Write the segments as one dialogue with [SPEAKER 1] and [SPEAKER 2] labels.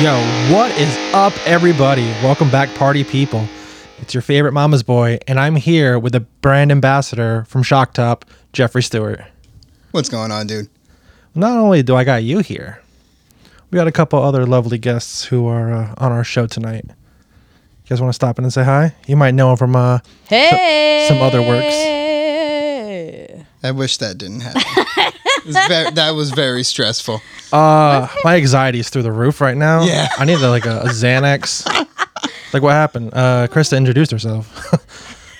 [SPEAKER 1] Yo, what is up, everybody? Welcome back, party people. It's your favorite mama's boy, and I'm here with the brand ambassador from Shock Top, Jeffrey Stewart.
[SPEAKER 2] What's going on, dude?
[SPEAKER 1] Not only do I got you here, we got a couple other lovely guests who are uh, on our show tonight. You guys want to stop in and say hi? You might know them from uh,
[SPEAKER 3] Hey.
[SPEAKER 1] some other
[SPEAKER 3] works.
[SPEAKER 2] I wish that didn't happen. It was ver- that was very stressful.
[SPEAKER 1] Uh, my anxiety's through the roof right now.
[SPEAKER 2] Yeah.
[SPEAKER 1] I need like a, a Xanax. like what happened? Uh, Krista introduced herself.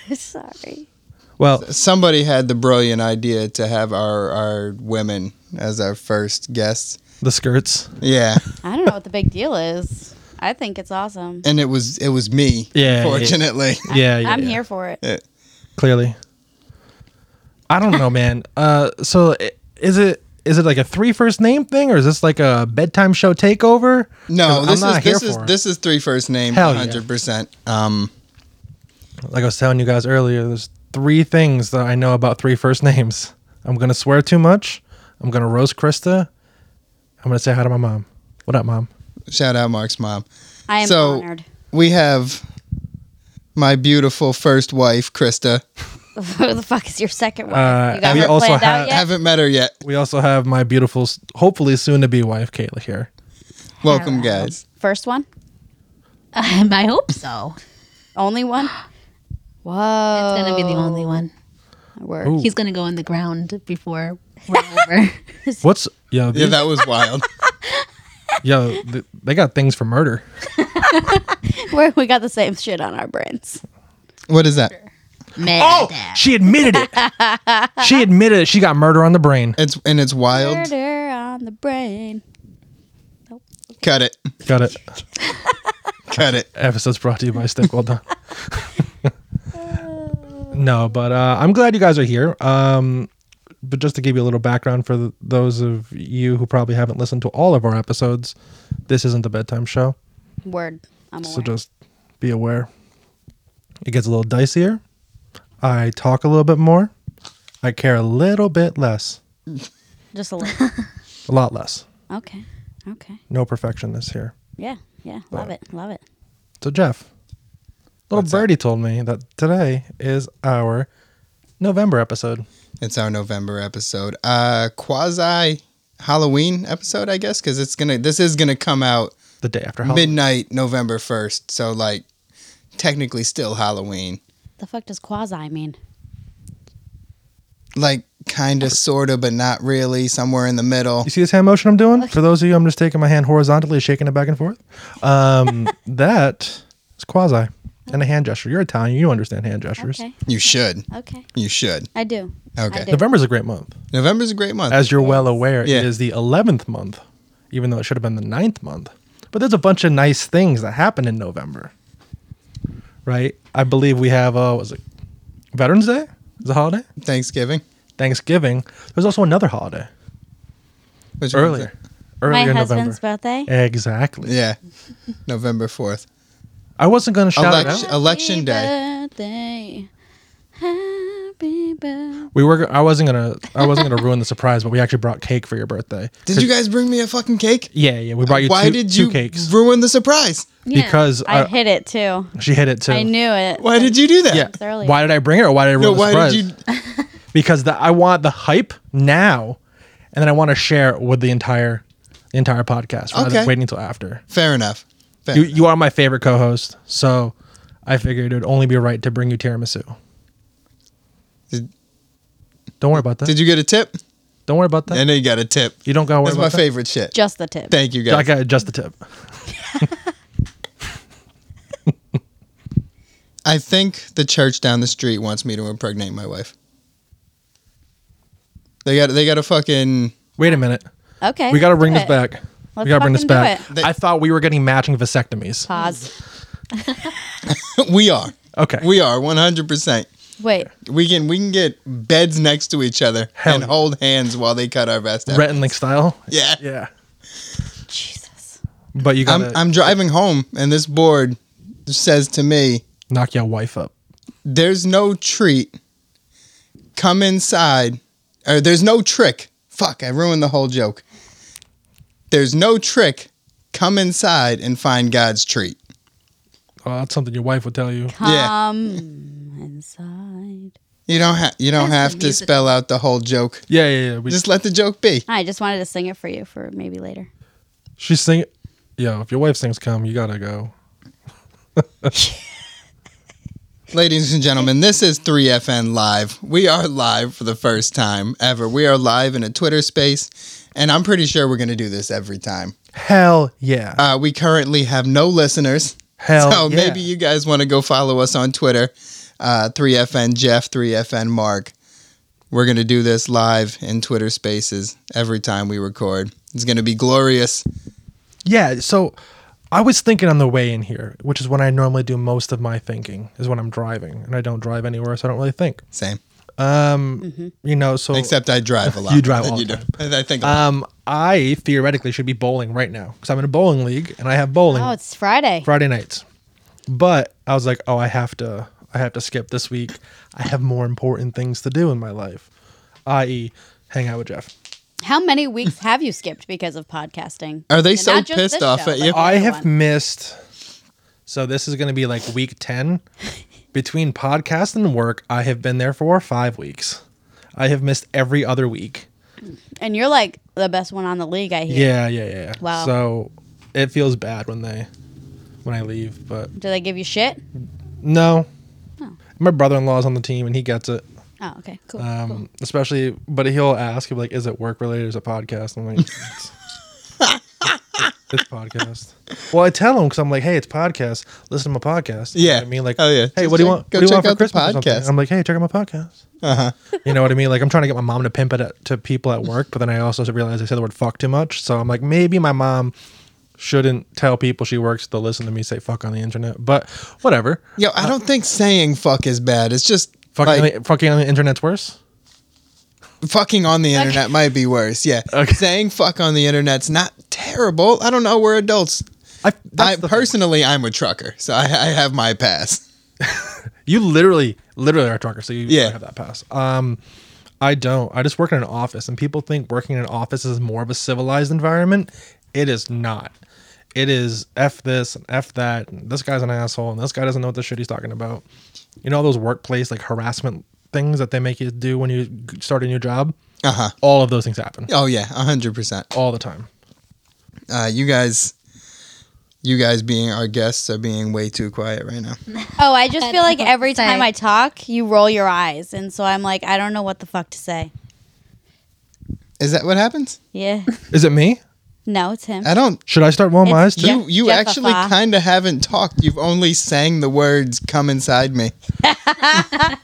[SPEAKER 3] Sorry.
[SPEAKER 1] well,
[SPEAKER 2] Somebody had the brilliant idea to have our, our women as our first guests.
[SPEAKER 1] the skirts.
[SPEAKER 2] Yeah,
[SPEAKER 3] I don't know what the big deal is. I think it's awesome.
[SPEAKER 2] and it was it was me.
[SPEAKER 1] Yeah,
[SPEAKER 2] fortunately,
[SPEAKER 1] Yeah, yeah.
[SPEAKER 3] I'm
[SPEAKER 1] yeah.
[SPEAKER 3] here for it.
[SPEAKER 1] Clearly. I don't know, man. Uh, so i- is it is it like a three first name thing, or is this like a bedtime show takeover? 'Cause
[SPEAKER 2] no.
[SPEAKER 1] I'm
[SPEAKER 2] This
[SPEAKER 1] not
[SPEAKER 2] is
[SPEAKER 1] here
[SPEAKER 2] this is
[SPEAKER 1] for it.
[SPEAKER 2] this is three first name,
[SPEAKER 1] Hell
[SPEAKER 2] one
[SPEAKER 1] yeah.
[SPEAKER 2] hundred percent. Um,
[SPEAKER 1] Like I was telling you guys earlier, there's three things that I know about three first names. I'm gonna swear too much. I'm gonna roast Krista. I'm gonna say hi to my mom. What up, mom?
[SPEAKER 2] shout out Mark's mom.
[SPEAKER 3] I am
[SPEAKER 2] So-
[SPEAKER 3] honored.
[SPEAKER 2] We have my beautiful first wife, Krista.
[SPEAKER 3] Who the fuck is your second one?
[SPEAKER 1] Uh,
[SPEAKER 3] you got
[SPEAKER 1] we
[SPEAKER 3] her
[SPEAKER 1] also
[SPEAKER 3] planned
[SPEAKER 1] have-
[SPEAKER 3] out yet?
[SPEAKER 2] Haven't met her yet.
[SPEAKER 1] We also have my beautiful, s- hopefully soon to be wife, Kayla here.
[SPEAKER 2] Welcome,
[SPEAKER 3] Hello.
[SPEAKER 2] guys.
[SPEAKER 3] First one?
[SPEAKER 4] Um, I hope so.
[SPEAKER 3] Only one? Whoa.
[SPEAKER 4] It's gonna be the only one.
[SPEAKER 3] Word.
[SPEAKER 1] Ooh.
[SPEAKER 4] He's gonna go in the ground before we're over.
[SPEAKER 1] What's yo?
[SPEAKER 2] Yeah,
[SPEAKER 1] These,
[SPEAKER 2] that was wild.
[SPEAKER 1] yo, th- they got things for murder.
[SPEAKER 3] We're- we got the same shit on our brains.
[SPEAKER 2] what is that?
[SPEAKER 4] Mad
[SPEAKER 1] Oh,
[SPEAKER 4] dad.
[SPEAKER 1] she admitted it. she admitted it. She got murder on the brain.
[SPEAKER 2] It's and it's wild.
[SPEAKER 3] Murder on the brain.
[SPEAKER 2] Cut it.
[SPEAKER 1] Got it.
[SPEAKER 2] Cut it.
[SPEAKER 1] Episode's brought to you by Stick. Well done. no, but uh, I'm glad you guys are here. Um, but just to give you a little background for th- those of you who probably haven't listened to all of our episodes, this isn't the bedtime show.
[SPEAKER 3] Word. I'm aware.
[SPEAKER 1] So just be aware. It gets a little dicier. I talk a little bit more. I care a little bit less.
[SPEAKER 3] Just a little.
[SPEAKER 1] A lot less.
[SPEAKER 3] okay. Okay.
[SPEAKER 1] No perfectionist here.
[SPEAKER 3] Yeah. Yeah. Love it. Love it.
[SPEAKER 1] So Jeff, little
[SPEAKER 2] What's up?
[SPEAKER 1] birdie told me that today is our November episode.
[SPEAKER 2] It's our November episode. Uh quasi Halloween episode, I guess, cuz it's going to this is going to come out
[SPEAKER 1] The day after Halloween.
[SPEAKER 2] midnight November 1st. So like technically still Halloween.
[SPEAKER 3] The fuck does quasi mean?
[SPEAKER 2] Like kind of sort of but not really somewhere in the middle.
[SPEAKER 1] you see this hand motion I'm doing? For those of you, I'm just taking my hand horizontally, shaking it back and forth. Um, that is quasi and a hand gesture. You're Italian. You understand hand gestures.
[SPEAKER 3] Okay.
[SPEAKER 2] You should.
[SPEAKER 3] Okay.
[SPEAKER 2] You should.
[SPEAKER 3] I do.
[SPEAKER 2] Okay.
[SPEAKER 3] I do.
[SPEAKER 1] November's a great month.
[SPEAKER 2] November's a great month.
[SPEAKER 1] As you're well aware,
[SPEAKER 2] Yeah.
[SPEAKER 1] it is the 11th month, even though it should have been the 9th month. But there's a bunch of nice things that happen in November, right? I believe we have, uh, was it Veterans Day? Is a holiday?
[SPEAKER 2] Thanksgiving.
[SPEAKER 1] Thanksgiving. There's also another holiday
[SPEAKER 2] Which one is
[SPEAKER 1] earlier, earlier
[SPEAKER 3] My
[SPEAKER 1] in November.
[SPEAKER 3] husband's birthday.
[SPEAKER 2] it?
[SPEAKER 1] Exactly.
[SPEAKER 2] Yeah. November 4th.
[SPEAKER 1] I wasn't gonna shout it
[SPEAKER 2] Election-
[SPEAKER 1] out.
[SPEAKER 2] election day.
[SPEAKER 3] Birthday. Happy birthday.
[SPEAKER 1] We were. I wasn't gonna. I wasn't gonna ruin the surprise, but we actually brought cake for your birthday.
[SPEAKER 2] Did you guys bring me a fucking cake?
[SPEAKER 1] Yeah, yeah. We brought you.
[SPEAKER 2] Why
[SPEAKER 1] two,
[SPEAKER 2] did
[SPEAKER 1] two
[SPEAKER 2] you
[SPEAKER 1] cakes?
[SPEAKER 2] ruin the surprise?
[SPEAKER 4] Yeah.
[SPEAKER 1] Because
[SPEAKER 3] I
[SPEAKER 1] I-
[SPEAKER 3] hit it too.
[SPEAKER 1] she hit it too.
[SPEAKER 3] I knew it.
[SPEAKER 2] Why did you do that?
[SPEAKER 1] Yeah.
[SPEAKER 3] earlier.
[SPEAKER 1] Why did I bring her? Or why did I ruin
[SPEAKER 2] No,
[SPEAKER 1] the
[SPEAKER 2] why
[SPEAKER 1] surprise?
[SPEAKER 2] did you
[SPEAKER 1] because the, I want the hype now, and then I want to share it with the entire, the entire podcast rather than
[SPEAKER 2] Okay.
[SPEAKER 1] waiting until after.
[SPEAKER 2] Fair enough. Fair
[SPEAKER 1] You, you are my favorite co-host, so I figured it would only be right to bring you tiramisu.
[SPEAKER 2] Did-
[SPEAKER 1] Don't worry about that.
[SPEAKER 2] Did you get a tip?
[SPEAKER 1] Don't worry about that.
[SPEAKER 2] I know you got a tip.
[SPEAKER 1] you don't gotta worry
[SPEAKER 2] That's
[SPEAKER 1] about
[SPEAKER 2] my
[SPEAKER 1] that.
[SPEAKER 2] favorite shit.
[SPEAKER 3] Just the tip.
[SPEAKER 2] Thank you
[SPEAKER 1] I
[SPEAKER 2] guys.
[SPEAKER 1] got adjust the tip.
[SPEAKER 2] I think the church down the street wants me to impregnate my wife. They got they got a fucking
[SPEAKER 1] Wait a minute.
[SPEAKER 3] Okay.
[SPEAKER 1] We got to bring this
[SPEAKER 3] let's do it.
[SPEAKER 1] back.
[SPEAKER 3] Let's
[SPEAKER 1] we got to bring this
[SPEAKER 3] fucking do
[SPEAKER 1] back.
[SPEAKER 2] it.
[SPEAKER 1] I thought we were getting matching vasectomies.
[SPEAKER 3] Pause.
[SPEAKER 2] we are.
[SPEAKER 1] Okay.
[SPEAKER 2] We are 100%.
[SPEAKER 3] Wait.
[SPEAKER 2] We can we can get beds next to each other
[SPEAKER 1] Hell
[SPEAKER 2] and
[SPEAKER 1] yeah.
[SPEAKER 2] hold hands while they cut our vest out.
[SPEAKER 1] Rhett and Link style.
[SPEAKER 2] Yeah.
[SPEAKER 1] Yeah.
[SPEAKER 3] Jesus.
[SPEAKER 1] But you got
[SPEAKER 2] I'm
[SPEAKER 1] to
[SPEAKER 2] I'm driving home and this board says to me,
[SPEAKER 1] knock your wife up.
[SPEAKER 2] there's no treat. Come inside. Or there's no trick. Fuck, I ruined the whole joke. There's no trick. come inside and find God's treat.
[SPEAKER 1] Oh, that's something your wife would tell you.
[SPEAKER 2] Yeah.
[SPEAKER 3] Come Um, inside.
[SPEAKER 2] You don't have you don't
[SPEAKER 4] That's the
[SPEAKER 2] have to
[SPEAKER 4] music.
[SPEAKER 2] spell out the whole joke.
[SPEAKER 1] Yeah, yeah, yeah. We,
[SPEAKER 2] Just let the joke be.
[SPEAKER 3] I just wanted to sing it for you for maybe later.
[SPEAKER 1] she sing. Yo, if your wife sings "Come," you gotta go.
[SPEAKER 2] Ladies and gentlemen, this is 3FN Live. We are live for the first time ever. We are live in a Twitter space, and I'm pretty sure we're going to do this every time.
[SPEAKER 1] Hell yeah.
[SPEAKER 2] Uh, we currently have no listeners.
[SPEAKER 1] Hell
[SPEAKER 2] so
[SPEAKER 1] yeah.
[SPEAKER 2] maybe you guys want to go follow us on Twitter, uh, 3FN Jeff, 3FN Mark. We're going to do this live in Twitter spaces every time we record. It's going to be glorious.
[SPEAKER 1] Yeah, so I was thinking on the way in here, which is when I normally do most of my thinking, is when I'm driving, and I don't drive anywhere, so I don't really think.
[SPEAKER 2] Same.
[SPEAKER 1] Um, you know, so
[SPEAKER 2] Except I drive a lot.
[SPEAKER 1] You drive all
[SPEAKER 2] you
[SPEAKER 1] the
[SPEAKER 2] do. I think a lot.
[SPEAKER 1] um, I theoretically should be bowling right now because I'm in a bowling league and I have bowling
[SPEAKER 3] Oh, it's Friday.
[SPEAKER 1] Friday nights. But I was like, oh, I have to, I have to skip this week. I have more important things to do in my life, i.e., hang out with Jeff.
[SPEAKER 3] How many weeks have you skipped because of podcasting?
[SPEAKER 2] Are they
[SPEAKER 3] And
[SPEAKER 2] so
[SPEAKER 3] not just
[SPEAKER 2] pissed
[SPEAKER 3] this
[SPEAKER 2] off
[SPEAKER 3] show,
[SPEAKER 2] at
[SPEAKER 3] but
[SPEAKER 2] you?
[SPEAKER 3] the
[SPEAKER 1] I
[SPEAKER 3] other
[SPEAKER 1] have
[SPEAKER 3] one.
[SPEAKER 1] missed. So this is going to be like week 10. Between podcast and work, I have been there for five weeks. I have missed every other week.
[SPEAKER 3] and you're like the best one on the league. I hear.
[SPEAKER 1] Yeah, yeah, yeah. yeah.
[SPEAKER 3] Wow.
[SPEAKER 1] So it feels bad when they when I leave, but
[SPEAKER 3] Do they give you shit?
[SPEAKER 1] no. My brother-in-law's on the team and he gets it.
[SPEAKER 3] Oh, okay, cool.
[SPEAKER 2] Uh,
[SPEAKER 1] Um,
[SPEAKER 3] cool.
[SPEAKER 1] especially but he'll ask he'll be like is it work related is it podcast? I'm like it's, it's podcast. Well, I tell him cuz I'm like, "Hey, it's podcast. Listen to my podcast." You know
[SPEAKER 2] Yeah.
[SPEAKER 1] what I mean like,
[SPEAKER 2] Oh, yeah.
[SPEAKER 1] "Hey,
[SPEAKER 2] Just
[SPEAKER 1] what do you
[SPEAKER 2] check-
[SPEAKER 1] want?
[SPEAKER 2] go
[SPEAKER 1] what do you
[SPEAKER 2] check
[SPEAKER 1] want for
[SPEAKER 2] out the
[SPEAKER 1] Christmas?" or something?
[SPEAKER 2] podcast.
[SPEAKER 1] I'm like, "Hey, check out my podcast." Uh-huh. You know what I mean? Like I'm trying to get my mom to pimp it at, to people at work, but then I also realize I say the word fuck too much. So I'm like, maybe my mom shouldn't tell people she works to listen to me say fuck on the internet. But whatever.
[SPEAKER 2] Yo, I don't think saying fuck is bad. It's just
[SPEAKER 1] Fucking,
[SPEAKER 2] like,
[SPEAKER 1] on the, fucking on the internet's worse.
[SPEAKER 2] fucking on the internet might be worse. Yeah.
[SPEAKER 1] Okay.
[SPEAKER 2] Saying fuck on the internet's not terrible. I don't know. We're adults.
[SPEAKER 1] I, that's
[SPEAKER 2] I
[SPEAKER 1] the thing.
[SPEAKER 2] personally, I'm a trucker, so I, I have my pass.
[SPEAKER 1] You literally, literally are a trucker, so you
[SPEAKER 2] Yeah.
[SPEAKER 1] have that pass. Um, I don't. I just work in an office, and people think working in an office is more of a civilized environment. It is not. It is f this and f that. And this guy's an asshole, and this guy doesn't know what the shit he's talking about. You know all those workplace like harassment things that they make you do when you g- start a new job.
[SPEAKER 2] Uh huh.
[SPEAKER 1] All of those things happen
[SPEAKER 2] Oh yeah, hundred percent.
[SPEAKER 1] all the time.
[SPEAKER 2] Uh, you guys, you guys being our guests are being way too quiet right now.
[SPEAKER 3] Oh, I just feel like
[SPEAKER 4] don't know what
[SPEAKER 3] every
[SPEAKER 4] to say.
[SPEAKER 3] time I talk, you roll your eyes, and so I'm like, I don't know what the fuck to say.
[SPEAKER 2] Is that what happens?
[SPEAKER 3] Yeah,
[SPEAKER 1] Is it me?
[SPEAKER 3] no, it's him.
[SPEAKER 2] I don't.
[SPEAKER 1] Should I start rolling my eyes?
[SPEAKER 3] It's-
[SPEAKER 1] Too?
[SPEAKER 3] yeah.
[SPEAKER 2] You you
[SPEAKER 3] Jeff
[SPEAKER 2] actually
[SPEAKER 3] Fafa.
[SPEAKER 2] kind of haven't talked. You've only sang the words "Come inside me."
[SPEAKER 1] I'm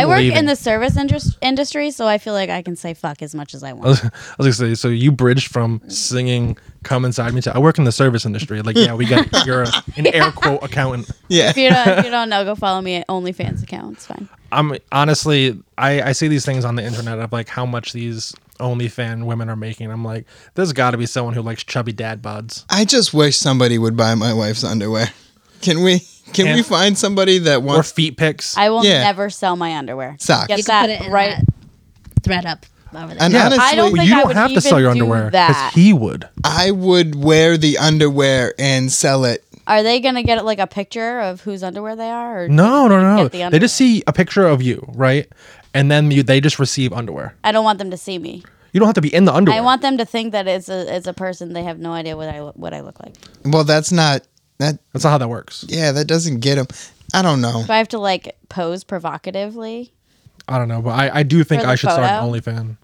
[SPEAKER 3] I work
[SPEAKER 1] leaving.
[SPEAKER 3] in the service indus- industry, so I feel like I can say fuck as much as I
[SPEAKER 1] I
[SPEAKER 3] want.
[SPEAKER 1] was, I was gonna say, so you bridged from singing "Come Inside Me" to I work in the service industry. Like, yeah, we got you're a, an air quote accountant.
[SPEAKER 2] Yeah.
[SPEAKER 3] if you don't, if you don't know, go follow me at OnlyFans account. It's fine.
[SPEAKER 1] I'm honestly, I I see these things on the internet of like how much these OnlyFan women are making. I'm like, there's got to be someone who likes chubby dad bods.
[SPEAKER 2] I just wish somebody would buy my wife's underwear. Can we? Can we
[SPEAKER 1] Yeah.
[SPEAKER 2] find somebody that
[SPEAKER 1] Or
[SPEAKER 2] wants?
[SPEAKER 1] feet pics.
[SPEAKER 3] I will
[SPEAKER 2] Yeah.
[SPEAKER 3] never sell my underwear.
[SPEAKER 2] Socks.
[SPEAKER 3] Get
[SPEAKER 2] You
[SPEAKER 3] that
[SPEAKER 4] Put it in
[SPEAKER 3] right.
[SPEAKER 4] that thread up over there.
[SPEAKER 2] and
[SPEAKER 1] Yeah.
[SPEAKER 2] honestly,
[SPEAKER 3] I don't
[SPEAKER 1] Well,
[SPEAKER 3] think
[SPEAKER 1] you
[SPEAKER 3] I
[SPEAKER 1] don't
[SPEAKER 3] would
[SPEAKER 1] have to sell
[SPEAKER 3] even
[SPEAKER 1] your
[SPEAKER 3] do
[SPEAKER 1] underwear
[SPEAKER 3] that.
[SPEAKER 1] because he would.
[SPEAKER 2] I would wear the underwear and sell it.
[SPEAKER 3] Are they gonna get like a picture of whose underwear they are? Or
[SPEAKER 1] No, no, no.
[SPEAKER 3] Get the
[SPEAKER 1] they just see a picture of you, right? And then you, they just receive underwear.
[SPEAKER 3] I don't want them to see me.
[SPEAKER 1] You don't have to be in the underwear.
[SPEAKER 3] I want them to think that it's a it's a person. They have no idea what I lo- what I look like.
[SPEAKER 2] Well, that's not that.
[SPEAKER 1] That's not how that works.
[SPEAKER 2] Yeah, that doesn't get him. I don't know.
[SPEAKER 3] Do I have to like pose provocatively?
[SPEAKER 1] I don't know, but I, I do think
[SPEAKER 3] For the
[SPEAKER 1] I should start an
[SPEAKER 3] photo?
[SPEAKER 1] OnlyFan.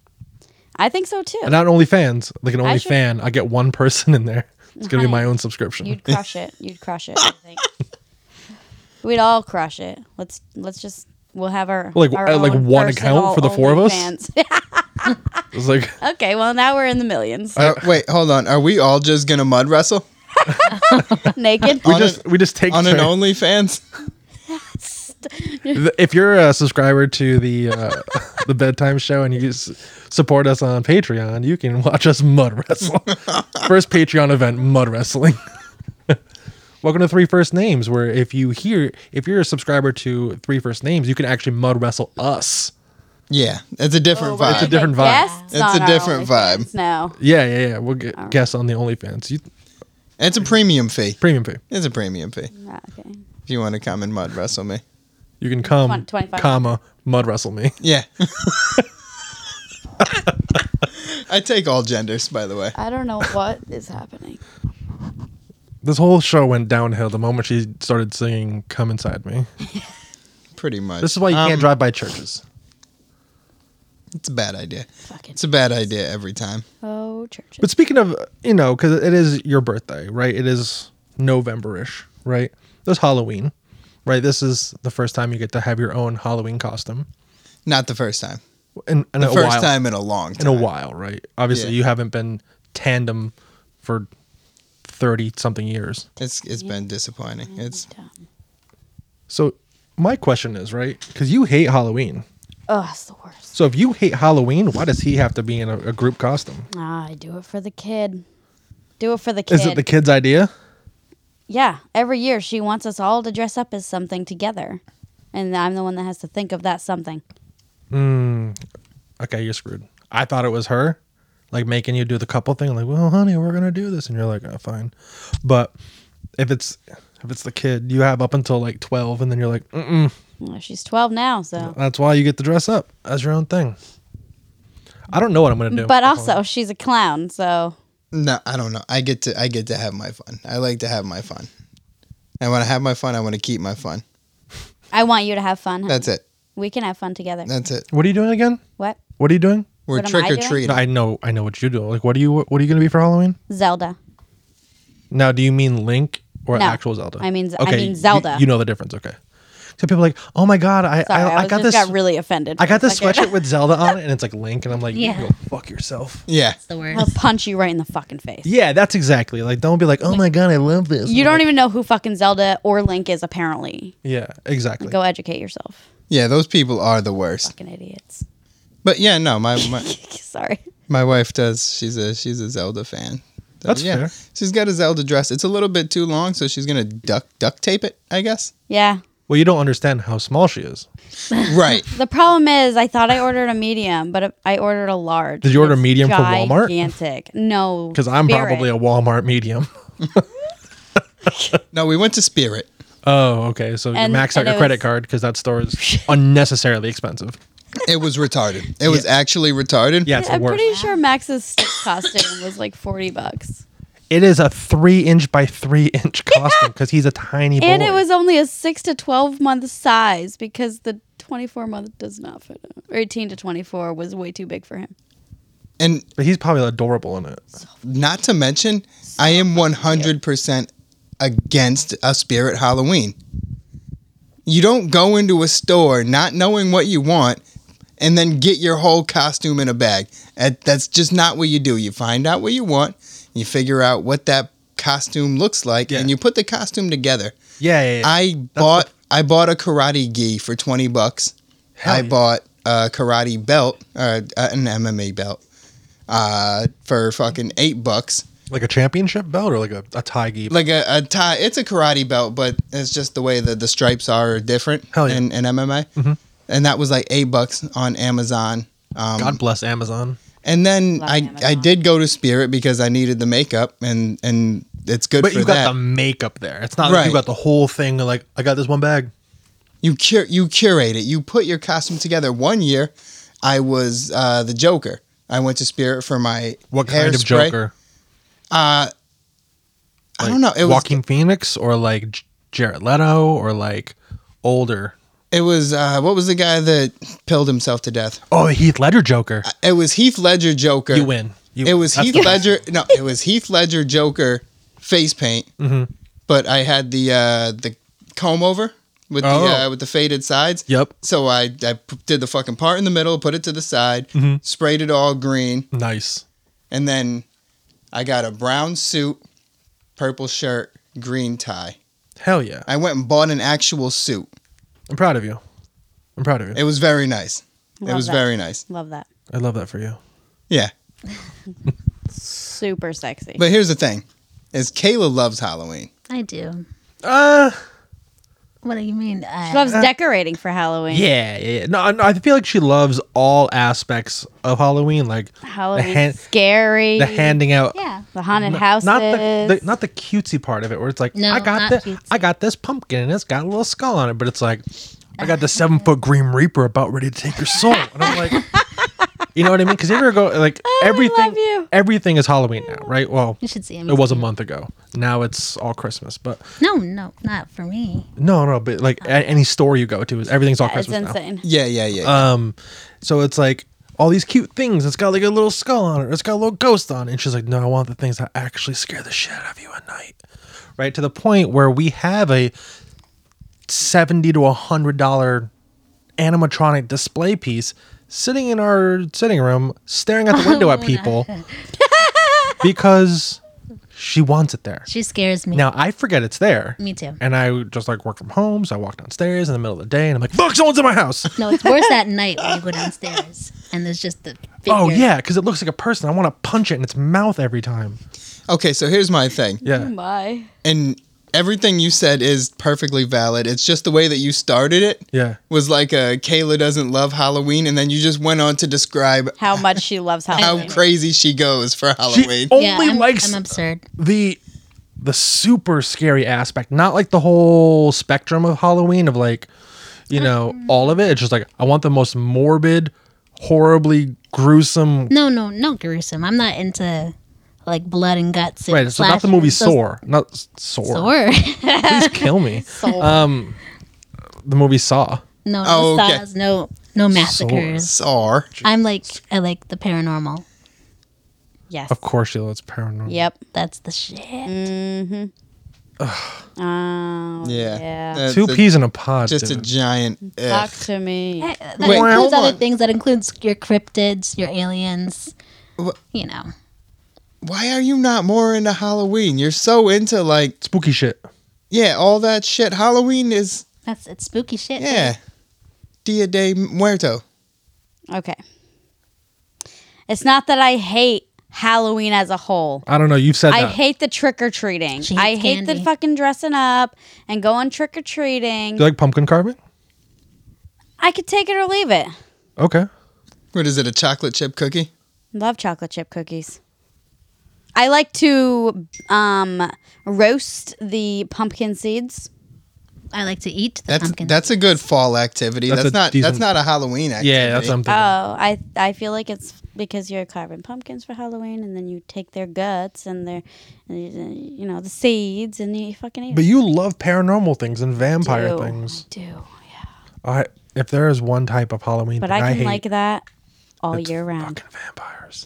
[SPEAKER 3] I think so too.
[SPEAKER 1] And not OnlyFans, like an
[SPEAKER 3] I should-
[SPEAKER 1] OnlyFan, I get one person in there. It's gonna be my
[SPEAKER 3] Honey,
[SPEAKER 1] own subscription.
[SPEAKER 3] You'd crush it. You'd crush it. I think. We'd all crush it. Let's let's just we'll have our
[SPEAKER 1] Like-
[SPEAKER 3] our
[SPEAKER 1] uh, like
[SPEAKER 3] own
[SPEAKER 1] one account for the
[SPEAKER 3] personal
[SPEAKER 1] four of us?
[SPEAKER 3] OnlyFans.
[SPEAKER 1] It's like
[SPEAKER 3] okay, well now we're in the millions.
[SPEAKER 2] Uh, wait, hold on. Are we all just gonna mud wrestle
[SPEAKER 3] Naked.
[SPEAKER 1] we
[SPEAKER 2] on
[SPEAKER 1] just
[SPEAKER 2] an-
[SPEAKER 1] we just take
[SPEAKER 2] on an
[SPEAKER 1] turn-
[SPEAKER 2] OnlyFans?
[SPEAKER 1] Th- if you're a subscriber to the uh, the bedtime show and you s- support us on Patreon, you can watch us mud wrestle. First Patreon event, mud wrestling. Welcome to Three First Names, where if you hear if you're a subscriber to Three First Names, you can actually mud wrestle us.
[SPEAKER 2] Yeah, it's a different vibe.
[SPEAKER 1] Oh, a different vibe.
[SPEAKER 3] Guests
[SPEAKER 2] It's
[SPEAKER 3] on
[SPEAKER 2] a
[SPEAKER 3] our
[SPEAKER 2] different vibe.
[SPEAKER 3] OnlyFans Now
[SPEAKER 1] Yeah, yeah, yeah. We'll get guests on the OnlyFans. You,
[SPEAKER 2] It's a premium fee.
[SPEAKER 1] Premium fee.
[SPEAKER 2] It's a premium fee.
[SPEAKER 3] Ah, okay.
[SPEAKER 2] If you want to come and mud wrestle me.
[SPEAKER 1] You can come,
[SPEAKER 3] Twen- 25.
[SPEAKER 1] comma, mud wrestle me.
[SPEAKER 2] Yeah. I take all genders, by the way.
[SPEAKER 3] I don't know what is happening.
[SPEAKER 1] This whole show went downhill the moment she started singing "Come Inside Me."
[SPEAKER 2] Pretty much.
[SPEAKER 1] This is why you
[SPEAKER 2] Um,
[SPEAKER 1] can't drive by churches.
[SPEAKER 2] It's a bad idea.
[SPEAKER 3] Fucking.
[SPEAKER 2] It's a bad idea every time.
[SPEAKER 3] Oh, churches.
[SPEAKER 1] But speaking of, you know, because it is your birthday, right? It is November-ish, right? There's Halloween, right? This is the first time you get to have your own Halloween costume
[SPEAKER 2] Not the first time.
[SPEAKER 1] in, in
[SPEAKER 2] The
[SPEAKER 1] a
[SPEAKER 2] first
[SPEAKER 1] while.
[SPEAKER 2] time in a long
[SPEAKER 1] in
[SPEAKER 2] time.
[SPEAKER 1] a while, right? Obviously,
[SPEAKER 2] Yeah.
[SPEAKER 1] you haven't been tandem for thirty something years.
[SPEAKER 2] It's it's been disappointing. It's
[SPEAKER 3] Dumb.
[SPEAKER 1] So my question is, right? Because you hate Halloween.
[SPEAKER 3] Oh, it's the worst.
[SPEAKER 1] So if you hate Halloween, why does he have to be in a, a group costume?
[SPEAKER 3] Ah, I do it for the kid. Do it for the kid.
[SPEAKER 1] Is it the kid's idea?
[SPEAKER 3] Yeah, every year she wants us all to dress up as something together, and I'm the one that has to think of that something.
[SPEAKER 1] Okay, you're screwed. I thought it was her, like making you do the couple thing. Like, well, honey, we're gonna do this, and you're like, oh, fine. But if it's if it's the kid, you have up until like twelve, and then you're like, Mm-mm,
[SPEAKER 3] Well, she's 12 now, so.
[SPEAKER 1] that's why you get to dress up as your own thing. I don't know what I'm gonna do.
[SPEAKER 3] But also, she's a clown, so
[SPEAKER 2] no, I don't know. I get to I get to have my fun. I like to have my fun. And when I have my fun, I want to keep my fun.
[SPEAKER 3] I want you to have fun. honey.
[SPEAKER 2] That's it.
[SPEAKER 3] We can have fun together.
[SPEAKER 2] That's it.
[SPEAKER 1] what are you doing again?
[SPEAKER 3] What?
[SPEAKER 1] What are you doing?
[SPEAKER 2] We're
[SPEAKER 3] What am I
[SPEAKER 2] trick or
[SPEAKER 3] doing?
[SPEAKER 2] treating.
[SPEAKER 1] No, I know, I know what you do. Like, what are you, what are you gonna be for Halloween?
[SPEAKER 3] Zelda.
[SPEAKER 1] Now, do you mean Link or
[SPEAKER 3] No,
[SPEAKER 1] actual Zelda?
[SPEAKER 3] I mean- I
[SPEAKER 1] okay,
[SPEAKER 3] mean
[SPEAKER 1] you-
[SPEAKER 3] Zelda.
[SPEAKER 1] You, know the difference, okay? So people are like, oh my god, I,
[SPEAKER 3] Sorry, I,
[SPEAKER 1] I, I
[SPEAKER 3] was
[SPEAKER 1] got this,
[SPEAKER 3] just got really offended.
[SPEAKER 1] I got
[SPEAKER 3] for a
[SPEAKER 1] this
[SPEAKER 3] second.
[SPEAKER 1] sweatshirt with Zelda on it, and it's like Link, and I'm like,
[SPEAKER 4] Yeah.
[SPEAKER 1] you go fuck yourself.
[SPEAKER 2] yeah.
[SPEAKER 4] It's the
[SPEAKER 3] I'll
[SPEAKER 4] worst.
[SPEAKER 3] punch you right in the fucking face.
[SPEAKER 1] Yeah, that's exactly like. Don't be like, oh my god, I love this.
[SPEAKER 3] You
[SPEAKER 1] I'm
[SPEAKER 3] don't
[SPEAKER 1] like,
[SPEAKER 3] even know who fucking Zelda or Link is, apparently.
[SPEAKER 1] Yeah, exactly.
[SPEAKER 3] Go educate yourself.
[SPEAKER 2] Yeah, those people are the worst.
[SPEAKER 3] Fucking idiots.
[SPEAKER 2] But yeah, no, my, my
[SPEAKER 3] Sorry.
[SPEAKER 2] my wife does. She's a she's a Zelda fan. So,
[SPEAKER 1] That's
[SPEAKER 2] yeah.
[SPEAKER 1] fair.
[SPEAKER 2] She's got a Zelda dress. It's a little bit too long, so she's gonna duck duct tape it, I guess.
[SPEAKER 3] Yeah.
[SPEAKER 1] Well, you don't understand how small she is.
[SPEAKER 2] Right.
[SPEAKER 3] The problem is, I thought I ordered a medium, but I ordered a large.
[SPEAKER 1] Did you order
[SPEAKER 3] It's
[SPEAKER 1] medium from Walmart?
[SPEAKER 3] Gigantic. No.
[SPEAKER 1] Because I'm probably a Walmart medium.
[SPEAKER 2] No, we went to Spirit.
[SPEAKER 1] Oh, okay. So you
[SPEAKER 3] And-
[SPEAKER 1] max out
[SPEAKER 3] and
[SPEAKER 1] your
[SPEAKER 3] it
[SPEAKER 1] credit
[SPEAKER 3] was-
[SPEAKER 1] card because that store is unnecessarily expensive.
[SPEAKER 2] It was retarded. It was actually retarded.
[SPEAKER 1] Yeah, it's the
[SPEAKER 3] I'm
[SPEAKER 1] worst.
[SPEAKER 3] pretty sure Max's stick costume was like 40 bucks.
[SPEAKER 1] It is a three inch by three inch costume because he's a tiny boy.
[SPEAKER 3] And it was only a 6 to 12 month size because the 24 month does not fit him. Or 18 to 24 was way too big for him.
[SPEAKER 2] And
[SPEAKER 1] But he's probably adorable in it.
[SPEAKER 2] not to mention, I am one hundred percent against a Spirit Halloween. You don't go into a store not knowing what you want and then get your whole costume in a bag. That- That's just not what you do. You find out what you want, you figure out what that costume looks like,
[SPEAKER 1] Yeah.
[SPEAKER 2] and you put the costume together.
[SPEAKER 1] Yeah, yeah, yeah.
[SPEAKER 2] I bought I bought a karate gi for twenty bucks.
[SPEAKER 1] Hell
[SPEAKER 2] I
[SPEAKER 1] yeah.
[SPEAKER 2] bought a karate belt, uh, an MMA belt, uh, for fucking eight bucks.
[SPEAKER 1] like a championship belt or like a, a tie gi.
[SPEAKER 2] Like a, a tie. It's a karate belt, but it's just the way that the stripes are different
[SPEAKER 1] Hell yeah. Mm-hmm.
[SPEAKER 2] in, in MMA. And that was like eight bucks on Amazon. Um,
[SPEAKER 1] God bless Amazon.
[SPEAKER 2] and then
[SPEAKER 3] Love
[SPEAKER 2] I, I
[SPEAKER 3] Amazon.
[SPEAKER 2] did go to Spirit because I needed the makeup, and and it's good
[SPEAKER 1] But
[SPEAKER 2] for
[SPEAKER 1] you got
[SPEAKER 2] that.
[SPEAKER 1] the makeup there. It's not like
[SPEAKER 2] Right.
[SPEAKER 1] you got the whole thing. Like I got this one bag.
[SPEAKER 2] you cur- you curate it. You put your costume together. One year, I was uh, the Joker. I went to Spirit for my
[SPEAKER 1] What kind of
[SPEAKER 2] hairspray.
[SPEAKER 1] Joker?
[SPEAKER 2] I don't know. It was
[SPEAKER 1] Walking Phoenix or like J- Jared Leto or like older.
[SPEAKER 2] it was uh, what was the guy that pilled himself to death?
[SPEAKER 1] Oh, Heath Ledger Joker.
[SPEAKER 2] It was Heath Ledger Joker.
[SPEAKER 1] You win. You
[SPEAKER 2] It
[SPEAKER 1] win.
[SPEAKER 2] was
[SPEAKER 1] That's
[SPEAKER 2] Heath
[SPEAKER 1] the-
[SPEAKER 2] Ledger. No, it was Heath Ledger Joker face paint.
[SPEAKER 1] Mm-hmm.
[SPEAKER 2] But I had the uh, the comb over with the
[SPEAKER 1] Oh.
[SPEAKER 2] uh, with the faded sides.
[SPEAKER 1] Yep.
[SPEAKER 2] So I, I p- did the fucking part in the middle, put it to the side,
[SPEAKER 1] Mm-hmm.
[SPEAKER 2] sprayed it all green.
[SPEAKER 1] Nice.
[SPEAKER 2] And then I got a brown suit, purple shirt, green tie.
[SPEAKER 1] Hell yeah.
[SPEAKER 2] I went and bought an actual suit.
[SPEAKER 1] I'm proud of you. I'm proud of you.
[SPEAKER 2] It was very nice. it
[SPEAKER 3] Love
[SPEAKER 2] was
[SPEAKER 3] that.
[SPEAKER 2] very nice.
[SPEAKER 3] Love that.
[SPEAKER 1] I love that for you.
[SPEAKER 2] Yeah.
[SPEAKER 3] Super sexy.
[SPEAKER 2] But here's the thing is Kayla loves Halloween.
[SPEAKER 4] I do.
[SPEAKER 1] Uh
[SPEAKER 4] What do you mean? Uh,
[SPEAKER 3] She loves decorating for Halloween.
[SPEAKER 1] Yeah, yeah, yeah. No, no, I feel like she loves all aspects of Halloween, like
[SPEAKER 3] Halloween
[SPEAKER 1] the, hand,
[SPEAKER 3] scary.
[SPEAKER 1] the handing out.
[SPEAKER 4] yeah.
[SPEAKER 3] the haunted
[SPEAKER 1] Not
[SPEAKER 3] houses.
[SPEAKER 1] the, the not the cutesy part of it, where it's like
[SPEAKER 4] No,
[SPEAKER 1] I got
[SPEAKER 4] not
[SPEAKER 1] this,
[SPEAKER 4] cutesy.
[SPEAKER 1] I got this pumpkin and it's got a little skull on it, but it's like I got the seven foot green reaper about ready to take your soul, and I'm like, you know what I mean? Because you ever go like everything,
[SPEAKER 3] Oh, love you. Mm-hmm.
[SPEAKER 1] everything is Halloween now, right? Well,
[SPEAKER 4] You should see him.
[SPEAKER 1] it was a month ago. Now it's all Christmas, but
[SPEAKER 4] No, no, not for me.
[SPEAKER 1] no, no, but like a- any store you go to, is everything's all
[SPEAKER 3] it's
[SPEAKER 1] Christmas now.
[SPEAKER 3] insane.
[SPEAKER 2] Yeah, yeah, yeah.
[SPEAKER 1] Um, so it's like all these cute things. It's got like a little skull on it. It's got a little ghost on it. And she's like, no, I want the things that actually scare the shit out of you at night. Right to the point where we have a seventy to a hundred dollar animatronic display piece sitting in our sitting room, staring out the window at people because she wants it there.
[SPEAKER 4] She scares me.
[SPEAKER 1] Now I forget it's there.
[SPEAKER 4] Me too.
[SPEAKER 1] And I just like work from home, so I walk downstairs in the middle of the day, and I'm like, "Fuck, someone's in my house."
[SPEAKER 4] No, it's worse at night when you go downstairs and there's just the. Figure.
[SPEAKER 1] Oh yeah, because it looks like a person. I want to punch it in its mouth every time.
[SPEAKER 2] okay, so here's my thing.
[SPEAKER 3] Oh
[SPEAKER 1] Yeah.
[SPEAKER 3] my.
[SPEAKER 2] And everything you said is perfectly valid. It's just the way that you started it.
[SPEAKER 1] Yeah.
[SPEAKER 2] Was like a Kayla doesn't love Halloween, and then you just went on to describe
[SPEAKER 3] How much she loves
[SPEAKER 2] how
[SPEAKER 3] Halloween.
[SPEAKER 2] crazy she goes for
[SPEAKER 1] She
[SPEAKER 2] Halloween.
[SPEAKER 4] Yeah,
[SPEAKER 1] only
[SPEAKER 4] I'm,
[SPEAKER 1] likes
[SPEAKER 4] I'm absurd.
[SPEAKER 1] the the super scary aspect, not like the whole spectrum of Halloween of like, you know, all of it. It's just like I want the most morbid, horribly gruesome.
[SPEAKER 4] No, no, no, gruesome. I'm not into like blood and guts. And
[SPEAKER 1] Right, so not the movie
[SPEAKER 4] slashers. Those-
[SPEAKER 1] Saw, not S- Saw.
[SPEAKER 4] Sore.
[SPEAKER 1] Please kill me. Um, the movie Saw.
[SPEAKER 4] no, no
[SPEAKER 2] Oh, okay.
[SPEAKER 4] saws. No, no massacres.
[SPEAKER 2] Sar.
[SPEAKER 4] I'm like, I like the paranormal.
[SPEAKER 3] yes.
[SPEAKER 1] Of course, she loves paranormal.
[SPEAKER 3] Yep. Mm-hmm.
[SPEAKER 4] That's the shit.
[SPEAKER 1] Mm.
[SPEAKER 3] Oh.
[SPEAKER 2] Yeah.
[SPEAKER 3] Yeah.
[SPEAKER 2] That's
[SPEAKER 1] Two
[SPEAKER 2] a-
[SPEAKER 1] peas in a pod.
[SPEAKER 2] Just a
[SPEAKER 1] dude.
[SPEAKER 2] giant.
[SPEAKER 3] Talk
[SPEAKER 2] F.
[SPEAKER 3] to me.
[SPEAKER 4] Eh, That
[SPEAKER 2] Wait, hold
[SPEAKER 4] includes other
[SPEAKER 2] on.
[SPEAKER 4] things. That includes your cryptids, your aliens. You know,
[SPEAKER 2] Why are you not more into Halloween? You're so into like
[SPEAKER 1] spooky shit.
[SPEAKER 2] yeah, all that shit. Halloween is
[SPEAKER 4] that's it's spooky shit.
[SPEAKER 2] yeah, Dia de Muerto.
[SPEAKER 3] Okay. It's not that I hate Halloween as a whole.
[SPEAKER 1] I don't know. You've said
[SPEAKER 3] I
[SPEAKER 1] that.
[SPEAKER 3] hate the trick or treating.
[SPEAKER 4] She
[SPEAKER 3] I
[SPEAKER 4] hates
[SPEAKER 3] hate the
[SPEAKER 4] candy.
[SPEAKER 3] fucking dressing up and going trick or treating.
[SPEAKER 1] Do you like pumpkin carving?
[SPEAKER 3] I could take it or leave it.
[SPEAKER 1] Okay.
[SPEAKER 2] What is it? A chocolate chip cookie?
[SPEAKER 3] Love chocolate chip cookies. I like to um, roast the pumpkin seeds.
[SPEAKER 4] I like to eat the
[SPEAKER 2] That's
[SPEAKER 4] pumpkin.
[SPEAKER 2] that's a good fall activity.
[SPEAKER 1] That's a
[SPEAKER 2] That's, not
[SPEAKER 1] decent-
[SPEAKER 2] that's not a Halloween activity.
[SPEAKER 1] Yeah, that's something.
[SPEAKER 3] Oh, I I feel like it's because you're carving pumpkins for Halloween, and then you take their guts and their, you know, the seeds, and you fucking eat.
[SPEAKER 1] But you love paranormal things and vampire
[SPEAKER 3] do.
[SPEAKER 1] things.
[SPEAKER 3] I do.
[SPEAKER 1] I if there is one type of Halloween
[SPEAKER 3] But
[SPEAKER 1] thing
[SPEAKER 3] I
[SPEAKER 1] I,
[SPEAKER 3] can
[SPEAKER 1] hate,
[SPEAKER 3] like that all
[SPEAKER 1] it's
[SPEAKER 3] year round.
[SPEAKER 1] fucking vampires.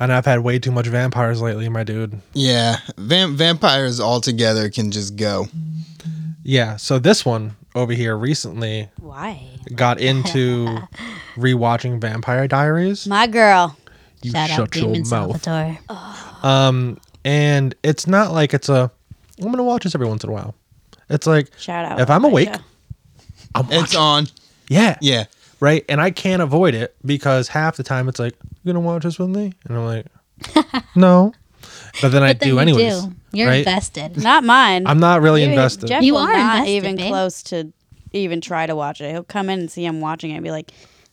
[SPEAKER 1] And I've had way too much vampires lately, my dude.
[SPEAKER 2] Yeah, Vam- vampires altogether can just go.
[SPEAKER 1] Yeah, so this one over here recently
[SPEAKER 3] Why?
[SPEAKER 1] got into rewatching Vampire Diaries.
[SPEAKER 3] My girl.
[SPEAKER 1] You
[SPEAKER 4] Shout out
[SPEAKER 1] shut your
[SPEAKER 4] Demon
[SPEAKER 1] mouth.
[SPEAKER 4] Salvatore.
[SPEAKER 1] Um, and it's not like it's a. I'm gonna watch this every once in a while. It's like
[SPEAKER 3] Shout out.
[SPEAKER 1] if I'm awake, I'm
[SPEAKER 2] It's
[SPEAKER 1] watching.
[SPEAKER 2] on.
[SPEAKER 1] Yeah,
[SPEAKER 2] Yeah,
[SPEAKER 1] right? And I can't avoid it because half the time it's like, "You gonna watch this with me?" And I'm like, "No," but then I
[SPEAKER 4] But
[SPEAKER 1] do
[SPEAKER 4] then you
[SPEAKER 1] anyways.
[SPEAKER 4] do. You're
[SPEAKER 1] right?
[SPEAKER 4] invested.
[SPEAKER 3] Not mine.
[SPEAKER 1] I'm not really
[SPEAKER 3] You-
[SPEAKER 1] invested.
[SPEAKER 3] Jeff
[SPEAKER 4] You
[SPEAKER 3] will
[SPEAKER 4] are
[SPEAKER 3] not
[SPEAKER 4] invested,
[SPEAKER 3] even
[SPEAKER 4] babe.
[SPEAKER 3] close to even try to watch it. He'll come in and see I'm watching it and be like,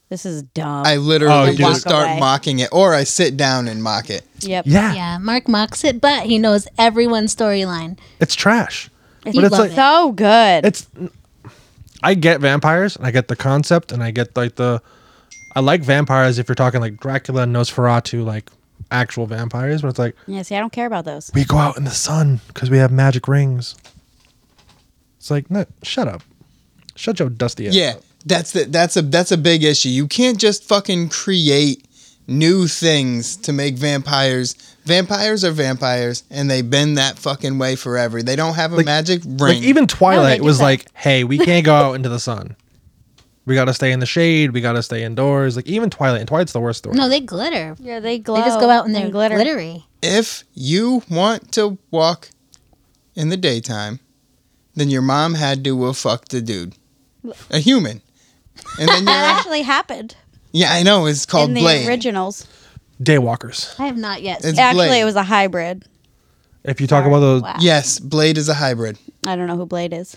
[SPEAKER 3] "This is dumb."
[SPEAKER 2] I literally
[SPEAKER 1] Oh, dude.
[SPEAKER 2] just
[SPEAKER 3] Walk
[SPEAKER 2] start
[SPEAKER 3] away.
[SPEAKER 2] mocking it, or I sit down and mock it.
[SPEAKER 3] yep.
[SPEAKER 1] yeah,
[SPEAKER 4] Yeah, Mark mocks it, but he knows everyone's storyline.
[SPEAKER 1] it's trash.
[SPEAKER 3] It's
[SPEAKER 1] but it's like
[SPEAKER 3] so good.
[SPEAKER 1] it's. I get vampires and I get the concept and I get like the. I like vampires if you're talking like Dracula and Nosferatu, like actual vampires. But it's like
[SPEAKER 3] yeah. See, I don't care about those.
[SPEAKER 1] we go out in the sun because we have magic rings. It's like no, shut up, shut your dusty ass.
[SPEAKER 2] Yeah,
[SPEAKER 1] up.
[SPEAKER 2] that's the that's a that's a big issue. You can't just fucking create new things to make vampires. Vampires are vampires, and they've been that fucking way forever. They don't have a magic ring.
[SPEAKER 1] Like even Twilight
[SPEAKER 4] do
[SPEAKER 1] was
[SPEAKER 4] that.
[SPEAKER 1] like, "Hey, we can't go out into the sun. We gotta stay in the shade. We gotta stay indoors." Like even Twilight, and Twilight's the worst story.
[SPEAKER 4] No, they glitter.
[SPEAKER 3] Yeah, they glow.
[SPEAKER 4] They just go out and
[SPEAKER 3] they
[SPEAKER 4] they're glittery.
[SPEAKER 2] if you want to walk in the daytime, then your mom had to have fucked a dude, a human, and then you're.
[SPEAKER 3] Actually happened
[SPEAKER 2] yeah, I know it's
[SPEAKER 1] Oh,
[SPEAKER 2] called
[SPEAKER 3] in the
[SPEAKER 2] Blade.
[SPEAKER 3] originals.
[SPEAKER 1] Daywalkers.
[SPEAKER 4] I have not yet.
[SPEAKER 2] It's
[SPEAKER 4] seen-
[SPEAKER 3] Actually,
[SPEAKER 2] Blade.
[SPEAKER 3] it was a hybrid.
[SPEAKER 1] If you talk about those,
[SPEAKER 4] Wow.
[SPEAKER 2] yes, Blade is a hybrid.
[SPEAKER 3] I don't know who Blade is.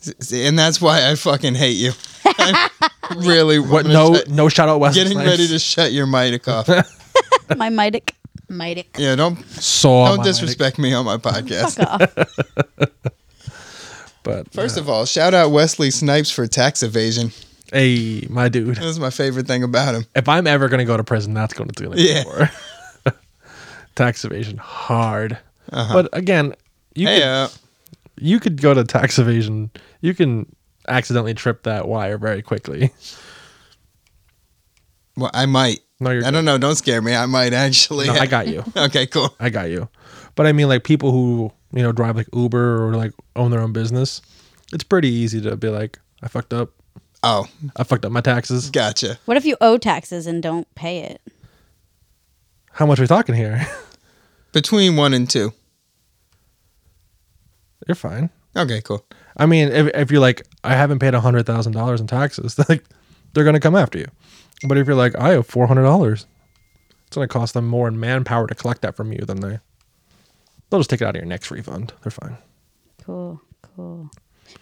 [SPEAKER 2] S- And that's why I fucking hate you. I really
[SPEAKER 1] What?
[SPEAKER 2] I'm
[SPEAKER 1] No,
[SPEAKER 2] just uh,
[SPEAKER 1] no shout out Wesley.
[SPEAKER 2] Getting
[SPEAKER 1] Snipes.
[SPEAKER 2] ready to shut your mic off.
[SPEAKER 3] My mitic.
[SPEAKER 4] Mighty.
[SPEAKER 2] Yeah, don't
[SPEAKER 1] saw.
[SPEAKER 2] don't
[SPEAKER 1] my
[SPEAKER 2] disrespect me on my podcast.
[SPEAKER 3] Fuck off.
[SPEAKER 1] mic, But
[SPEAKER 2] First of all, shout out Wesley Snipes for tax evasion.
[SPEAKER 1] hey, my dude.
[SPEAKER 2] That's my favorite thing about him.
[SPEAKER 1] if I'm ever gonna go to prison, that's going to do it
[SPEAKER 2] Yeah.
[SPEAKER 1] for tax evasion hard. But again, you
[SPEAKER 2] Uh-huh. Hey,
[SPEAKER 1] could,
[SPEAKER 2] uh,
[SPEAKER 1] you could go to tax evasion. You can accidentally trip that wire very quickly.
[SPEAKER 2] well, I might.
[SPEAKER 1] No, you're.
[SPEAKER 2] I don't know. Don't scare me. I might actually.
[SPEAKER 1] No, I got you.
[SPEAKER 2] okay, cool.
[SPEAKER 1] I got you. But I mean, like people who you know drive like Uber or like own their own business, it's pretty easy to be like, I fucked up.
[SPEAKER 2] Oh,
[SPEAKER 1] I fucked up my taxes.
[SPEAKER 2] gotcha.
[SPEAKER 3] What if you owe taxes and don't pay it?
[SPEAKER 1] How much are we talking here?
[SPEAKER 2] Between one and two.
[SPEAKER 1] you're fine.
[SPEAKER 2] Okay, cool.
[SPEAKER 1] I mean, if, if you're like, I haven't paid hundred thousand dollars in taxes, like they're gonna come after you. But if you're like, I owe four hundred dollars, it's gonna cost them more in manpower to collect that from you than they. They'll just take it out of your next refund. They're fine.
[SPEAKER 3] Cool, cool.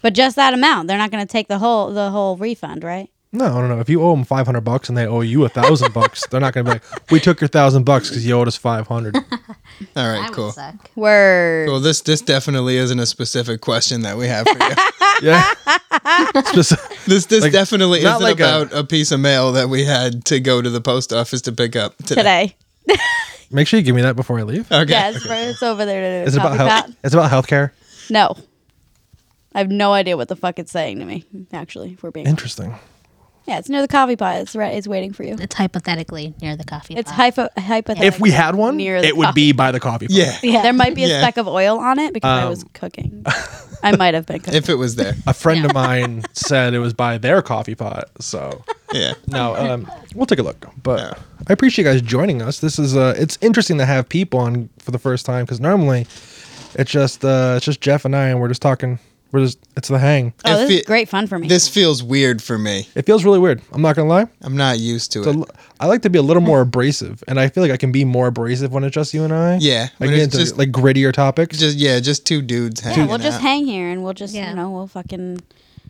[SPEAKER 3] But just that amount. They're not going to take the whole the whole refund, right?
[SPEAKER 1] No, I don't know. If you owe them five hundred bucks and they owe you a thousand bucks, they're not gonna be like, we took your thousand bucks because you owed us five hundred.
[SPEAKER 2] All
[SPEAKER 4] I
[SPEAKER 2] right,
[SPEAKER 4] would
[SPEAKER 2] cool.
[SPEAKER 4] suck.
[SPEAKER 3] Word.
[SPEAKER 2] Well, this this definitely isn't a specific question that we have for you.
[SPEAKER 1] yeah. It's just-
[SPEAKER 2] this this
[SPEAKER 1] Like,
[SPEAKER 2] definitely
[SPEAKER 1] not
[SPEAKER 2] isn't
[SPEAKER 1] like a-
[SPEAKER 2] about a, piece of mail that we had to go to the post office to pick up today.
[SPEAKER 3] Today.
[SPEAKER 1] make sure you give me that before I leave.
[SPEAKER 2] Okay.
[SPEAKER 3] Yeah, it's, it's over there. To
[SPEAKER 1] Is it about
[SPEAKER 3] copy
[SPEAKER 1] health?
[SPEAKER 3] pat.
[SPEAKER 1] It's about healthcare.
[SPEAKER 3] No. I have no idea what the fuck it's saying to me, actually, if we're being.
[SPEAKER 1] Interesting.
[SPEAKER 3] yeah, it's near the coffee pot. It's, right, it's waiting for you.
[SPEAKER 4] It's hypothetically near the coffee.
[SPEAKER 3] It's
[SPEAKER 4] pot.
[SPEAKER 3] hypo- hypothetical.
[SPEAKER 1] If we had one,
[SPEAKER 3] Near the
[SPEAKER 1] it would be by the coffee. pot.
[SPEAKER 2] Yeah.
[SPEAKER 3] Yeah. There might be a
[SPEAKER 2] Yeah. Um,
[SPEAKER 3] speck of oil on it because I was cooking. I might have been cooking.
[SPEAKER 2] If it was there.
[SPEAKER 1] A friend of mine said it was by their coffee pot. So
[SPEAKER 2] Yeah.
[SPEAKER 1] No, um, we'll take a look. But I appreciate you guys joining us. This is uh, it's interesting to have people on for the first time because normally it's just uh, it's just Jeff and I, and we're just talking. We're just it's the hang.
[SPEAKER 3] oh,
[SPEAKER 2] if
[SPEAKER 3] this is
[SPEAKER 2] it-
[SPEAKER 3] great fun for me.
[SPEAKER 2] This feels weird for me.
[SPEAKER 1] It feels really weird. I'm not gonna lie.
[SPEAKER 2] I'm not used to
[SPEAKER 1] It's a
[SPEAKER 2] it.
[SPEAKER 1] l- I like to be a little more abrasive, and I feel like I can be more abrasive when it's just you and I.
[SPEAKER 2] Yeah,
[SPEAKER 1] like
[SPEAKER 2] when
[SPEAKER 1] get
[SPEAKER 2] it's
[SPEAKER 1] into
[SPEAKER 2] just-
[SPEAKER 1] like grittier topics.
[SPEAKER 2] Just yeah, just two dudes hanging
[SPEAKER 3] yeah, we'll just
[SPEAKER 2] out.
[SPEAKER 3] hang here and we'll just,
[SPEAKER 4] Yeah.
[SPEAKER 3] you know, we'll fucking.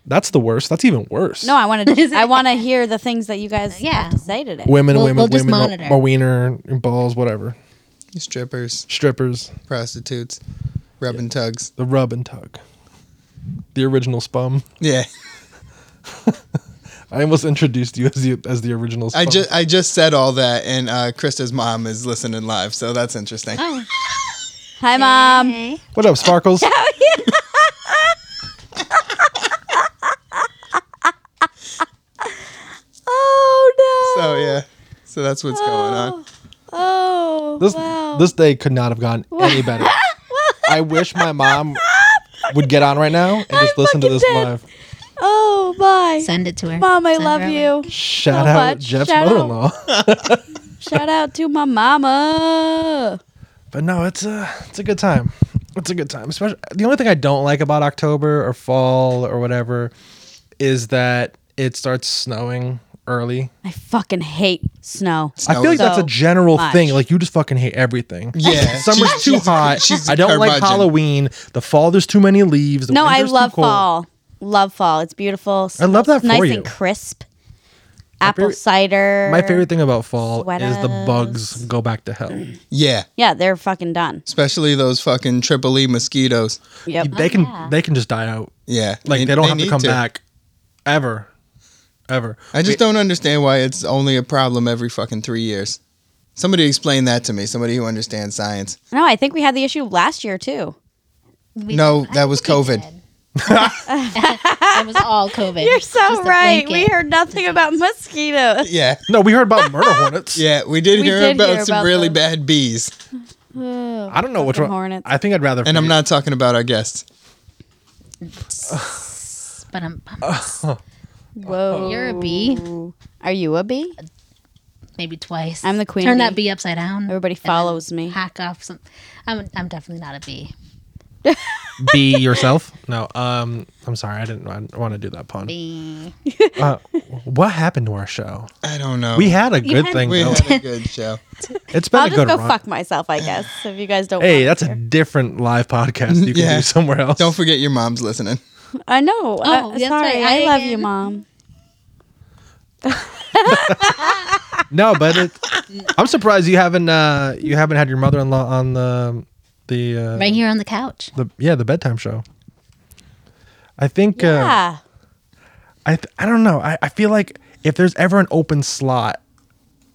[SPEAKER 1] That's the worst. That's even worse.
[SPEAKER 3] No, I want to. I want to hear the things that you guys
[SPEAKER 4] Yeah.
[SPEAKER 3] have to say today.
[SPEAKER 1] women,
[SPEAKER 4] We'll-
[SPEAKER 1] women,
[SPEAKER 4] we'll just
[SPEAKER 1] women, my-
[SPEAKER 4] monitor.
[SPEAKER 1] my wiener, and balls, whatever,
[SPEAKER 2] strippers,
[SPEAKER 1] strippers,
[SPEAKER 2] prostitutes, rubbing tugs.
[SPEAKER 1] the rub and tug, the original spum.
[SPEAKER 2] Yeah.
[SPEAKER 1] I almost introduced you as the as the original.
[SPEAKER 2] I
[SPEAKER 1] spunk.
[SPEAKER 2] just I just said all that and uh Krista's mom is listening live, so that's interesting.
[SPEAKER 4] Oh,
[SPEAKER 3] Hi, mom.
[SPEAKER 4] hey.
[SPEAKER 1] what up, Sparkles?
[SPEAKER 3] Oh no.
[SPEAKER 2] So yeah. So that's what's going on.
[SPEAKER 3] Oh.
[SPEAKER 1] This
[SPEAKER 3] wow.
[SPEAKER 1] this day could not have gone any better. I wish my mom would get on right now and just listen to
[SPEAKER 3] fucking
[SPEAKER 1] this
[SPEAKER 3] dead.
[SPEAKER 1] live.
[SPEAKER 3] oh my.
[SPEAKER 4] Send it to her.
[SPEAKER 3] Mom, I
[SPEAKER 4] Send her
[SPEAKER 3] love
[SPEAKER 4] a link.
[SPEAKER 3] you.
[SPEAKER 1] Shout
[SPEAKER 3] So
[SPEAKER 1] out
[SPEAKER 3] much.
[SPEAKER 1] Jeff's
[SPEAKER 3] Shout out.
[SPEAKER 1] mother-in-law.
[SPEAKER 3] Shout out to my mama.
[SPEAKER 1] But no, it's a it's a good time. It's a good time. Especially the only thing I don't like about October or fall or whatever is that it starts snowing early.
[SPEAKER 3] I fucking hate snow.
[SPEAKER 1] I feel like that's a
[SPEAKER 3] So
[SPEAKER 1] general
[SPEAKER 3] much.
[SPEAKER 1] thing. Like you just fucking hate everything.
[SPEAKER 2] Yeah.
[SPEAKER 1] Summer's
[SPEAKER 2] she's-
[SPEAKER 1] too
[SPEAKER 2] she's-
[SPEAKER 1] hot.
[SPEAKER 2] she's
[SPEAKER 1] I don't like
[SPEAKER 2] curmudgeon.
[SPEAKER 1] Halloween. The fall, there's too many leaves. The
[SPEAKER 3] No, I
[SPEAKER 1] winter's too
[SPEAKER 3] love
[SPEAKER 1] cold.
[SPEAKER 3] fall. Love fall. It's beautiful.
[SPEAKER 1] I love that
[SPEAKER 3] It's nice
[SPEAKER 1] for you.
[SPEAKER 3] and crisp. Apple
[SPEAKER 1] favorite-
[SPEAKER 3] cider.
[SPEAKER 1] My favorite thing about fall is the
[SPEAKER 3] Sweaters.
[SPEAKER 1] bugs go back to hell.
[SPEAKER 2] Yeah.
[SPEAKER 3] Yeah, they're fucking done.
[SPEAKER 2] Especially those fucking triple E mosquitoes.
[SPEAKER 3] Yep. Oh,
[SPEAKER 1] They can
[SPEAKER 4] yeah.
[SPEAKER 1] they can just die out.
[SPEAKER 2] Yeah.
[SPEAKER 1] Like they, don't have to
[SPEAKER 2] need
[SPEAKER 1] come back ever. Ever.
[SPEAKER 2] I just don't understand why it's only a problem every fucking three years. Somebody explain that to me. Somebody who understands science.
[SPEAKER 3] No, I think we had the issue last year too.
[SPEAKER 4] We-
[SPEAKER 2] No,
[SPEAKER 4] I
[SPEAKER 2] that was
[SPEAKER 4] think we
[SPEAKER 2] COVID.
[SPEAKER 4] did. it was all COVID.
[SPEAKER 3] You're
[SPEAKER 4] Just
[SPEAKER 3] so
[SPEAKER 4] a
[SPEAKER 3] right. We
[SPEAKER 4] blanket.
[SPEAKER 3] heard nothing about mosquitoes.
[SPEAKER 2] Yeah.
[SPEAKER 1] No, we heard about murder hornets.
[SPEAKER 2] Yeah, we did
[SPEAKER 3] We
[SPEAKER 2] hear
[SPEAKER 3] did
[SPEAKER 2] about
[SPEAKER 3] hear
[SPEAKER 2] some
[SPEAKER 3] about
[SPEAKER 2] really
[SPEAKER 3] those.
[SPEAKER 2] bad bees.
[SPEAKER 1] I don't know which
[SPEAKER 3] Fucking
[SPEAKER 1] one.
[SPEAKER 3] hornets.
[SPEAKER 1] I think I'd rather.
[SPEAKER 2] And I'm not talking about our guests.
[SPEAKER 4] But I'm
[SPEAKER 3] Whoa.
[SPEAKER 4] You're a bee.
[SPEAKER 3] Are you a bee?
[SPEAKER 4] maybe twice.
[SPEAKER 3] I'm the queen
[SPEAKER 4] Turn
[SPEAKER 3] bee.
[SPEAKER 4] that bee upside down.
[SPEAKER 3] Everybody
[SPEAKER 4] and then
[SPEAKER 3] follows me.
[SPEAKER 4] Hack off some. I'm, I'm definitely not a bee.
[SPEAKER 1] be yourself. No, um, I'm sorry. I didn't, I didn't want to do that pun.
[SPEAKER 4] Bee.
[SPEAKER 1] Uh, what happened to our show?
[SPEAKER 2] I don't know.
[SPEAKER 1] We had a good
[SPEAKER 4] had-
[SPEAKER 1] thing.
[SPEAKER 2] Oh. we
[SPEAKER 1] Though.
[SPEAKER 2] had a good show.
[SPEAKER 1] It's been
[SPEAKER 3] I'll
[SPEAKER 1] a
[SPEAKER 3] just
[SPEAKER 1] good
[SPEAKER 3] go
[SPEAKER 1] run.
[SPEAKER 3] fuck myself, I guess, if you guys don't
[SPEAKER 1] Hey,
[SPEAKER 3] want
[SPEAKER 1] that's a
[SPEAKER 3] me
[SPEAKER 1] different live podcast you can
[SPEAKER 2] Yeah.
[SPEAKER 1] do somewhere else.
[SPEAKER 2] Don't forget your mom's listening.
[SPEAKER 3] I know. I-
[SPEAKER 4] Oh, that's
[SPEAKER 3] sorry.
[SPEAKER 4] right.
[SPEAKER 3] I,
[SPEAKER 4] I
[SPEAKER 3] love
[SPEAKER 4] am-
[SPEAKER 3] you, mom.
[SPEAKER 1] No, but it, I'm surprised you haven't uh, you haven't had your mother-in-law on the the uh,
[SPEAKER 4] right here on the couch.
[SPEAKER 1] the yeah the bedtime show. I think uh,
[SPEAKER 3] Yeah.
[SPEAKER 1] I th- I don't know. I, I feel like if there's ever an open slot,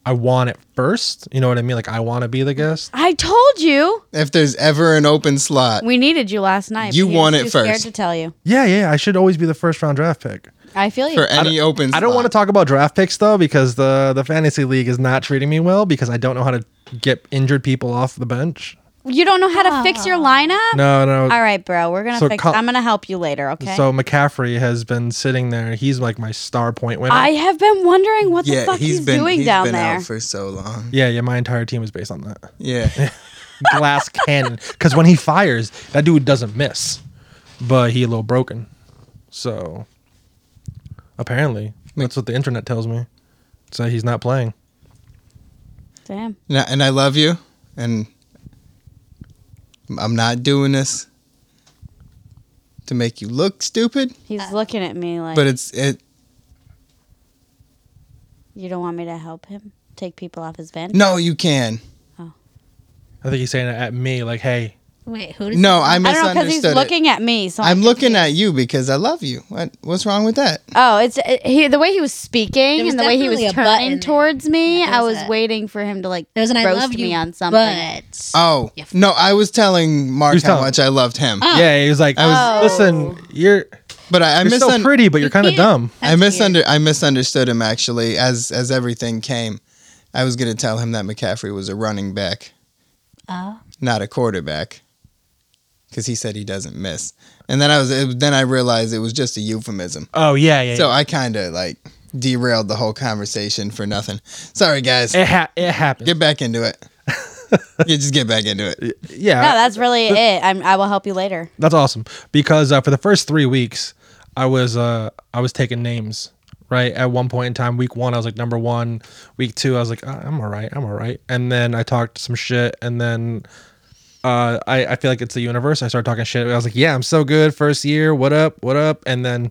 [SPEAKER 1] I want it first. You know what I mean? Like I want to be the guest.
[SPEAKER 3] I told you
[SPEAKER 2] If there's ever an open slot,
[SPEAKER 3] we needed you last night.
[SPEAKER 2] You
[SPEAKER 3] but he was
[SPEAKER 2] want it
[SPEAKER 3] too scared
[SPEAKER 2] first.
[SPEAKER 3] to tell you.
[SPEAKER 1] Yeah, yeah. I should always be the first round draft pick.
[SPEAKER 3] I feel you.
[SPEAKER 2] for any open
[SPEAKER 1] I don't want to
[SPEAKER 2] slot.
[SPEAKER 1] talk about draft picks though because the the fantasy league is not treating me well because I don't know how to get injured people off the bench.
[SPEAKER 3] you don't know how to fix your lineup.
[SPEAKER 1] No, no.
[SPEAKER 3] All right, bro. We're gonna
[SPEAKER 1] So
[SPEAKER 3] fix.
[SPEAKER 1] Col-
[SPEAKER 3] I'm gonna help you later. Okay.
[SPEAKER 1] So McCaffrey has been sitting there. He's like my star point winner.
[SPEAKER 3] I have been wondering what the
[SPEAKER 2] Yeah,
[SPEAKER 3] fuck he's,
[SPEAKER 2] he's been
[SPEAKER 3] doing
[SPEAKER 2] he's
[SPEAKER 3] down
[SPEAKER 2] been
[SPEAKER 3] there.
[SPEAKER 2] out for so long.
[SPEAKER 1] yeah, yeah. My entire team is based on that
[SPEAKER 2] Yeah,
[SPEAKER 1] glass cannon. Because when he fires, that dude doesn't miss, but he a little broken. So apparently, that's what the internet tells me. So he's not playing.
[SPEAKER 3] Damn.
[SPEAKER 2] and I, and I love you, and I'm not doing this to make you look stupid,
[SPEAKER 3] He's
[SPEAKER 4] Uh,
[SPEAKER 3] looking at me like
[SPEAKER 2] but it's it.
[SPEAKER 3] you don't want me to help him take people off his bench.
[SPEAKER 2] No, you can.
[SPEAKER 1] I think he's saying it at me, like, "Hey,
[SPEAKER 4] Wait, who does
[SPEAKER 2] No, I
[SPEAKER 3] I don't know because he's
[SPEAKER 2] misunderstood it.
[SPEAKER 3] looking at me. So
[SPEAKER 2] I'm looking at you because I love you. What what's wrong with that?
[SPEAKER 3] Oh, it's it, he, the way he was speaking
[SPEAKER 4] There was
[SPEAKER 3] and the way he was
[SPEAKER 4] definitely a button
[SPEAKER 3] turning
[SPEAKER 4] there.
[SPEAKER 3] towards me.
[SPEAKER 4] Yeah, there
[SPEAKER 3] I
[SPEAKER 4] was
[SPEAKER 3] was
[SPEAKER 4] a-
[SPEAKER 3] waiting for him to like
[SPEAKER 4] There's an I
[SPEAKER 3] roast
[SPEAKER 4] love you,
[SPEAKER 3] me on something.
[SPEAKER 4] but
[SPEAKER 2] Oh
[SPEAKER 4] You f-
[SPEAKER 2] no, I was telling Mark
[SPEAKER 1] Who's
[SPEAKER 2] how
[SPEAKER 1] telling?
[SPEAKER 2] much I loved him,
[SPEAKER 1] yeah." He was like,
[SPEAKER 3] was-
[SPEAKER 1] "Listen, you're
[SPEAKER 2] but I, I
[SPEAKER 1] you're so
[SPEAKER 2] misunderstood.
[SPEAKER 1] pretty, but you're kind of dumb."
[SPEAKER 4] can't-
[SPEAKER 2] I
[SPEAKER 4] That's
[SPEAKER 2] misunder I misunderstood him actually as as everything came. I was going to tell him that McCaffrey was a running back, Uh,
[SPEAKER 4] oh,
[SPEAKER 2] not a quarterback, because he said he doesn't miss. And then I was it, then I realized it was just a euphemism.
[SPEAKER 1] Oh yeah, yeah.
[SPEAKER 2] So I kind of like derailed the whole conversation for nothing. Sorry guys,
[SPEAKER 1] it ha- it happens.
[SPEAKER 2] get back into it. you just get back into it.
[SPEAKER 1] yeah,
[SPEAKER 3] No, that's really it. I'm, I will help you later.
[SPEAKER 1] That's awesome because uh, for the first three weeks, I was uh, I was taking names. Right at one point in time, week one I was like number one. Week two I was like "Ah, I'm all right, I'm all right. And then I talked some shit, and then uh, I I feel like it's the universe. I started talking shit. I was like, yeah, I'm so good. First year, what up, what up? And then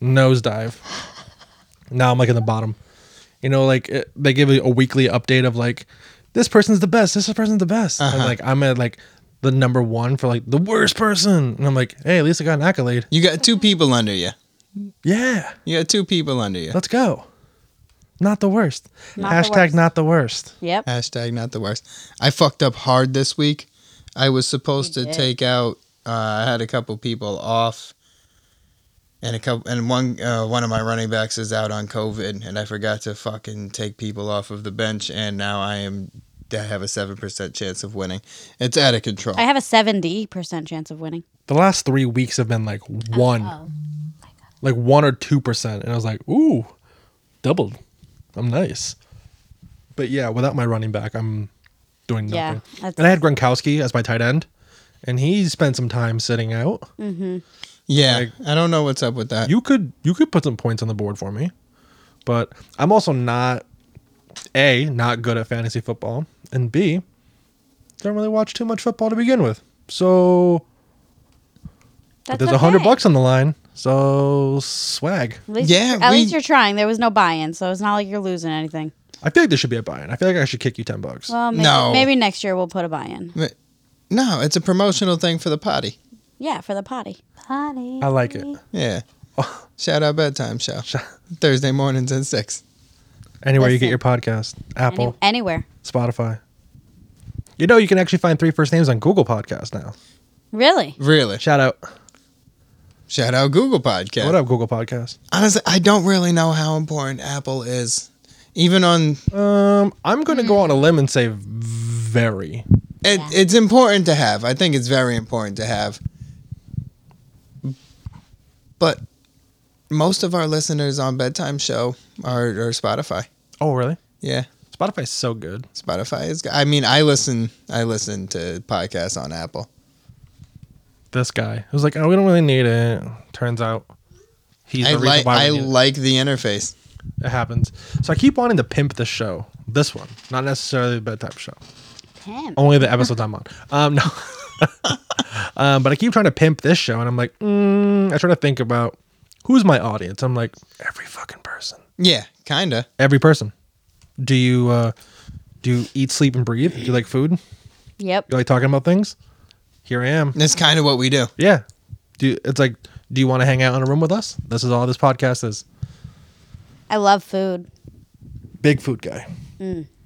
[SPEAKER 1] nosedive. Now I'm like in the bottom. You know, like it, they give you a weekly update of like this person's the best, this person's the best. And like I'm at like the number one for like the worst person, and I'm like, hey, at least I got an accolade.
[SPEAKER 2] You got two people under you.
[SPEAKER 1] Yeah,
[SPEAKER 2] You got two people under you.
[SPEAKER 1] let's go. Not the worst.
[SPEAKER 3] Not the
[SPEAKER 1] Hashtag
[SPEAKER 3] worst.
[SPEAKER 1] not the worst.
[SPEAKER 3] Yep.
[SPEAKER 2] Hashtag not the worst. I fucked up hard this week. I was supposed
[SPEAKER 3] You
[SPEAKER 2] to
[SPEAKER 3] did.
[SPEAKER 2] take out. Uh, I had a couple people off, and a couple, and one uh, one of my running backs is out on COVID, and I forgot to fucking take people off of the bench, and now I am. I have a seven percent chance of winning. It's out of control.
[SPEAKER 3] I have a 70% chance of winning.
[SPEAKER 1] The last three weeks have been like one,
[SPEAKER 4] oh.
[SPEAKER 1] like one or two percent, and I was like, ooh, doubled. I'm nice. But yeah, without my running back, I'm doing
[SPEAKER 3] Yeah,
[SPEAKER 1] nothing.
[SPEAKER 3] that's-
[SPEAKER 1] and I had Gronkowski as my tight end, and he spent some time sitting out.
[SPEAKER 3] Mm.
[SPEAKER 2] yeah, I don't know what's up with that.
[SPEAKER 1] you could you could put some points on the board for me but i'm also not a not good at fantasy football and b don't really watch too much football to begin with so
[SPEAKER 3] That's
[SPEAKER 1] there's a hundred
[SPEAKER 3] okay.
[SPEAKER 1] bucks on the line so swag
[SPEAKER 3] At least,
[SPEAKER 2] Yeah,
[SPEAKER 3] at
[SPEAKER 2] we-
[SPEAKER 3] least you're trying. There was no buy-in, so it's not like you're losing anything.
[SPEAKER 1] i feel like there should be a buy-in i feel like i should kick you 10 bucks
[SPEAKER 3] Well, maybe,
[SPEAKER 2] No.
[SPEAKER 3] maybe next year we'll put a buy-in.
[SPEAKER 2] But- no, it's a promotional thing for the potty.
[SPEAKER 3] Yeah, for the potty.
[SPEAKER 4] Potty.
[SPEAKER 1] i like it
[SPEAKER 2] Yeah. Shout out bedtime show. Thursday mornings at six.
[SPEAKER 1] anywhere you get
[SPEAKER 3] Listen.
[SPEAKER 1] your podcast
[SPEAKER 3] Any-
[SPEAKER 1] apple
[SPEAKER 3] anywhere.
[SPEAKER 1] spotify you know you can actually find three first names on google podcast now
[SPEAKER 3] Really?
[SPEAKER 2] Really?
[SPEAKER 1] shout out
[SPEAKER 2] Shout out Google Podcast.
[SPEAKER 1] what up google podcast
[SPEAKER 2] Honestly, I don't really know how important Apple is. Even on
[SPEAKER 1] um i'm gonna go on a limb and say very
[SPEAKER 2] it,
[SPEAKER 4] Yeah.
[SPEAKER 2] it's important to have. I think it's very important to have. But most of our listeners on bedtime show are, are Spotify.
[SPEAKER 1] oh really
[SPEAKER 2] Yeah,
[SPEAKER 1] Spotify's so good.
[SPEAKER 2] Spotify is. g- I mean, I listen. I listen to podcasts on Apple.
[SPEAKER 1] This guy who's like, oh, we don't really need it. Turns out he's
[SPEAKER 2] I
[SPEAKER 1] the reason
[SPEAKER 2] like.
[SPEAKER 1] why
[SPEAKER 2] I
[SPEAKER 1] we need it.
[SPEAKER 2] like the interface.
[SPEAKER 1] it happens. So I keep wanting to pimp this show, this one, not necessarily the bedtime show,
[SPEAKER 3] Damn.
[SPEAKER 1] only the episodes I'm on. Um, no, Um, but I keep trying to pimp this show, and I'm like, mm, I try to think about who's my audience. I'm like, every fucking person,
[SPEAKER 2] Yeah, kinda.
[SPEAKER 1] every person. Do you uh, do you eat, sleep, and breathe? Do you like food? You
[SPEAKER 3] Yep.
[SPEAKER 1] like talking about things? Here I am.
[SPEAKER 2] That's kind of what we do.
[SPEAKER 1] Yeah. Do you, it's like, do you want to hang out in a room with us? This is all this podcast is.
[SPEAKER 3] I love food.
[SPEAKER 1] Big food guy,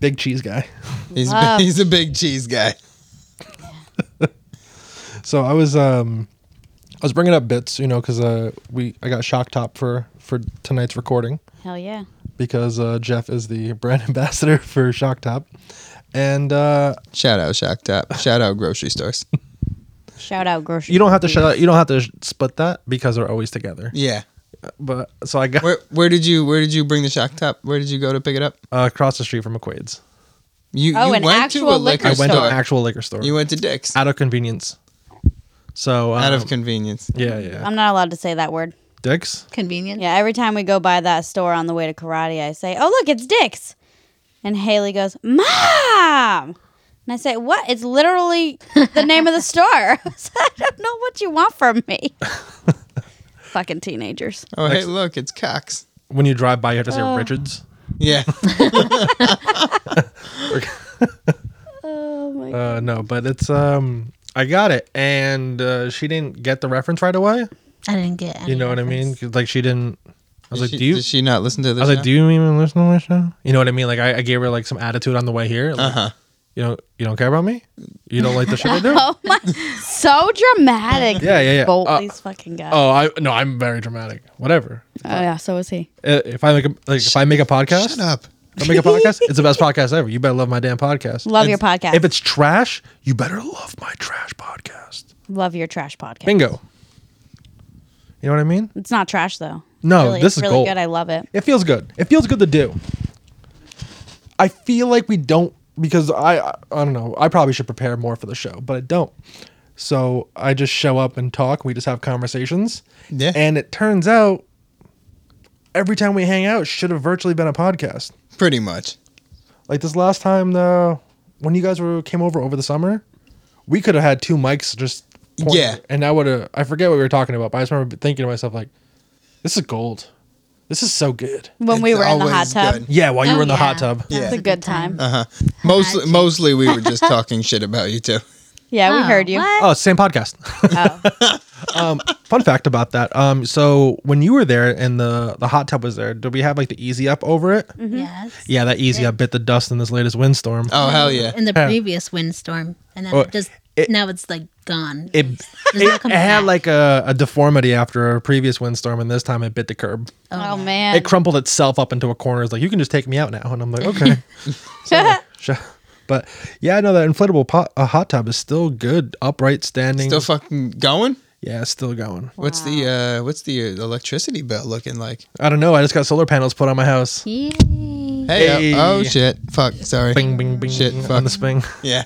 [SPEAKER 1] big cheese guy.
[SPEAKER 2] He's
[SPEAKER 3] Wow.
[SPEAKER 2] he's a big cheese guy.
[SPEAKER 1] So I was um I was bringing up bits, you know, because uh we I got shock top for for tonight's recording
[SPEAKER 3] Hell yeah.
[SPEAKER 1] because uh, Jeff is the brand ambassador for shock top, and uh,
[SPEAKER 2] Shout out Shock Top. Shout out grocery stores.
[SPEAKER 3] Shout out grocery.
[SPEAKER 1] you don't have to shut out, you don't have to sh- split that because they're always together.
[SPEAKER 2] Yeah.
[SPEAKER 1] But so I got
[SPEAKER 2] Where where did you where did you bring the Shock Top? Where did you go to pick it up?
[SPEAKER 1] uh, across the street from McQuaid's.
[SPEAKER 2] You
[SPEAKER 3] Oh,
[SPEAKER 2] you
[SPEAKER 3] an
[SPEAKER 2] went to a liquor,
[SPEAKER 3] actual liquor
[SPEAKER 1] I
[SPEAKER 2] store.
[SPEAKER 1] went to an actual liquor store
[SPEAKER 2] you went to Dick's
[SPEAKER 1] out of convenience. So um,
[SPEAKER 2] out of convenience.
[SPEAKER 1] yeah yeah
[SPEAKER 3] I'm not allowed to say that word.
[SPEAKER 1] dicks.
[SPEAKER 4] Convenient.
[SPEAKER 3] Yeah, every time we go by that store on the way to karate, I say, "Oh, look, it's Dick's," and Haley goes, "Mom," and I say, "What? It's literally the name of the store." so I don't know what you want from me. Fucking teenagers.
[SPEAKER 2] Oh hey look, it's Cox.
[SPEAKER 1] When you drive by, you have to say Richards.
[SPEAKER 2] Yeah.
[SPEAKER 3] Oh my.
[SPEAKER 1] Uh, no, but it's um, I got it, and uh, she didn't get the reference right away.
[SPEAKER 4] I didn't get. Any
[SPEAKER 1] You know what I mean? 'Cause, Like she didn't. I was like,
[SPEAKER 2] she,
[SPEAKER 1] do you?
[SPEAKER 2] Does she not listen to this?
[SPEAKER 1] I was like,
[SPEAKER 2] now?
[SPEAKER 1] do you even listen to my show? You know what I mean? Like I, I gave her like some attitude on the way here. Like,
[SPEAKER 2] Uh-huh.
[SPEAKER 1] You know, you don't care about me. You don't like the shit I do.
[SPEAKER 3] Oh my! So dramatic.
[SPEAKER 1] Yeah, yeah, yeah.
[SPEAKER 3] Bolt
[SPEAKER 1] Uh,
[SPEAKER 3] these fucking guys.
[SPEAKER 1] Oh,
[SPEAKER 3] Oh.
[SPEAKER 1] I no, I'm very dramatic. Whatever.
[SPEAKER 3] yeah, so is he.
[SPEAKER 1] Uh, If I make a like, if I make a podcast,
[SPEAKER 2] Shut up.
[SPEAKER 1] if I make a podcast. It's the best podcast ever. You better love my damn podcast.
[SPEAKER 3] Love your
[SPEAKER 1] It's-
[SPEAKER 3] podcast.
[SPEAKER 1] If it's trash, you better love my trash podcast.
[SPEAKER 3] Love your trash podcast.
[SPEAKER 1] Bingo. You know what I mean?
[SPEAKER 3] It's not trash though.
[SPEAKER 1] No,
[SPEAKER 3] It's really,
[SPEAKER 1] this
[SPEAKER 3] it's
[SPEAKER 1] is
[SPEAKER 3] really
[SPEAKER 1] gold.
[SPEAKER 3] good. I love it.
[SPEAKER 1] It feels good. It feels good to do. I feel like we don't because I I I don't know. I probably should prepare more for the show, but I don't. So I just show up and talk. We just have conversations.
[SPEAKER 2] Yeah.
[SPEAKER 1] And it turns out every time we hang out should have virtually been a podcast.
[SPEAKER 2] Pretty much.
[SPEAKER 1] Like this last time though, when you guys were came over over the summer, we could have had two mics just pointed,
[SPEAKER 2] Yeah.
[SPEAKER 1] And I would have I forget what we were talking about, but I just remember thinking to myself like this is gold. This is so good.
[SPEAKER 3] When we
[SPEAKER 2] It's
[SPEAKER 3] were in the hot
[SPEAKER 2] always
[SPEAKER 3] tub,
[SPEAKER 2] good.
[SPEAKER 1] Yeah, while you
[SPEAKER 4] Oh,
[SPEAKER 1] were in the hot
[SPEAKER 4] yeah.
[SPEAKER 1] tub.
[SPEAKER 3] that's
[SPEAKER 2] Yeah.
[SPEAKER 3] a good time.
[SPEAKER 2] Uh-huh. Mostly mostly we were just talking shit about you two.
[SPEAKER 3] Yeah, we
[SPEAKER 4] Oh,
[SPEAKER 3] heard you.
[SPEAKER 4] what?
[SPEAKER 1] Oh, same podcast.
[SPEAKER 3] Oh.
[SPEAKER 1] um, fun fact about that. Um, so when you were there and the the hot tub was there, did we have like the easy up over it?
[SPEAKER 4] Mm-hmm.
[SPEAKER 3] Mm-hmm.
[SPEAKER 4] Yes.
[SPEAKER 1] Yeah, that easy up bit the dust in this latest windstorm.
[SPEAKER 2] Oh hell yeah.
[SPEAKER 4] In the
[SPEAKER 1] Yeah.
[SPEAKER 4] previous windstorm, and then
[SPEAKER 1] Oh,
[SPEAKER 4] it just
[SPEAKER 1] it-
[SPEAKER 4] now it's like gone.
[SPEAKER 1] It
[SPEAKER 4] It's- there's no
[SPEAKER 1] it, it
[SPEAKER 4] coming
[SPEAKER 1] had
[SPEAKER 4] back.
[SPEAKER 1] like a, a deformity after a previous windstorm, and this time it bit the curb.
[SPEAKER 3] Oh man.
[SPEAKER 1] It crumpled itself up into a corner. It's like you can just take me out now, and I'm like, okay. Sure. But yeah, I know that inflatable pot, uh, hot tub is still good, upright, standing.
[SPEAKER 2] Still fucking going?
[SPEAKER 1] yeah, it's still going.
[SPEAKER 2] What's the uh what's the uh, electricity bill looking like?
[SPEAKER 1] I don't know. I just got solar panels put on my house.
[SPEAKER 4] Yay.
[SPEAKER 2] Hey.
[SPEAKER 1] Hey.
[SPEAKER 2] Oh shit. Fuck. Sorry.
[SPEAKER 1] Bing, bing, bing.
[SPEAKER 2] Shit,
[SPEAKER 1] on
[SPEAKER 2] fuck.
[SPEAKER 1] the sping.
[SPEAKER 2] Yeah.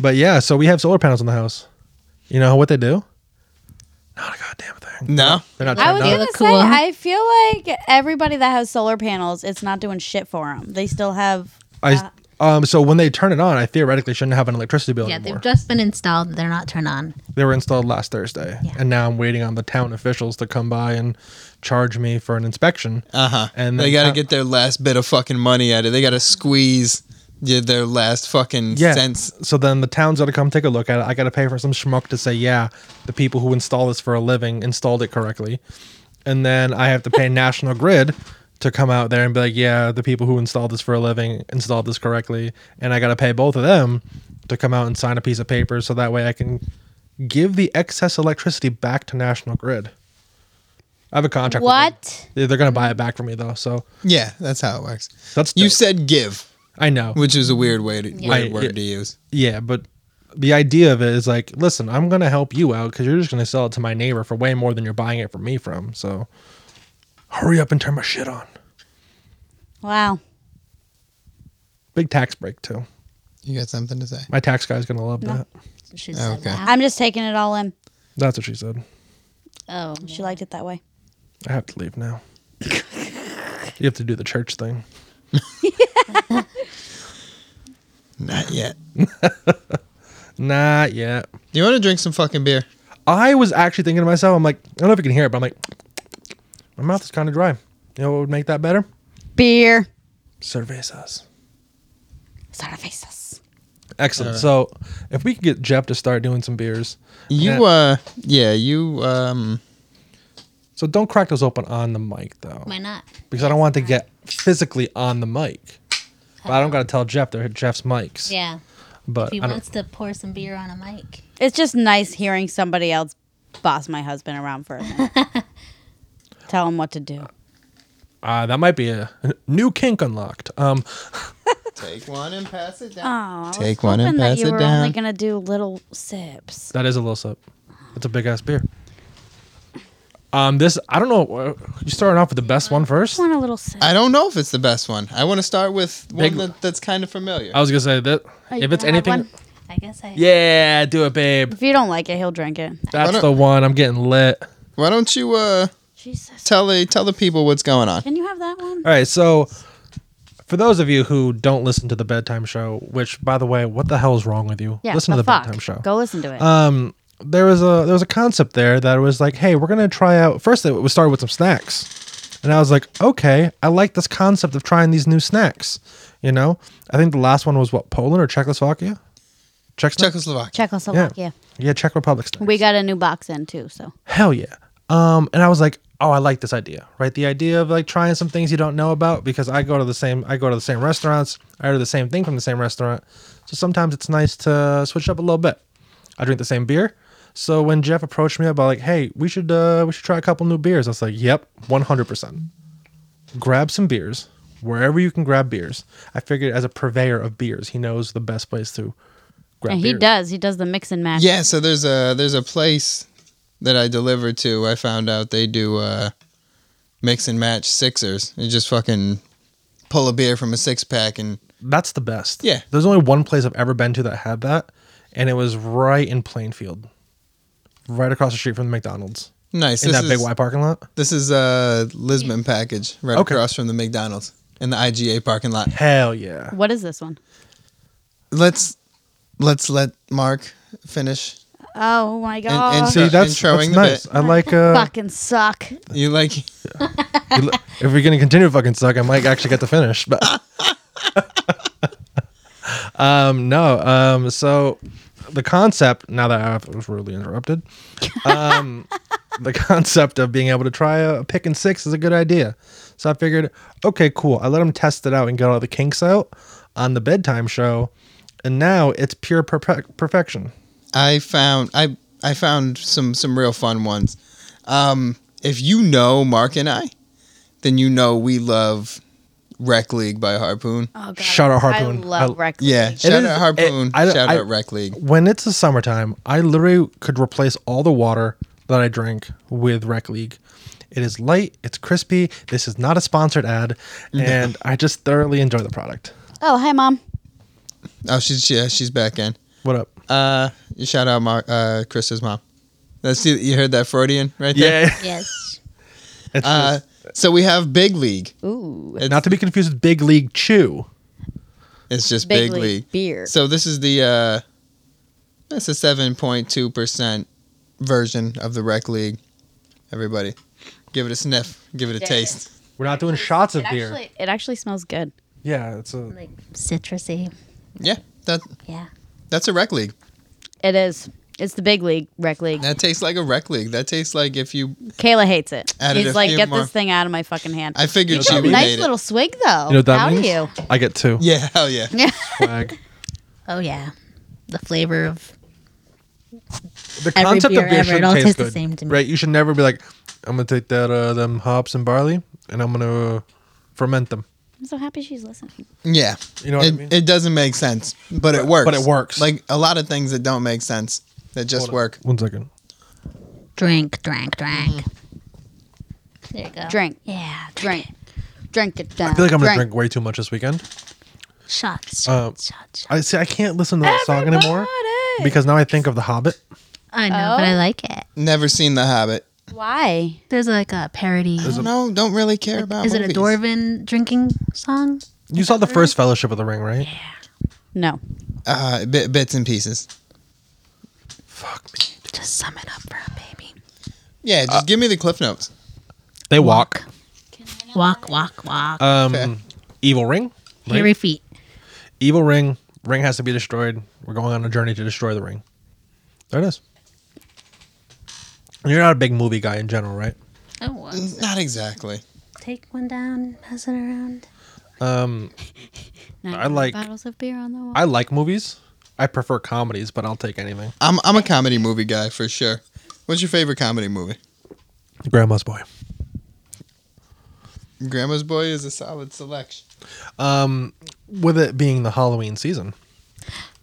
[SPEAKER 1] But yeah, so we have solar panels in the house. You know what they do? Not a goddamn thing.
[SPEAKER 2] No.
[SPEAKER 1] They're not
[SPEAKER 3] I was
[SPEAKER 1] turned on.
[SPEAKER 3] gonna
[SPEAKER 4] look
[SPEAKER 3] say,
[SPEAKER 4] cool.
[SPEAKER 3] I feel like everybody that has solar panels, it's not doing shit for them. They still have.
[SPEAKER 1] I um so when they turn it on, I theoretically shouldn't have an electricity bill
[SPEAKER 4] Yeah,
[SPEAKER 1] anymore.
[SPEAKER 4] they've just been installed. They're not turned on.
[SPEAKER 1] they were installed last Thursday,
[SPEAKER 4] Yeah.
[SPEAKER 1] and now I'm waiting on the town officials to come by and charge me for an inspection.
[SPEAKER 2] Uh-huh.
[SPEAKER 1] And
[SPEAKER 2] And they
[SPEAKER 1] then-
[SPEAKER 2] got to get their last bit of fucking money out of it. They got to squeeze yeah, their last fucking
[SPEAKER 1] yeah.
[SPEAKER 2] cents.
[SPEAKER 1] So then the town's gotta come take a look at it. I gotta pay for some schmuck to say, yeah, the people who install this for a living installed it correctly. And then I have to pay National Grid to come out there and be like, yeah, the people who installed this for a living installed this correctly. And I gotta pay both of them to come out and sign a piece of paper so that way I can give the excess electricity back to National Grid. I have a contract. with them.
[SPEAKER 3] What?
[SPEAKER 1] They- They're gonna buy it back from me though, so
[SPEAKER 2] Yeah, that's how it works.
[SPEAKER 1] that's
[SPEAKER 2] You
[SPEAKER 1] dope.
[SPEAKER 2] said give,
[SPEAKER 1] I know.
[SPEAKER 2] which is a weird way to, weird
[SPEAKER 1] I-
[SPEAKER 2] word
[SPEAKER 1] yeah.
[SPEAKER 2] to use.
[SPEAKER 1] Yeah, but the idea of it is like, listen, I'm gonna help you out because you're just gonna sell it to my neighbor for way more than you're buying it from me from. So hurry up and turn my shit on.
[SPEAKER 3] Wow.
[SPEAKER 1] Big tax break too.
[SPEAKER 2] You got something to say?
[SPEAKER 1] My tax guy's gonna love that.
[SPEAKER 4] She said
[SPEAKER 2] Okay.
[SPEAKER 4] that.
[SPEAKER 3] I'm just taking it all in.
[SPEAKER 1] That's what she said.
[SPEAKER 4] Oh,
[SPEAKER 3] She liked it that way.
[SPEAKER 1] I have to leave now. you have to do the church thing.
[SPEAKER 2] Not yet.
[SPEAKER 1] Not yet.
[SPEAKER 2] You want to drink some fucking beer?
[SPEAKER 1] I was actually thinking to myself, I'm like, I don't know if you can hear it, but I'm like, my mouth is kind of dry. You know what would make that better?
[SPEAKER 3] Beer.
[SPEAKER 1] Cervezas.
[SPEAKER 3] Cervezas.
[SPEAKER 1] Excellent. So if we could get Jeff to start doing some beers,
[SPEAKER 2] You
[SPEAKER 1] Yeah.
[SPEAKER 2] uh, yeah, you um,
[SPEAKER 1] so don't crack those open on the mic though,
[SPEAKER 4] Why not?
[SPEAKER 1] because I don't want to get physically on the mic. But I don't got to tell Jeff they're Jeff's mics.
[SPEAKER 4] Yeah.
[SPEAKER 1] But
[SPEAKER 4] If he
[SPEAKER 1] I don't-
[SPEAKER 4] wants to pour some beer on a mic.
[SPEAKER 3] It's just nice hearing somebody else boss my husband around for a minute. Tell him what to do.
[SPEAKER 1] uh, that might be a a new kink unlocked. Um,
[SPEAKER 2] take one and pass it
[SPEAKER 3] Oh,
[SPEAKER 2] down.
[SPEAKER 3] I
[SPEAKER 2] Take
[SPEAKER 3] was
[SPEAKER 2] one and
[SPEAKER 3] hoping that
[SPEAKER 2] pass
[SPEAKER 3] you
[SPEAKER 2] it
[SPEAKER 3] were
[SPEAKER 2] down.
[SPEAKER 3] only gonna do little sips.
[SPEAKER 1] that is a little sip. That's a big ass beer. Um, this I don't know. uh, You starting off with the best one first?
[SPEAKER 3] I want a little sip.
[SPEAKER 2] I don't know if it's the best one. I want to start with
[SPEAKER 1] Big- Oh.
[SPEAKER 2] one that, that's kind of familiar.
[SPEAKER 1] I was gonna say that
[SPEAKER 4] Oh, you
[SPEAKER 1] if it's
[SPEAKER 4] gonna have
[SPEAKER 1] anything,
[SPEAKER 4] one? I guess I.
[SPEAKER 1] yeah, do it, babe.
[SPEAKER 3] if you don't like it, he'll drink it.
[SPEAKER 1] That's
[SPEAKER 2] don't-
[SPEAKER 1] the one. I'm getting lit.
[SPEAKER 2] Why don't you uh,
[SPEAKER 3] Jesus.
[SPEAKER 2] tell the tell the people what's going on?
[SPEAKER 3] Can you have that one?
[SPEAKER 1] All right, so for those of you who don't listen to the bedtime show, which by the way, what the hell is wrong with you?
[SPEAKER 3] Yeah.
[SPEAKER 1] listen to
[SPEAKER 3] the
[SPEAKER 1] the
[SPEAKER 3] fuck?
[SPEAKER 1] bedtime show.
[SPEAKER 3] Go listen to it.
[SPEAKER 1] Um, there was a there was a concept there that was like, hey, we're gonna try out. First, it was started with some snacks, and I was like, okay, I like this concept of trying these new snacks. You know, I think the last one was what Poland or Czechoslovakia, Czech snack?
[SPEAKER 2] Czechoslovakia.
[SPEAKER 3] Czechoslovakia.
[SPEAKER 1] yeah, Czech Republic snacks.
[SPEAKER 3] We got a new box in too, so
[SPEAKER 1] hell yeah um and i was like oh i like this idea right the idea of like trying some things you don't know about because i go to the same i go to the same restaurants i order the same thing from the same restaurant so sometimes it's nice to switch up a little bit i drink the same beer so when jeff approached me about like hey we should uh we should try a couple new beers i was like yep 100% grab some beers wherever you can grab beers i figured as a purveyor of beers he knows the best place to grab
[SPEAKER 3] and he
[SPEAKER 1] beers.
[SPEAKER 3] does. He does the mix and match.
[SPEAKER 2] Yeah, so there's a there's a place that I deliver to. I found out they do uh, mix and match sixers. You just fucking pull a beer from a six pack and
[SPEAKER 1] That's the best.
[SPEAKER 2] Yeah.
[SPEAKER 1] There's only one place I've ever been to that had that, and it was right in Plainfield, right across the street from the McDonald's
[SPEAKER 2] nice.
[SPEAKER 1] in
[SPEAKER 2] this
[SPEAKER 1] that
[SPEAKER 2] is
[SPEAKER 1] big white parking lot.
[SPEAKER 2] this is a Lisbon package right
[SPEAKER 1] Okay.
[SPEAKER 2] across from the McDonald's in the IGA parking lot.
[SPEAKER 1] Hell yeah.
[SPEAKER 3] What is this one?
[SPEAKER 2] Let's let's let Mark finish.
[SPEAKER 3] Oh my god.
[SPEAKER 2] and so-
[SPEAKER 1] See, that's, that's
[SPEAKER 2] Introing the
[SPEAKER 1] nice.
[SPEAKER 2] bit.
[SPEAKER 1] I like. Uh,
[SPEAKER 3] fucking suck.
[SPEAKER 2] You like
[SPEAKER 1] you li- if we're gonna continue to fucking suck, I might actually get to finish. But um, no. Um, so the concept. Now that I was rudely interrupted, um, the concept of being able to try a pick and six is a good idea. So I figured, okay, cool. I let them test it out and get all the kinks out on the bedtime show, and now it's pure perfec perfection.
[SPEAKER 2] I found I I found some some real fun ones. Um, if you know Mark and I, then you know we love Rec League by Harpoon.
[SPEAKER 3] Oh god.
[SPEAKER 1] Shout out
[SPEAKER 3] I
[SPEAKER 1] Harpoon.
[SPEAKER 3] love
[SPEAKER 1] I-
[SPEAKER 3] Rec
[SPEAKER 2] Yeah,
[SPEAKER 3] League.
[SPEAKER 2] shout
[SPEAKER 1] is-
[SPEAKER 2] out Harpoon.
[SPEAKER 1] it- I-
[SPEAKER 2] shout
[SPEAKER 1] I-
[SPEAKER 2] out Rec League.
[SPEAKER 1] when it's the summertime, I literally could replace all the water that I drink with Rec League. It is light, it's crispy. This is not a sponsored ad, and I just thoroughly enjoy the product.
[SPEAKER 3] Oh, hey mom.
[SPEAKER 2] Oh, she's yeah, she's back in.
[SPEAKER 1] What up?
[SPEAKER 2] Uh, you shout out Mark, uh, Chris's mom. That's you heard that Freudian right there.
[SPEAKER 4] Yes.
[SPEAKER 1] It's
[SPEAKER 2] Uh,
[SPEAKER 1] just-
[SPEAKER 2] so we have Big League.
[SPEAKER 3] Ooh.
[SPEAKER 2] It's,
[SPEAKER 1] not to be confused with Big League Chew.
[SPEAKER 2] it's just
[SPEAKER 3] Big
[SPEAKER 2] Big,
[SPEAKER 3] League
[SPEAKER 2] League.
[SPEAKER 3] beer.
[SPEAKER 2] So this is the uh, that's a seven point two percent version of the Rec League. Everybody, give it a sniff. Give it a
[SPEAKER 3] Yeah.
[SPEAKER 2] taste.
[SPEAKER 1] We're not doing shots of
[SPEAKER 3] it
[SPEAKER 1] beer.
[SPEAKER 3] Actually, it actually smells good.
[SPEAKER 1] yeah, it's a
[SPEAKER 4] Like citrusy.
[SPEAKER 2] Yeah, that
[SPEAKER 4] Yeah.
[SPEAKER 2] that's a Rec League.
[SPEAKER 3] It is. It's the big league, rec league.
[SPEAKER 2] That tastes like a Rec League. That tastes like if you.
[SPEAKER 3] Kayla hates it.
[SPEAKER 2] Added
[SPEAKER 3] She's
[SPEAKER 2] a
[SPEAKER 3] like,
[SPEAKER 2] few
[SPEAKER 3] get
[SPEAKER 2] more."
[SPEAKER 3] this thing out of my fucking hand.
[SPEAKER 2] I figured
[SPEAKER 1] You
[SPEAKER 2] you
[SPEAKER 1] got
[SPEAKER 2] made
[SPEAKER 3] nice
[SPEAKER 2] it.
[SPEAKER 3] little swig though.
[SPEAKER 1] you know what that
[SPEAKER 3] How
[SPEAKER 1] means.
[SPEAKER 3] do you?
[SPEAKER 1] I get two.
[SPEAKER 2] Yeah, hell yeah.
[SPEAKER 1] Swag.
[SPEAKER 4] Oh yeah. The flavor of
[SPEAKER 1] The
[SPEAKER 4] Every
[SPEAKER 1] concept
[SPEAKER 4] beer
[SPEAKER 1] of beer
[SPEAKER 4] ever, it
[SPEAKER 1] should
[SPEAKER 4] all
[SPEAKER 1] taste
[SPEAKER 4] tastes the
[SPEAKER 1] good,
[SPEAKER 4] same to me.
[SPEAKER 1] right? You should never be like, I'm gonna take that uh, them hops and barley, and I'm gonna uh, ferment them.
[SPEAKER 3] I'm so happy she's listening.
[SPEAKER 2] Yeah.
[SPEAKER 1] You know what I
[SPEAKER 2] it,
[SPEAKER 1] mean?
[SPEAKER 2] It doesn't make sense, but it works.
[SPEAKER 1] but it works.
[SPEAKER 2] Like a lot of things that don't make sense that just work.
[SPEAKER 1] One second.
[SPEAKER 4] drink, drank, drank.
[SPEAKER 1] Mm-hmm.
[SPEAKER 4] There you go.
[SPEAKER 3] Drink.
[SPEAKER 4] Yeah.
[SPEAKER 3] Drink. Drink it down.
[SPEAKER 1] I feel like I'm gonna drink way too much this weekend.
[SPEAKER 4] Shots.
[SPEAKER 1] Uh,
[SPEAKER 4] Shots. shots, shots.
[SPEAKER 1] I see. I can't listen to that song anymore
[SPEAKER 3] Everybody!
[SPEAKER 1] because now I think of The Hobbit.
[SPEAKER 4] I know, but
[SPEAKER 3] Oh.
[SPEAKER 4] I like it.
[SPEAKER 2] Never seen The Hobbit.
[SPEAKER 3] Why?
[SPEAKER 4] There's like a parody.
[SPEAKER 2] I don't know. Don't really care about.
[SPEAKER 4] Is it a
[SPEAKER 2] movies.
[SPEAKER 4] dwarven drinking song?
[SPEAKER 1] You saw the first Fellowship of the Ring, right?
[SPEAKER 3] No.
[SPEAKER 2] Uh, bit, bits and pieces.
[SPEAKER 1] Fuck me.
[SPEAKER 4] Just sum it up for her, baby.
[SPEAKER 2] Yeah,
[SPEAKER 1] Uh,
[SPEAKER 2] just give me the cliff notes.
[SPEAKER 1] They walk.
[SPEAKER 4] Walk, walk, walk.
[SPEAKER 1] Um,
[SPEAKER 2] Okay.
[SPEAKER 1] Evil ring. Right?
[SPEAKER 4] Hairy feet.
[SPEAKER 1] Evil ring. Ring has to be destroyed. We're going on a journey to destroy the ring. There it is. You're not a big movie guy in general, right?
[SPEAKER 4] Oh, wow.
[SPEAKER 2] Not exactly.
[SPEAKER 4] Take one down, pass it around.
[SPEAKER 1] Um, I like-
[SPEAKER 3] bottles of beer on the wall.
[SPEAKER 1] I like movies. I prefer comedies, but I'll take anything.
[SPEAKER 2] I'm I'm a comedy movie guy for sure. What's your favorite comedy movie?
[SPEAKER 1] Grandma's Boy.
[SPEAKER 2] Grandma's Boy is a solid selection.
[SPEAKER 1] Um, with it being the Halloween season,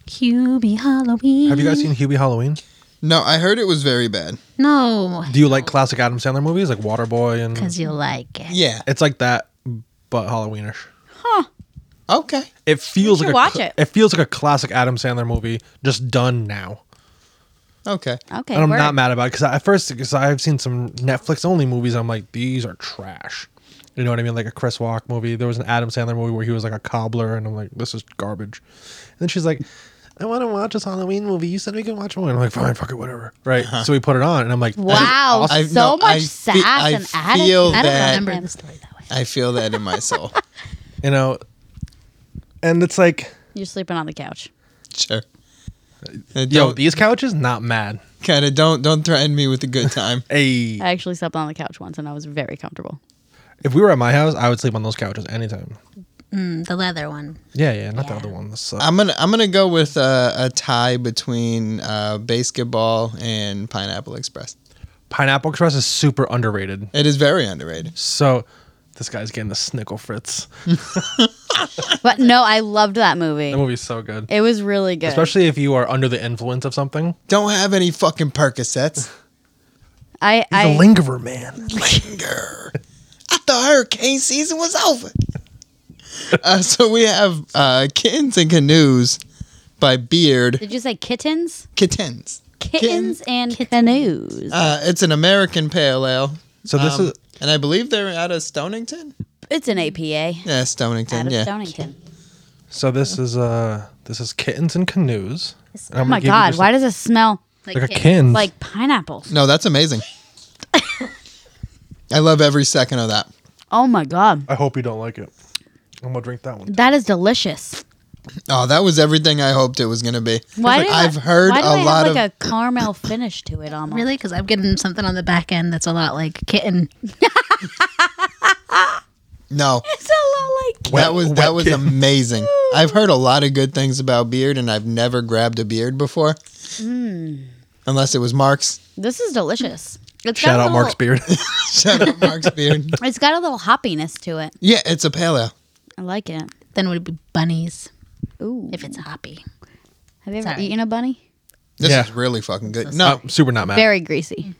[SPEAKER 4] QB Halloween.
[SPEAKER 1] have you guys seen Hubie Halloween?
[SPEAKER 2] No, I heard it was very bad.
[SPEAKER 4] No,
[SPEAKER 1] Do you like classic Adam Sandler movies like Waterboy
[SPEAKER 4] because
[SPEAKER 1] and?
[SPEAKER 4] you like it.
[SPEAKER 2] Yeah.
[SPEAKER 1] It's like that, but Halloweenish.
[SPEAKER 2] Okay.
[SPEAKER 1] It feels
[SPEAKER 3] should
[SPEAKER 1] like a
[SPEAKER 3] watch
[SPEAKER 1] cl-
[SPEAKER 3] it.
[SPEAKER 1] feels like a classic Adam Sandler movie just done now.
[SPEAKER 2] Okay.
[SPEAKER 3] okay,
[SPEAKER 1] and I'm
[SPEAKER 3] word.
[SPEAKER 1] not mad about it because at first, because I've seen some Netflix only movies, I'm like, these are trash. You know what I mean? Like a Chris Rock movie. There was an Adam Sandler movie where he was like a cobbler, and I'm like, this is garbage. And then she's like, I want to watch this Halloween movie. You said we can watch one. I'm like, fine, fuck it, whatever. Right. So we put it on, and I'm like,
[SPEAKER 3] Wow,
[SPEAKER 2] I- I-
[SPEAKER 3] so
[SPEAKER 2] no,
[SPEAKER 3] much
[SPEAKER 2] I fe-
[SPEAKER 3] sass
[SPEAKER 2] I
[SPEAKER 3] and attitude.
[SPEAKER 2] feel
[SPEAKER 4] I don't
[SPEAKER 2] that-
[SPEAKER 4] remember
[SPEAKER 3] him.
[SPEAKER 4] the story that way.
[SPEAKER 2] I feel that in my soul.
[SPEAKER 1] you know, and it's like,
[SPEAKER 3] You're sleeping on the couch.
[SPEAKER 2] Sure.
[SPEAKER 1] yo,
[SPEAKER 2] Don't,
[SPEAKER 1] these couches, not mad.
[SPEAKER 2] kind of don't don't threaten me with a good time.
[SPEAKER 1] Hey,
[SPEAKER 3] I actually slept on the couch once, and I was very comfortable.
[SPEAKER 1] if we were at my house, I would sleep on those couches anytime.
[SPEAKER 4] Mm, the leather one.
[SPEAKER 1] Yeah, yeah, not
[SPEAKER 4] Yeah.
[SPEAKER 1] the other one. This sucks.
[SPEAKER 2] I'm gonna I'm gonna go with uh, a tie between uh, basketball and Pineapple Express.
[SPEAKER 1] Pineapple Express is super underrated.
[SPEAKER 2] It is very underrated.
[SPEAKER 1] So this guy's getting the snickle fritz.
[SPEAKER 3] But no, I loved that movie.
[SPEAKER 1] That movie's so good.
[SPEAKER 3] It was really good.
[SPEAKER 1] Especially if you are under the influence of something.
[SPEAKER 2] Don't have any fucking Percocets.
[SPEAKER 3] I, I
[SPEAKER 1] the lingerer man.
[SPEAKER 2] Linger. I thought hurricane season was over. Uh, so we have uh, kittens and canoes by Beard.
[SPEAKER 3] did you say kittens,
[SPEAKER 2] Kittens.
[SPEAKER 3] kittens, and canoes?
[SPEAKER 2] Uh, it's an American pale ale.
[SPEAKER 1] So this
[SPEAKER 2] Um,
[SPEAKER 1] is
[SPEAKER 2] and I believe they're out of Stonington.
[SPEAKER 3] it's an APA
[SPEAKER 2] Yeah, Stonington.
[SPEAKER 3] out of
[SPEAKER 2] yeah.
[SPEAKER 3] Stonington.
[SPEAKER 1] so this is uh this is kittens and canoes. And I'm
[SPEAKER 3] Oh
[SPEAKER 1] gonna
[SPEAKER 3] my
[SPEAKER 1] give you
[SPEAKER 3] god,
[SPEAKER 1] just
[SPEAKER 3] why does it smell
[SPEAKER 1] like a kins?
[SPEAKER 3] like pineapples?
[SPEAKER 2] No, that's amazing. I love every second of that.
[SPEAKER 3] Oh my god,
[SPEAKER 1] I hope you don't like it. I'm gonna drink that one.
[SPEAKER 3] that is delicious.
[SPEAKER 2] Oh, that was everything I hoped it was going to be.
[SPEAKER 3] Why do I-
[SPEAKER 2] I've heard
[SPEAKER 3] why do
[SPEAKER 2] a
[SPEAKER 3] I
[SPEAKER 2] lot
[SPEAKER 3] have
[SPEAKER 2] of.
[SPEAKER 3] like a caramel finish to it almost?
[SPEAKER 4] Really? Because I'm getting something on the back end that's a lot like kitten.
[SPEAKER 2] no,
[SPEAKER 3] It's a lot like
[SPEAKER 2] that was that
[SPEAKER 1] wet
[SPEAKER 2] was
[SPEAKER 1] kid.
[SPEAKER 2] amazing. I've heard a lot of good things about beard, and I've never grabbed a beard before,
[SPEAKER 1] Hmm.
[SPEAKER 2] unless it was Mark's.
[SPEAKER 3] this is delicious. It's got
[SPEAKER 1] Shout
[SPEAKER 3] a
[SPEAKER 1] out
[SPEAKER 3] little-
[SPEAKER 1] Mark's beard.
[SPEAKER 2] Shout out Mark's beard.
[SPEAKER 3] It's got a little hoppiness to it.
[SPEAKER 2] Yeah, it's a pale ale.
[SPEAKER 3] I like it.
[SPEAKER 4] Then would be bunnies
[SPEAKER 3] Ooh,
[SPEAKER 4] if it's hoppy.
[SPEAKER 3] have you ever
[SPEAKER 4] Sorry.
[SPEAKER 3] eaten a bunny?
[SPEAKER 2] This
[SPEAKER 1] Yeah.
[SPEAKER 2] is really fucking good.
[SPEAKER 1] i
[SPEAKER 2] No,
[SPEAKER 1] super not mad.
[SPEAKER 3] Very greasy.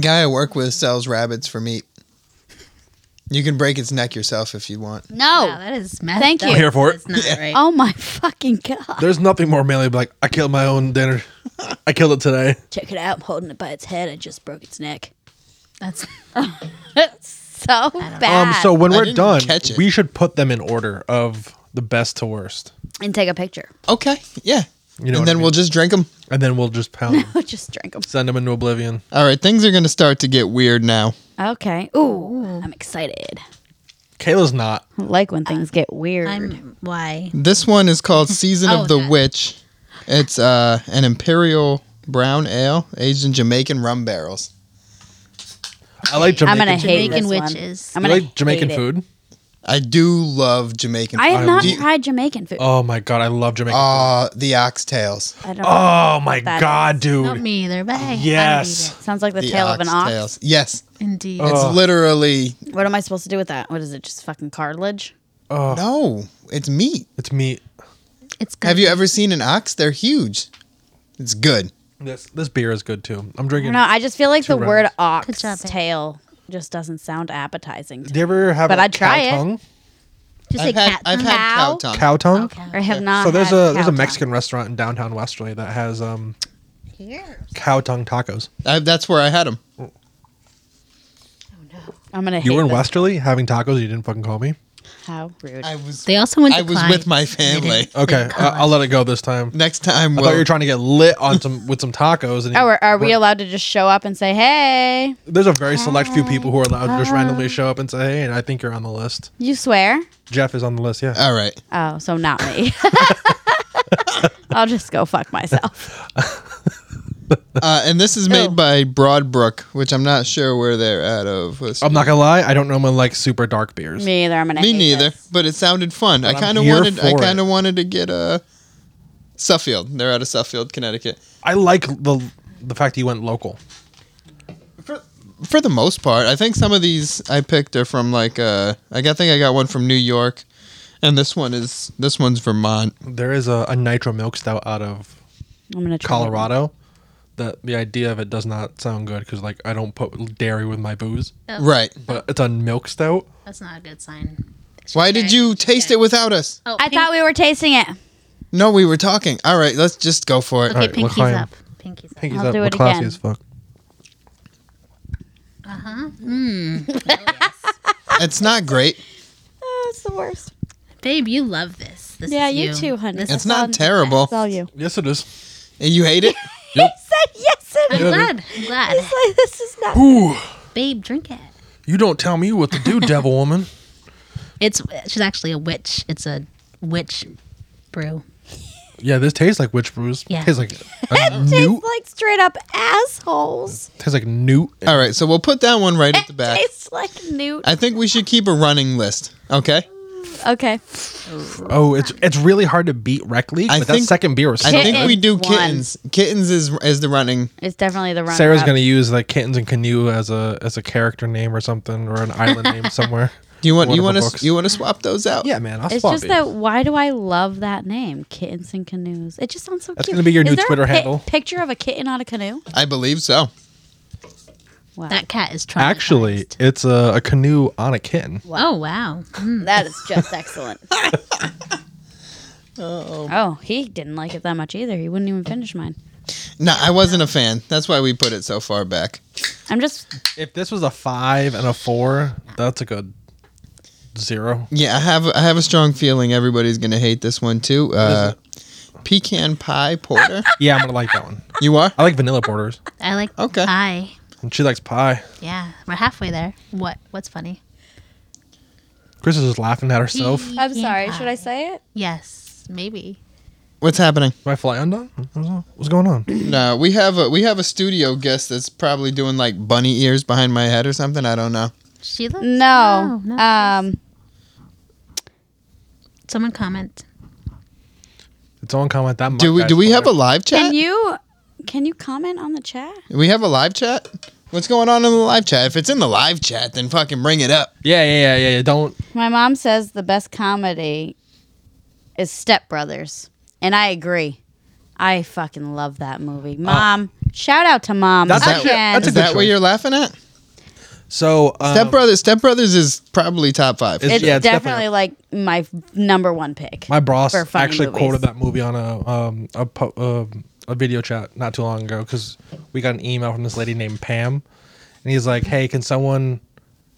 [SPEAKER 2] guy I work with sells rabbits for meat. You can break its neck yourself if you want.
[SPEAKER 3] No.
[SPEAKER 4] Wow, that is messed
[SPEAKER 3] Thank
[SPEAKER 4] up.
[SPEAKER 3] you.
[SPEAKER 1] I'm here for it.
[SPEAKER 4] That's not right.
[SPEAKER 3] Oh my fucking god.
[SPEAKER 1] There's nothing more manly but like I killed my own dinner. I killed it today.
[SPEAKER 3] Check it out. I'm holding it by its head. I just broke its neck.
[SPEAKER 4] That's
[SPEAKER 3] It's so bad.
[SPEAKER 1] Um so when
[SPEAKER 2] I
[SPEAKER 1] we're
[SPEAKER 2] didn't
[SPEAKER 1] done,
[SPEAKER 2] catch it.
[SPEAKER 1] we should put them in order of the best to worst.
[SPEAKER 3] and take a picture.
[SPEAKER 2] Okay, yeah.
[SPEAKER 1] You know what
[SPEAKER 2] and
[SPEAKER 1] I
[SPEAKER 2] then
[SPEAKER 1] mean.
[SPEAKER 2] we'll just drink them.
[SPEAKER 1] And then we'll just pound them.
[SPEAKER 3] just drink them.
[SPEAKER 1] Send them into oblivion.
[SPEAKER 2] All right, things are going to start to get weird now.
[SPEAKER 3] Okay. Ooh, I'm excited. Uh,
[SPEAKER 1] Kayla's not.
[SPEAKER 3] I like when things get weird.
[SPEAKER 4] I'm why.
[SPEAKER 2] This one is called Season
[SPEAKER 4] Oh,
[SPEAKER 2] of the
[SPEAKER 4] that.
[SPEAKER 2] Witch. It's uh, an imperial brown ale aged in Jamaican rum barrels.
[SPEAKER 1] I like
[SPEAKER 3] I'm
[SPEAKER 1] Jamaican.
[SPEAKER 3] gonna hate
[SPEAKER 4] Jamaican
[SPEAKER 3] this
[SPEAKER 4] witches.
[SPEAKER 3] One.
[SPEAKER 1] You
[SPEAKER 3] I'm gonna
[SPEAKER 1] like Jamaican
[SPEAKER 3] hate it.
[SPEAKER 1] food?
[SPEAKER 2] I do love Jamaican.
[SPEAKER 3] I have
[SPEAKER 2] food.
[SPEAKER 3] not
[SPEAKER 2] Do you-
[SPEAKER 3] tried Jamaican food.
[SPEAKER 1] Oh my god, I love Jamaican. food.
[SPEAKER 2] Ah, the oxtails.
[SPEAKER 3] I don't.
[SPEAKER 1] Oh my
[SPEAKER 3] Uh, that
[SPEAKER 1] god, dude.
[SPEAKER 4] Not me either. But hey, I don't eat
[SPEAKER 1] Yes.
[SPEAKER 4] it.
[SPEAKER 3] Sounds like the,
[SPEAKER 2] The
[SPEAKER 3] tail of an ox.
[SPEAKER 2] oxtails. Yes,
[SPEAKER 4] Indeed.
[SPEAKER 2] it's literally
[SPEAKER 3] What am I supposed to do with that? What is it? Just fucking cartilage?
[SPEAKER 2] no. It's meat.
[SPEAKER 1] It's meat.
[SPEAKER 4] It's good.
[SPEAKER 2] Have you ever seen an ox? They're huge. It's good.
[SPEAKER 1] This this beer is good too. I'm
[SPEAKER 3] I
[SPEAKER 1] drinking.
[SPEAKER 3] don't know. I just feel like the
[SPEAKER 1] rounds.
[SPEAKER 3] word
[SPEAKER 4] Good
[SPEAKER 3] ox
[SPEAKER 4] job, babe.
[SPEAKER 3] tail just doesn't sound appetizing. To
[SPEAKER 1] Do you ever have
[SPEAKER 3] But
[SPEAKER 1] a
[SPEAKER 3] I'd try
[SPEAKER 1] cow
[SPEAKER 3] it.
[SPEAKER 1] tongue?
[SPEAKER 4] Just
[SPEAKER 2] I've
[SPEAKER 4] like
[SPEAKER 2] had,
[SPEAKER 4] cat.
[SPEAKER 2] I've had cow tongue.
[SPEAKER 1] Cow tongue?
[SPEAKER 4] Okay.
[SPEAKER 3] me. I have not.
[SPEAKER 1] So there's
[SPEAKER 3] had
[SPEAKER 1] a there's
[SPEAKER 3] cow
[SPEAKER 1] a
[SPEAKER 3] tongue.
[SPEAKER 1] Mexican restaurant in downtown Westerly that has um
[SPEAKER 4] Here.
[SPEAKER 1] cow tongue tacos.
[SPEAKER 2] I, that's where I had them.
[SPEAKER 3] I'm gonna.
[SPEAKER 1] You
[SPEAKER 3] hate
[SPEAKER 1] were in
[SPEAKER 3] this.
[SPEAKER 1] Westerly having tacos, you didn't fucking call me.
[SPEAKER 3] How rude.
[SPEAKER 2] I was
[SPEAKER 4] They also went. To
[SPEAKER 2] I was
[SPEAKER 4] Clyde.
[SPEAKER 2] with my
[SPEAKER 4] They didn't-
[SPEAKER 2] family.
[SPEAKER 4] they
[SPEAKER 1] Okay,
[SPEAKER 4] didn't
[SPEAKER 1] I-
[SPEAKER 4] come.
[SPEAKER 1] I'll let it go this time.
[SPEAKER 2] next time.
[SPEAKER 1] I
[SPEAKER 2] We'll,
[SPEAKER 1] thought you were trying to get lit on some with some tacos. And
[SPEAKER 3] Oh, are, are we allowed to just show up and say, hey,
[SPEAKER 1] There's a very select few people who are allowed to
[SPEAKER 3] Ah.
[SPEAKER 1] just randomly show up and say, "Hey, and I think you're on the list."
[SPEAKER 3] you swear?
[SPEAKER 1] Jeff is on the list. Yeah,
[SPEAKER 2] All right.
[SPEAKER 3] Oh, so not me. I'll just go fuck myself.
[SPEAKER 2] Uh, and this is
[SPEAKER 3] Oh.
[SPEAKER 2] made by Broadbrook, which I'm not sure where they're out of. Let's-
[SPEAKER 1] I'm not gonna lie. I don't normally like super dark beers.
[SPEAKER 3] Me either. I'm gonna.
[SPEAKER 2] Me
[SPEAKER 3] hate
[SPEAKER 2] neither,
[SPEAKER 3] this.
[SPEAKER 2] but it sounded fun. I
[SPEAKER 1] I'm
[SPEAKER 2] kind of
[SPEAKER 1] here
[SPEAKER 2] wanted. I
[SPEAKER 1] for
[SPEAKER 2] kind
[SPEAKER 1] it.
[SPEAKER 2] of wanted to get a Suffield. They're out of Suffield, Connecticut.
[SPEAKER 1] I like the the fact that you went local.
[SPEAKER 2] For the most part, I think some of these I picked are from like. Uh, I got- think I got one from New York, and this one is this one's Vermont.
[SPEAKER 1] There is a, a nitro milk stout out of
[SPEAKER 3] I'm gonna. Try
[SPEAKER 1] Colorado. The the idea of it does not sound good because like I don't put dairy with my booze,
[SPEAKER 4] Oh,
[SPEAKER 2] Right.
[SPEAKER 1] but it's a milk stout.
[SPEAKER 4] That's not a good sign.
[SPEAKER 2] Why did you taste it without us?
[SPEAKER 4] Oh,
[SPEAKER 3] I
[SPEAKER 4] pink-
[SPEAKER 3] thought we were tasting it.
[SPEAKER 2] No, we were talking. All right, let's just go for it.
[SPEAKER 4] Okay,
[SPEAKER 1] Alright,
[SPEAKER 4] pinkies
[SPEAKER 1] Lachaim.
[SPEAKER 4] up. Pinkies up.
[SPEAKER 1] Pinkies
[SPEAKER 3] I'll
[SPEAKER 1] up.
[SPEAKER 3] do
[SPEAKER 1] We're
[SPEAKER 3] it
[SPEAKER 1] classy
[SPEAKER 3] again.
[SPEAKER 1] as fuck.
[SPEAKER 2] It's not great.
[SPEAKER 3] Oh, it's the worst.
[SPEAKER 4] Babe, you love this. This
[SPEAKER 3] Yeah,
[SPEAKER 4] is
[SPEAKER 3] you too, honey.
[SPEAKER 4] This
[SPEAKER 2] It's
[SPEAKER 4] is-
[SPEAKER 2] not
[SPEAKER 3] on-
[SPEAKER 2] terrible.
[SPEAKER 3] It's all you.
[SPEAKER 1] Yes, it is.
[SPEAKER 2] You hate it?
[SPEAKER 3] He said yes. It
[SPEAKER 4] I'm
[SPEAKER 3] is.
[SPEAKER 1] Yeah.
[SPEAKER 4] glad. I'm glad.
[SPEAKER 3] He's like, this is not.
[SPEAKER 1] Ooh,
[SPEAKER 4] Babe, drink it.
[SPEAKER 1] you don't tell me what to do, devil woman.
[SPEAKER 4] It's she's actually a witch. It's a witch brew.
[SPEAKER 1] Yeah, this tastes like witch brews.
[SPEAKER 4] Yeah.
[SPEAKER 1] Tastes like a newt.
[SPEAKER 3] Tastes like straight up assholes.
[SPEAKER 1] Tastes like newt.
[SPEAKER 2] All right, so we'll put that one right at the
[SPEAKER 3] It
[SPEAKER 2] back.
[SPEAKER 3] Tastes like newt.
[SPEAKER 2] I think we should keep a running list. Okay.
[SPEAKER 3] Okay.
[SPEAKER 1] Oh, it's it's really hard to beat Rec League,
[SPEAKER 2] I
[SPEAKER 1] but
[SPEAKER 2] think-
[SPEAKER 1] that second beer was.
[SPEAKER 2] I
[SPEAKER 1] sick.
[SPEAKER 2] think we do
[SPEAKER 3] Kittens won.
[SPEAKER 2] kittens. Kittens is is the running.
[SPEAKER 3] It's definitely the run.
[SPEAKER 1] Sarah's gonna use like kittens and canoe as a as a character name or something or an island name somewhere.
[SPEAKER 2] Do you want
[SPEAKER 1] One
[SPEAKER 2] you
[SPEAKER 1] of
[SPEAKER 2] want
[SPEAKER 1] the
[SPEAKER 2] to
[SPEAKER 1] books.
[SPEAKER 2] you want to swap those out?
[SPEAKER 1] Yeah, man, I'll
[SPEAKER 3] It's
[SPEAKER 1] swap
[SPEAKER 3] just
[SPEAKER 1] it.
[SPEAKER 3] that. Why do I love that name, kittens and canoes? It just sounds so.
[SPEAKER 1] That's
[SPEAKER 3] cute.
[SPEAKER 1] gonna be your
[SPEAKER 3] Is
[SPEAKER 1] new
[SPEAKER 3] there a
[SPEAKER 1] Twitter
[SPEAKER 3] pi-
[SPEAKER 1] handle.
[SPEAKER 3] Picture of a kitten on a canoe.
[SPEAKER 2] I believe so.
[SPEAKER 3] Wow.
[SPEAKER 4] That cat is trying.
[SPEAKER 1] Actually, it's a, a canoe on a kitten.
[SPEAKER 4] Oh wow. Mm.
[SPEAKER 3] That is just excellent. oh. he didn't like it that much either. He wouldn't even finish mine.
[SPEAKER 2] No, I wasn't a fan. That's why we put it so far back.
[SPEAKER 3] I'm just
[SPEAKER 1] If this was a five and a four, that's a good zero.
[SPEAKER 2] Yeah, I have I have a strong feeling everybody's gonna hate this one too. Uh, pecan pie porter.
[SPEAKER 1] Yeah, I'm gonna like that one.
[SPEAKER 2] you are
[SPEAKER 1] I like vanilla porters,
[SPEAKER 4] I like
[SPEAKER 2] Okay.
[SPEAKER 4] pie.
[SPEAKER 1] and she likes pie.
[SPEAKER 4] Yeah, we're halfway there. What? What's funny?
[SPEAKER 1] Chris is just laughing at herself. Am
[SPEAKER 3] I'm
[SPEAKER 4] Pecan
[SPEAKER 3] sorry,
[SPEAKER 4] pie.
[SPEAKER 3] should I say it?
[SPEAKER 4] Yes, maybe.
[SPEAKER 2] what's happening?
[SPEAKER 1] I fly undone? What's going on?
[SPEAKER 2] No, we have a we have a studio guest that's probably doing like bunny ears behind my head or something. I don't know.
[SPEAKER 4] She looks. Oh,
[SPEAKER 3] No.
[SPEAKER 4] no,
[SPEAKER 3] um
[SPEAKER 4] Someone comment.
[SPEAKER 1] It's on comment that
[SPEAKER 2] Do we do we have a live
[SPEAKER 3] can
[SPEAKER 2] chat?
[SPEAKER 3] you can you comment on the chat?
[SPEAKER 2] we have a live chat. What's going on in the live chat? If it's in the live chat, then fucking bring it up.
[SPEAKER 1] Yeah, yeah, yeah, yeah. yeah. Don't.
[SPEAKER 3] My mom says the best comedy is Step Brothers, and I agree. I fucking love that movie. Mom, shout out to mom
[SPEAKER 1] Uh, That's
[SPEAKER 2] Is that,
[SPEAKER 3] again.
[SPEAKER 1] that's a
[SPEAKER 2] is
[SPEAKER 1] good
[SPEAKER 2] that what
[SPEAKER 1] choice.
[SPEAKER 2] you're laughing at?
[SPEAKER 1] So um,
[SPEAKER 2] Step Brothers. Step Brothers is probably top five.
[SPEAKER 1] It's-
[SPEAKER 3] it's,
[SPEAKER 1] yeah,
[SPEAKER 3] definitely, like my f- number one pick.
[SPEAKER 1] My boss
[SPEAKER 3] for funny
[SPEAKER 1] actually
[SPEAKER 3] movies.
[SPEAKER 1] quoted that movie on a um a po- um a video chat not too long ago because we got an email from this lady named Pam, and he's like, "Hey, can someone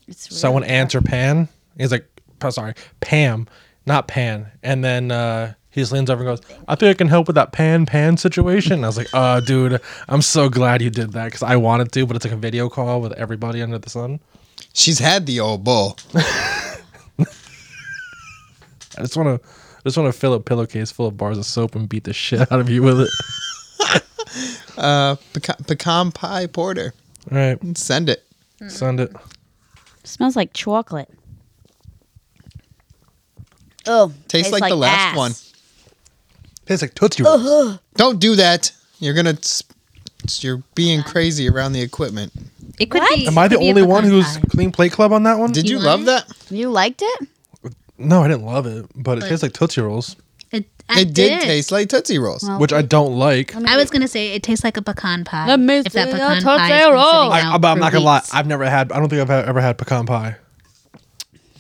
[SPEAKER 3] It's really
[SPEAKER 1] someone
[SPEAKER 3] good.
[SPEAKER 1] answer Pan?" And he's like, "Pa- "Sorry, Pam, not Pan." And then uh, he just leans over and goes, "I think I can help with that Pan Pan situation." And I was like, "Oh, dude, I'm so glad you did that because I wanted to, but it's like a video call with everybody under the sun.
[SPEAKER 2] She's had the old bull.
[SPEAKER 1] I just want to." I just want to fill a pillowcase full of bars of soap and beat the shit out of you with it.
[SPEAKER 2] Uh, pecan, pecan pie porter.
[SPEAKER 1] All right,
[SPEAKER 4] Mm-hmm.
[SPEAKER 2] Send it.
[SPEAKER 1] send it.
[SPEAKER 3] Smells like chocolate. Oh,
[SPEAKER 2] Tastes, like, the last
[SPEAKER 3] ass.
[SPEAKER 2] one.
[SPEAKER 1] Tastes like Tootsie Rolls.
[SPEAKER 2] Don't do that. You're gonna. s- You're being crazy around the equipment.
[SPEAKER 4] It could
[SPEAKER 3] What?
[SPEAKER 4] be.
[SPEAKER 1] Am I
[SPEAKER 4] it
[SPEAKER 1] the
[SPEAKER 4] could be a
[SPEAKER 1] only one
[SPEAKER 4] pecan
[SPEAKER 1] who's
[SPEAKER 4] pie.
[SPEAKER 1] clean plate club on that one?
[SPEAKER 2] Did you,
[SPEAKER 4] You
[SPEAKER 2] love that?
[SPEAKER 3] You liked it?
[SPEAKER 1] no, I didn't love it, but it tastes like Tootsie Rolls,
[SPEAKER 4] It, I
[SPEAKER 2] It did taste like Tootsie Rolls.
[SPEAKER 4] Oh.
[SPEAKER 3] Well,
[SPEAKER 1] which I don't like.
[SPEAKER 4] I was gonna say it tastes like a pecan pie.
[SPEAKER 3] That means
[SPEAKER 4] if that
[SPEAKER 3] it's a
[SPEAKER 4] pecan pie has
[SPEAKER 3] tortilla
[SPEAKER 4] been
[SPEAKER 3] roll.
[SPEAKER 4] sitting
[SPEAKER 1] I,
[SPEAKER 4] out
[SPEAKER 1] but I'm
[SPEAKER 4] for
[SPEAKER 1] not gonna lie.
[SPEAKER 4] weeks.
[SPEAKER 1] I've never had. I don't think I've had- ever had pecan pie.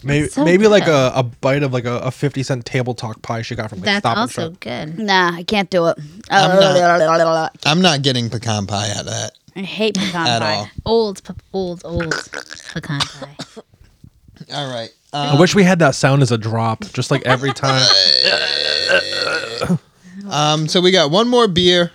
[SPEAKER 1] Maybe
[SPEAKER 4] so
[SPEAKER 1] maybe like
[SPEAKER 4] good.
[SPEAKER 1] a, a bite of like a, a fifty cent table talk pie she got from like
[SPEAKER 4] That's
[SPEAKER 1] Stop
[SPEAKER 4] also
[SPEAKER 1] and Shop.
[SPEAKER 4] good.
[SPEAKER 3] nah, I can't do it. Uh,
[SPEAKER 2] I'm not getting pecan pie out of that
[SPEAKER 3] I hate pecan
[SPEAKER 2] at
[SPEAKER 3] pie.
[SPEAKER 2] all.
[SPEAKER 4] Old, pe- old, old pecan pie.
[SPEAKER 2] All right.
[SPEAKER 1] I wish we had that sound as a drop, just like every time.
[SPEAKER 2] Um, so we got one more beer,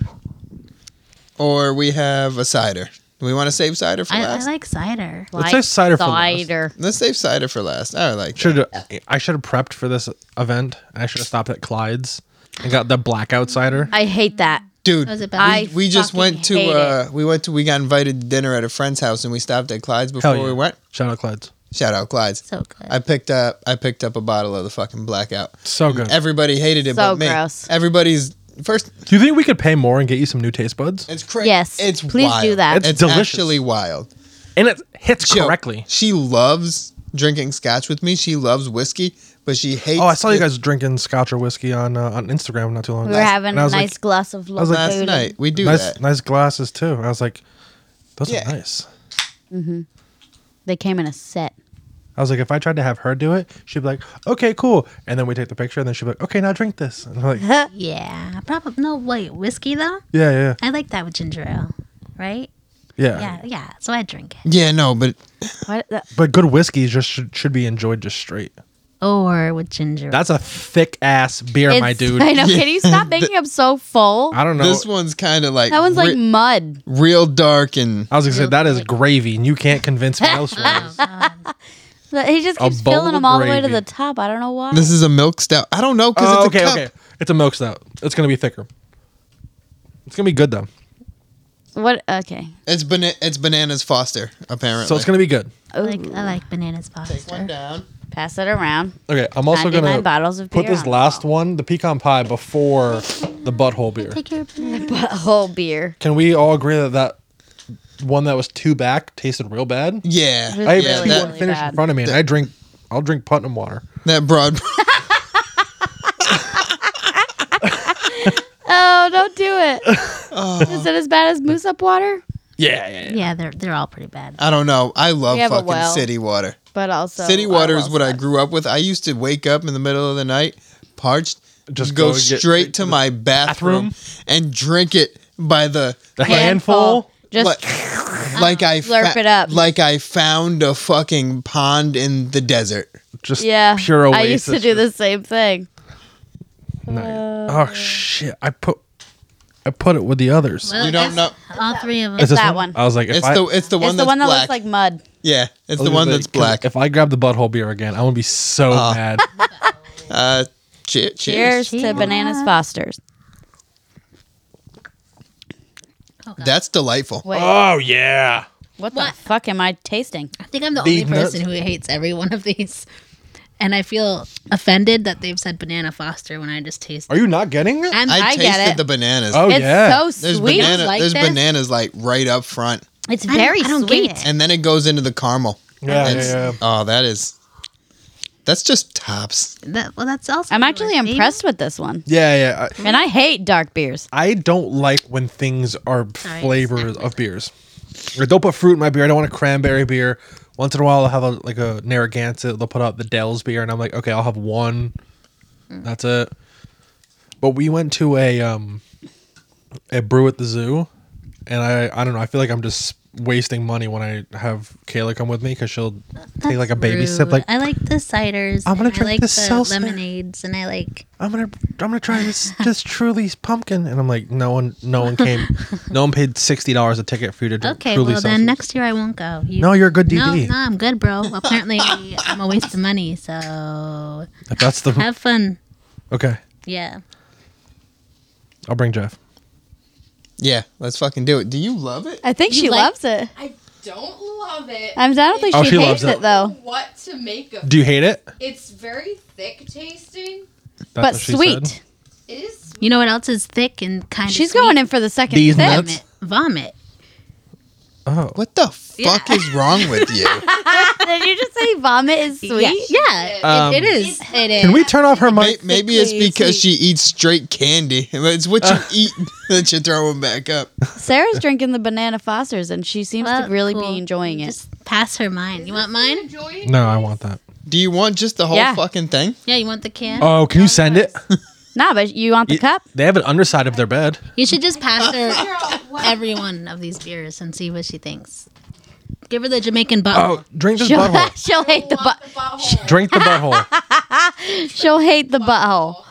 [SPEAKER 2] or we have a cider. Do we want to save cider for
[SPEAKER 4] I, I
[SPEAKER 2] last?
[SPEAKER 4] like cider.
[SPEAKER 1] Let's say cider for last.
[SPEAKER 3] cider.
[SPEAKER 2] Let's save cider for last. I like. that.
[SPEAKER 1] Should I should have prepped for this event, and I should have stopped at Clyde's and got the blackout cider.
[SPEAKER 3] I hate that.
[SPEAKER 2] Dude,
[SPEAKER 4] Was it
[SPEAKER 2] we,
[SPEAKER 4] bad?
[SPEAKER 3] I
[SPEAKER 2] we just
[SPEAKER 3] fucking
[SPEAKER 2] went to
[SPEAKER 3] hate
[SPEAKER 2] uh, we went to we got invited to dinner at a friend's house and we stopped at Clyde's before
[SPEAKER 1] Hell yeah.
[SPEAKER 2] we went.
[SPEAKER 1] Shout out Clyde's.
[SPEAKER 2] Shout out Clyde's.
[SPEAKER 4] So good.
[SPEAKER 2] I picked up I picked up a bottle of the fucking blackout.
[SPEAKER 1] So good.
[SPEAKER 2] Everybody hated it but
[SPEAKER 3] So
[SPEAKER 2] me.
[SPEAKER 3] gross.
[SPEAKER 2] Everybody's first
[SPEAKER 1] Do you think we could pay more and get you some new taste buds?
[SPEAKER 2] it's crazy.
[SPEAKER 3] Yes,
[SPEAKER 2] It's
[SPEAKER 3] please
[SPEAKER 2] wild.
[SPEAKER 3] do that.
[SPEAKER 1] It's
[SPEAKER 2] It's,
[SPEAKER 1] delicious.
[SPEAKER 2] actually wild.
[SPEAKER 1] And it hits
[SPEAKER 2] Jill,
[SPEAKER 1] correctly.
[SPEAKER 2] She loves drinking scotch with me. She loves whiskey, but she hates
[SPEAKER 1] Oh, I saw you
[SPEAKER 2] it.
[SPEAKER 1] guys drinking scotch or whiskey on uh, on Instagram not too long
[SPEAKER 3] We
[SPEAKER 1] ago.
[SPEAKER 3] were having
[SPEAKER 1] And I
[SPEAKER 3] a
[SPEAKER 1] was
[SPEAKER 3] nice glass of
[SPEAKER 1] was like-
[SPEAKER 3] Lagavulin.
[SPEAKER 2] last night. We do
[SPEAKER 1] like, nice,
[SPEAKER 2] that.
[SPEAKER 1] nice glasses too. I was like, those
[SPEAKER 2] Yeah.
[SPEAKER 1] are nice.
[SPEAKER 3] They came in a set.
[SPEAKER 1] I was like, if I tried to have her do it, she'd be like, okay, cool. And then we take the picture, and then she'd be like, okay, now drink this. And I'm like, yeah,
[SPEAKER 4] yeah, probably no. Wait, whiskey though.
[SPEAKER 1] yeah,
[SPEAKER 4] I like that with ginger ale, right?
[SPEAKER 1] yeah.
[SPEAKER 4] Yeah, yeah. So I drink it.
[SPEAKER 2] Yeah, no, but
[SPEAKER 3] What the-
[SPEAKER 1] But good whiskey just should, should be enjoyed just straight.
[SPEAKER 4] Or with ginger. ale.
[SPEAKER 1] That's a thick ass beer, my
[SPEAKER 3] It's-
[SPEAKER 1] dude.
[SPEAKER 3] I know. Can you stop making them so full?
[SPEAKER 1] I don't know.
[SPEAKER 2] this one's kind of like
[SPEAKER 3] That one's
[SPEAKER 2] re-
[SPEAKER 3] like mud.
[SPEAKER 2] real dark and
[SPEAKER 1] I was gonna say that is gravy, and you can't convince me elsewise.
[SPEAKER 3] But He just
[SPEAKER 1] A
[SPEAKER 3] keeps
[SPEAKER 1] bowl
[SPEAKER 3] filling
[SPEAKER 1] of
[SPEAKER 3] them all the way to
[SPEAKER 1] gravy.
[SPEAKER 3] the top. I don't know why.
[SPEAKER 2] this is a milk stout. I don't know because
[SPEAKER 1] Oh,
[SPEAKER 2] it's a
[SPEAKER 1] okay,
[SPEAKER 2] cup.
[SPEAKER 1] okay. It's a milk stout. It's gonna be thicker. It's gonna be good though.
[SPEAKER 3] what? Okay.
[SPEAKER 2] It's bana- it's bananas Foster apparently.
[SPEAKER 1] So it's gonna be good.
[SPEAKER 4] I like, I like bananas pasta.
[SPEAKER 2] down.
[SPEAKER 3] Pass it around.
[SPEAKER 1] Okay, I'm also
[SPEAKER 3] 99
[SPEAKER 1] gonna
[SPEAKER 3] bottles of
[SPEAKER 1] put
[SPEAKER 3] beer
[SPEAKER 1] this
[SPEAKER 3] on
[SPEAKER 1] last one, the pecan pie, before the butthole beer.
[SPEAKER 4] Take your banana.
[SPEAKER 3] But whole beer.
[SPEAKER 1] Can we all agree that that one that was two back tasted real bad?
[SPEAKER 2] Yeah,
[SPEAKER 3] Really,
[SPEAKER 1] I
[SPEAKER 2] yeah.
[SPEAKER 1] have
[SPEAKER 3] really,
[SPEAKER 1] one
[SPEAKER 2] that,
[SPEAKER 3] really
[SPEAKER 1] finished
[SPEAKER 3] bad.
[SPEAKER 1] in front of me, and I drink. I'll drink Putnam water.
[SPEAKER 2] that broad.
[SPEAKER 3] Oh, don't do it. Is it as bad as moose up water?
[SPEAKER 1] Yeah, yeah,
[SPEAKER 4] Yeah, they're they're all pretty bad.
[SPEAKER 2] I don't know. I love
[SPEAKER 3] Yeah, but
[SPEAKER 2] fucking
[SPEAKER 3] well.
[SPEAKER 2] city water.
[SPEAKER 3] But also
[SPEAKER 2] city water is what I
[SPEAKER 3] love
[SPEAKER 2] grew up with. I used to wake up in the middle of the night, parched,
[SPEAKER 1] Just
[SPEAKER 2] just go,
[SPEAKER 1] go get-
[SPEAKER 2] straight to my bathroom, and drink it by the
[SPEAKER 1] The
[SPEAKER 3] that.
[SPEAKER 1] handful.
[SPEAKER 3] Just
[SPEAKER 2] like, like I
[SPEAKER 3] Slurp Uh, it up.
[SPEAKER 2] like I found a fucking pond in the desert.
[SPEAKER 1] Just
[SPEAKER 3] yeah.
[SPEAKER 1] pure oasis.
[SPEAKER 3] I used to do the same thing.
[SPEAKER 1] Nice. oh shit! I put I put it with the others.
[SPEAKER 4] Well,
[SPEAKER 2] You don't know.
[SPEAKER 4] it's- All three of them.
[SPEAKER 1] Is this
[SPEAKER 3] that one.
[SPEAKER 1] I was like, if
[SPEAKER 2] It's
[SPEAKER 1] I,
[SPEAKER 2] the it's the one
[SPEAKER 3] it's the
[SPEAKER 2] that's
[SPEAKER 3] one that
[SPEAKER 2] black.
[SPEAKER 3] looks like mud.
[SPEAKER 2] yeah, it's
[SPEAKER 1] I
[SPEAKER 2] the
[SPEAKER 1] was
[SPEAKER 2] one
[SPEAKER 1] like,
[SPEAKER 2] that's black. Ah.
[SPEAKER 1] If I grab the butthole beer again, I'm gonna be so mad.
[SPEAKER 2] Uh, che- cheers.
[SPEAKER 3] Cheers, to bananas Foster's.
[SPEAKER 2] That's delightful.
[SPEAKER 3] Wait,
[SPEAKER 1] oh yeah.
[SPEAKER 3] what the
[SPEAKER 4] What?
[SPEAKER 3] fuck am I tasting?
[SPEAKER 4] I think I'm the
[SPEAKER 1] The
[SPEAKER 4] only person who hates every one of these, and I feel offended that they've said banana Foster when I just taste.
[SPEAKER 1] Are you not getting it?
[SPEAKER 4] I'm,
[SPEAKER 2] I,
[SPEAKER 4] I,
[SPEAKER 2] tasted
[SPEAKER 4] get it.
[SPEAKER 2] the bananas.
[SPEAKER 1] Oh
[SPEAKER 3] it's
[SPEAKER 1] yeah.
[SPEAKER 3] so
[SPEAKER 2] There's
[SPEAKER 3] sweet.
[SPEAKER 2] banana.
[SPEAKER 4] Like
[SPEAKER 2] there's
[SPEAKER 4] this?
[SPEAKER 2] bananas like right up front,
[SPEAKER 3] It's
[SPEAKER 4] I don't-
[SPEAKER 3] very
[SPEAKER 4] I don't get
[SPEAKER 3] sweet.
[SPEAKER 4] it.
[SPEAKER 2] and then it goes into the caramel.
[SPEAKER 1] yeah, yeah,
[SPEAKER 2] It's-
[SPEAKER 1] yeah.
[SPEAKER 2] Oh, that is. That's just tops.
[SPEAKER 4] That, well, that's also.
[SPEAKER 3] I'm
[SPEAKER 4] good,
[SPEAKER 3] actually
[SPEAKER 4] baby.
[SPEAKER 3] impressed with this one.
[SPEAKER 1] Yeah, yeah. I,
[SPEAKER 3] And I hate dark beers.
[SPEAKER 1] I don't like when things are
[SPEAKER 4] Sorry.
[SPEAKER 1] flavors of beers. Or don't put fruit in my beer. I don't want a cranberry beer. Once in a while, I'll have a, like a Narragansett. They'll put out the Dell's beer, and I'm like, okay, I'll have one. That's it. But we went to a um a brew at the zoo, and I I don't know. I feel like I'm just wasting money when I have Kayla come with me because she'll
[SPEAKER 4] That's
[SPEAKER 1] take like a baby sip.
[SPEAKER 4] rude.
[SPEAKER 1] Like
[SPEAKER 4] I like the ciders.
[SPEAKER 1] I'm gonna
[SPEAKER 4] and
[SPEAKER 1] drink
[SPEAKER 4] I like
[SPEAKER 1] this
[SPEAKER 4] the
[SPEAKER 1] seltzer.
[SPEAKER 4] lemonades, and I like.
[SPEAKER 1] I'm gonna I'm gonna try this this Truly's pumpkin, and I'm like, no one no one came, no one paid sixty dollars a ticket for you to drink.
[SPEAKER 4] Okay,
[SPEAKER 1] Truly's
[SPEAKER 4] well
[SPEAKER 1] sausage.
[SPEAKER 4] then next year I won't go. You,
[SPEAKER 1] No, you're a good
[SPEAKER 4] No,
[SPEAKER 1] DD.
[SPEAKER 4] no, I'm good, bro. Apparently, I'm a waste of money. So
[SPEAKER 1] If that's the
[SPEAKER 4] have fun.
[SPEAKER 1] okay,
[SPEAKER 4] Yeah.
[SPEAKER 1] I'll bring Jeff.
[SPEAKER 2] Yeah, let's fucking do it. Do you love it?
[SPEAKER 3] I think
[SPEAKER 4] You
[SPEAKER 3] she
[SPEAKER 4] like-
[SPEAKER 3] loves it.
[SPEAKER 5] I don't love it.
[SPEAKER 3] I'm, I don't think
[SPEAKER 1] Oh,
[SPEAKER 3] she,
[SPEAKER 1] she loves
[SPEAKER 3] hates it,
[SPEAKER 1] it.
[SPEAKER 5] know
[SPEAKER 3] though.
[SPEAKER 5] What to make of it?
[SPEAKER 1] Do you hate it?
[SPEAKER 5] It's very thick tasting.
[SPEAKER 1] That's
[SPEAKER 3] But
[SPEAKER 1] what she
[SPEAKER 3] sweet.
[SPEAKER 1] said.
[SPEAKER 5] It is.
[SPEAKER 4] You know what else is thick and kind of.
[SPEAKER 3] She's going in for the second
[SPEAKER 1] These
[SPEAKER 3] sip.
[SPEAKER 1] nuts?
[SPEAKER 4] vomit. Vomit.
[SPEAKER 1] Oh,
[SPEAKER 2] What the fuck is wrong with you?
[SPEAKER 3] Did you just say vomit is sweet?
[SPEAKER 4] Yeah, yeah
[SPEAKER 1] Um,
[SPEAKER 4] it, it is. It is.
[SPEAKER 1] can we turn off her
[SPEAKER 2] May-
[SPEAKER 1] mic?
[SPEAKER 2] Maybe it's because she eats straight candy. It's what you eat that you're throwing back up.
[SPEAKER 3] Sarah's drinking the banana Foster's, and she seems
[SPEAKER 4] Well,
[SPEAKER 3] to really
[SPEAKER 4] cool.
[SPEAKER 3] be enjoying it.
[SPEAKER 4] Just pass her mine. You want mine?
[SPEAKER 5] Enjoying.
[SPEAKER 1] No, I want that.
[SPEAKER 2] Do you want just the whole
[SPEAKER 3] Yeah.
[SPEAKER 2] fucking thing?
[SPEAKER 4] Yeah, you want the can?
[SPEAKER 1] Oh, can you send it?
[SPEAKER 3] Nah, but you want the
[SPEAKER 1] You-
[SPEAKER 3] cup?
[SPEAKER 1] They have an underside of their bed.
[SPEAKER 4] You should just pass her
[SPEAKER 5] Girl, what?
[SPEAKER 4] every one of these beers and see what she thinks. Give her the Jamaican bottle.
[SPEAKER 1] Oh, drink this
[SPEAKER 3] She'll,
[SPEAKER 1] butthole.
[SPEAKER 3] she'll hate the
[SPEAKER 5] want Oh
[SPEAKER 3] butt.
[SPEAKER 5] butthole.
[SPEAKER 1] Drink the butthole.
[SPEAKER 3] She'll hate the butthole.
[SPEAKER 5] Oh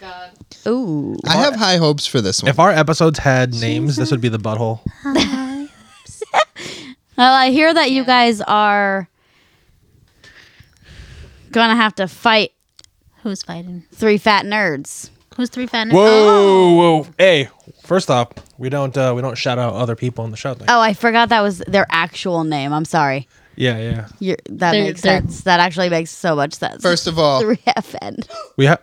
[SPEAKER 5] god.
[SPEAKER 3] Ooh.
[SPEAKER 2] I have high hopes for this one.
[SPEAKER 1] If our episodes had names, this would be the butthole.
[SPEAKER 3] Well, I hear that you guys are gonna have to fight
[SPEAKER 4] Who's fighting?
[SPEAKER 3] three fat nerds.
[SPEAKER 4] Who's three Oh, fat?
[SPEAKER 1] Whoa, whoa. Hey, first off, we don't uh, we don't shout out other people on the show. Thing.
[SPEAKER 3] Oh, I forgot that was their actual name. I'm sorry.
[SPEAKER 1] Yeah, yeah.
[SPEAKER 3] You're, that
[SPEAKER 4] They're-
[SPEAKER 3] makes
[SPEAKER 4] they're-
[SPEAKER 3] sense. That actually makes so much sense.
[SPEAKER 2] First of all,
[SPEAKER 3] three FN.
[SPEAKER 1] We ha-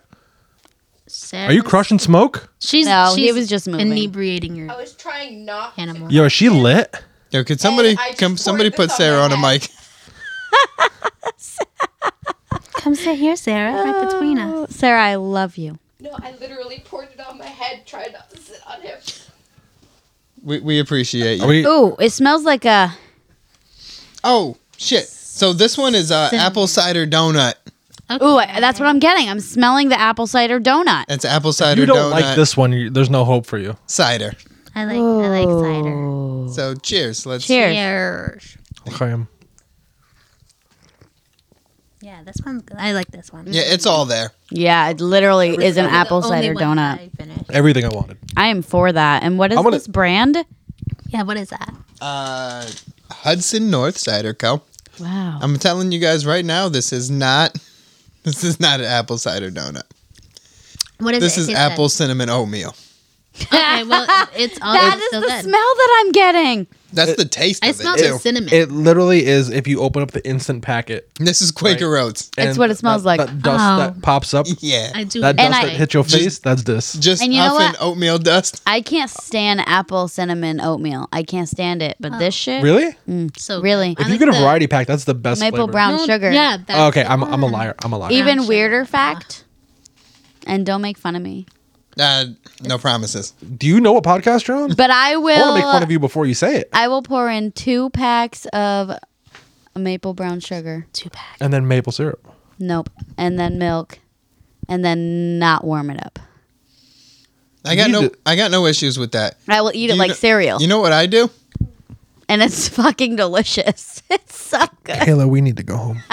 [SPEAKER 4] Sarah.
[SPEAKER 1] Are you crushing smoke?
[SPEAKER 4] She's
[SPEAKER 3] No,
[SPEAKER 4] she's
[SPEAKER 3] he was just moving.
[SPEAKER 4] inebriating
[SPEAKER 5] I
[SPEAKER 4] your
[SPEAKER 5] was trying not
[SPEAKER 4] animal.
[SPEAKER 1] Yo, is she lit?
[SPEAKER 2] yo, could somebody
[SPEAKER 5] And I just
[SPEAKER 2] come? Somebody
[SPEAKER 5] poured this
[SPEAKER 2] put
[SPEAKER 5] on
[SPEAKER 2] Sarah
[SPEAKER 5] my
[SPEAKER 2] on a
[SPEAKER 5] head.
[SPEAKER 2] mic.
[SPEAKER 4] Come sit here, Sarah, right between us.
[SPEAKER 3] Sarah, I love you.
[SPEAKER 5] No, I literally poured it on my head, trying not to sit on him.
[SPEAKER 2] We, we appreciate
[SPEAKER 1] Are
[SPEAKER 2] you.
[SPEAKER 1] we?
[SPEAKER 3] Ooh, it smells like a.
[SPEAKER 2] Oh shit! So this one is uh, apple cider donut.
[SPEAKER 3] Ooh, I- that's what I'm getting. I'm smelling the apple cider donut.
[SPEAKER 2] It's apple cider
[SPEAKER 1] You
[SPEAKER 2] donut
[SPEAKER 1] don't like this one. You, there's no hope for you.
[SPEAKER 2] cider.
[SPEAKER 4] I like I like cider.
[SPEAKER 3] Oh.
[SPEAKER 2] So cheers. Let's
[SPEAKER 3] Cheers.
[SPEAKER 4] Cheers.
[SPEAKER 1] Okay.
[SPEAKER 4] Yeah, this one's good. I like this one.
[SPEAKER 2] Yeah, it's all there.
[SPEAKER 3] Yeah, it literally is an
[SPEAKER 4] Probably the
[SPEAKER 3] apple
[SPEAKER 4] only
[SPEAKER 3] cider
[SPEAKER 4] one
[SPEAKER 3] donut.
[SPEAKER 4] I finished.
[SPEAKER 1] Everything I wanted.
[SPEAKER 3] I am for that. And what is
[SPEAKER 1] I'm gonna-
[SPEAKER 3] this brand?
[SPEAKER 4] Yeah, what is that?
[SPEAKER 2] Uh, Hudson North Cider Co.
[SPEAKER 3] Wow.
[SPEAKER 2] I'm telling you guys right now, this is not. This is not an apple cider donut.
[SPEAKER 4] What is
[SPEAKER 2] This
[SPEAKER 4] it?
[SPEAKER 2] is
[SPEAKER 4] It tastes
[SPEAKER 2] apple cinnamon oatmeal.
[SPEAKER 4] good. Okay, well, it's all
[SPEAKER 3] that
[SPEAKER 4] it's
[SPEAKER 3] is
[SPEAKER 4] so
[SPEAKER 3] the
[SPEAKER 4] good.
[SPEAKER 3] smell that I'm getting.
[SPEAKER 2] That's the taste
[SPEAKER 4] I
[SPEAKER 2] of
[SPEAKER 4] smell
[SPEAKER 2] it too.
[SPEAKER 4] the cinnamon.
[SPEAKER 1] It literally is if you open up the instant packet.
[SPEAKER 2] This is Quaker Oats.
[SPEAKER 3] It's
[SPEAKER 1] and
[SPEAKER 3] what it smells
[SPEAKER 1] that-
[SPEAKER 3] like.
[SPEAKER 1] That dust
[SPEAKER 4] Oh.
[SPEAKER 1] that pops up.
[SPEAKER 2] Yeah,
[SPEAKER 4] I do.
[SPEAKER 1] That
[SPEAKER 4] like
[SPEAKER 1] dust
[SPEAKER 3] I-
[SPEAKER 1] that
[SPEAKER 4] it.
[SPEAKER 1] hits your face. that's this.
[SPEAKER 2] just
[SPEAKER 3] And you know
[SPEAKER 2] huffing
[SPEAKER 3] what?
[SPEAKER 2] oatmeal dust.
[SPEAKER 3] I can't stand apple cinnamon oatmeal. I can't stand it. But
[SPEAKER 4] Oh.
[SPEAKER 3] this shit,
[SPEAKER 1] Really?
[SPEAKER 4] so good.
[SPEAKER 3] really?
[SPEAKER 4] I
[SPEAKER 1] If you
[SPEAKER 4] like
[SPEAKER 1] get a
[SPEAKER 4] the
[SPEAKER 1] variety pack, that's the best.
[SPEAKER 3] maple
[SPEAKER 1] flavor.
[SPEAKER 3] brown
[SPEAKER 4] No,
[SPEAKER 3] sugar.
[SPEAKER 4] Yeah. That's
[SPEAKER 1] Oh, okay, I'm I'm a liar. I'm a liar.
[SPEAKER 3] Even
[SPEAKER 4] sugar.
[SPEAKER 3] weirder fact. And don't make fun of me.
[SPEAKER 2] Uh, no promises.
[SPEAKER 1] Do you know what podcast you're on?
[SPEAKER 3] But I
[SPEAKER 1] I
[SPEAKER 3] will.
[SPEAKER 1] want to make fun of you before you say it,
[SPEAKER 3] I will pour in two packs of maple brown sugar.
[SPEAKER 4] Two pack.
[SPEAKER 1] and then maple syrup.
[SPEAKER 3] Nope. And then milk. And then not warm it up.
[SPEAKER 2] I got
[SPEAKER 1] You
[SPEAKER 2] no.
[SPEAKER 1] do-
[SPEAKER 2] I got no issues with that.
[SPEAKER 3] I will eat
[SPEAKER 2] You
[SPEAKER 3] it like
[SPEAKER 2] kn-
[SPEAKER 3] cereal.
[SPEAKER 2] You know what I do?
[SPEAKER 3] and it's fucking delicious. It's so good.
[SPEAKER 1] Kayla, we need to go home.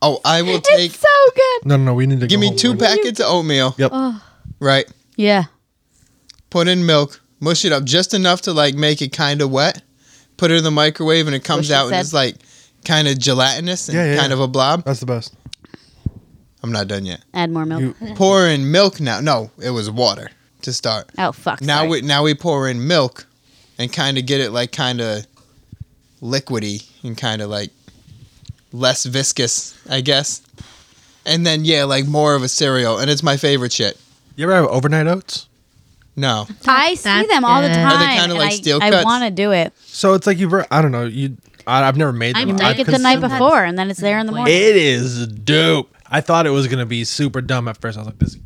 [SPEAKER 2] Oh, I will take.
[SPEAKER 3] It's so good.
[SPEAKER 1] No, no, no we need to.
[SPEAKER 2] Give
[SPEAKER 1] go
[SPEAKER 2] me
[SPEAKER 1] home.
[SPEAKER 2] two packets of oatmeal.
[SPEAKER 1] Yep.
[SPEAKER 3] Oh.
[SPEAKER 2] Right.
[SPEAKER 3] Yeah.
[SPEAKER 2] Put in milk. Mush it up just enough to like make it kind of wet. Put it in the microwave and it comes
[SPEAKER 3] she
[SPEAKER 2] out
[SPEAKER 3] said.
[SPEAKER 2] and it's like kind of gelatinous and
[SPEAKER 1] Yeah, yeah,
[SPEAKER 2] kind
[SPEAKER 1] yeah.
[SPEAKER 2] of a blob.
[SPEAKER 1] That's the best.
[SPEAKER 2] I'm not done yet.
[SPEAKER 3] Add more milk.
[SPEAKER 1] You-
[SPEAKER 2] Pour in milk now. No, it was water to start.
[SPEAKER 3] oh fuck.
[SPEAKER 2] Now
[SPEAKER 3] sorry.
[SPEAKER 2] we now we pour in milk and kind of get it like kind of liquidy and kind of like less viscous, I guess. And then yeah, like more of a cereal and it's my favorite shit.
[SPEAKER 1] You ever have overnight oats?
[SPEAKER 2] No.
[SPEAKER 3] I see
[SPEAKER 4] That's
[SPEAKER 3] them all the
[SPEAKER 4] good.
[SPEAKER 3] time.
[SPEAKER 4] Are
[SPEAKER 2] they kinda
[SPEAKER 3] and
[SPEAKER 2] like
[SPEAKER 3] I-
[SPEAKER 2] steel
[SPEAKER 3] I,
[SPEAKER 2] cuts?
[SPEAKER 3] want to do it.
[SPEAKER 1] So it's like you've. I don't know. You. I, I've never made
[SPEAKER 4] I've
[SPEAKER 1] them.
[SPEAKER 4] done
[SPEAKER 1] I've
[SPEAKER 3] Make it the night
[SPEAKER 1] consumed them.
[SPEAKER 3] before, and then it's there in the morning.
[SPEAKER 1] It is dope. I thought it was gonna be super dumb at first. I was like, this.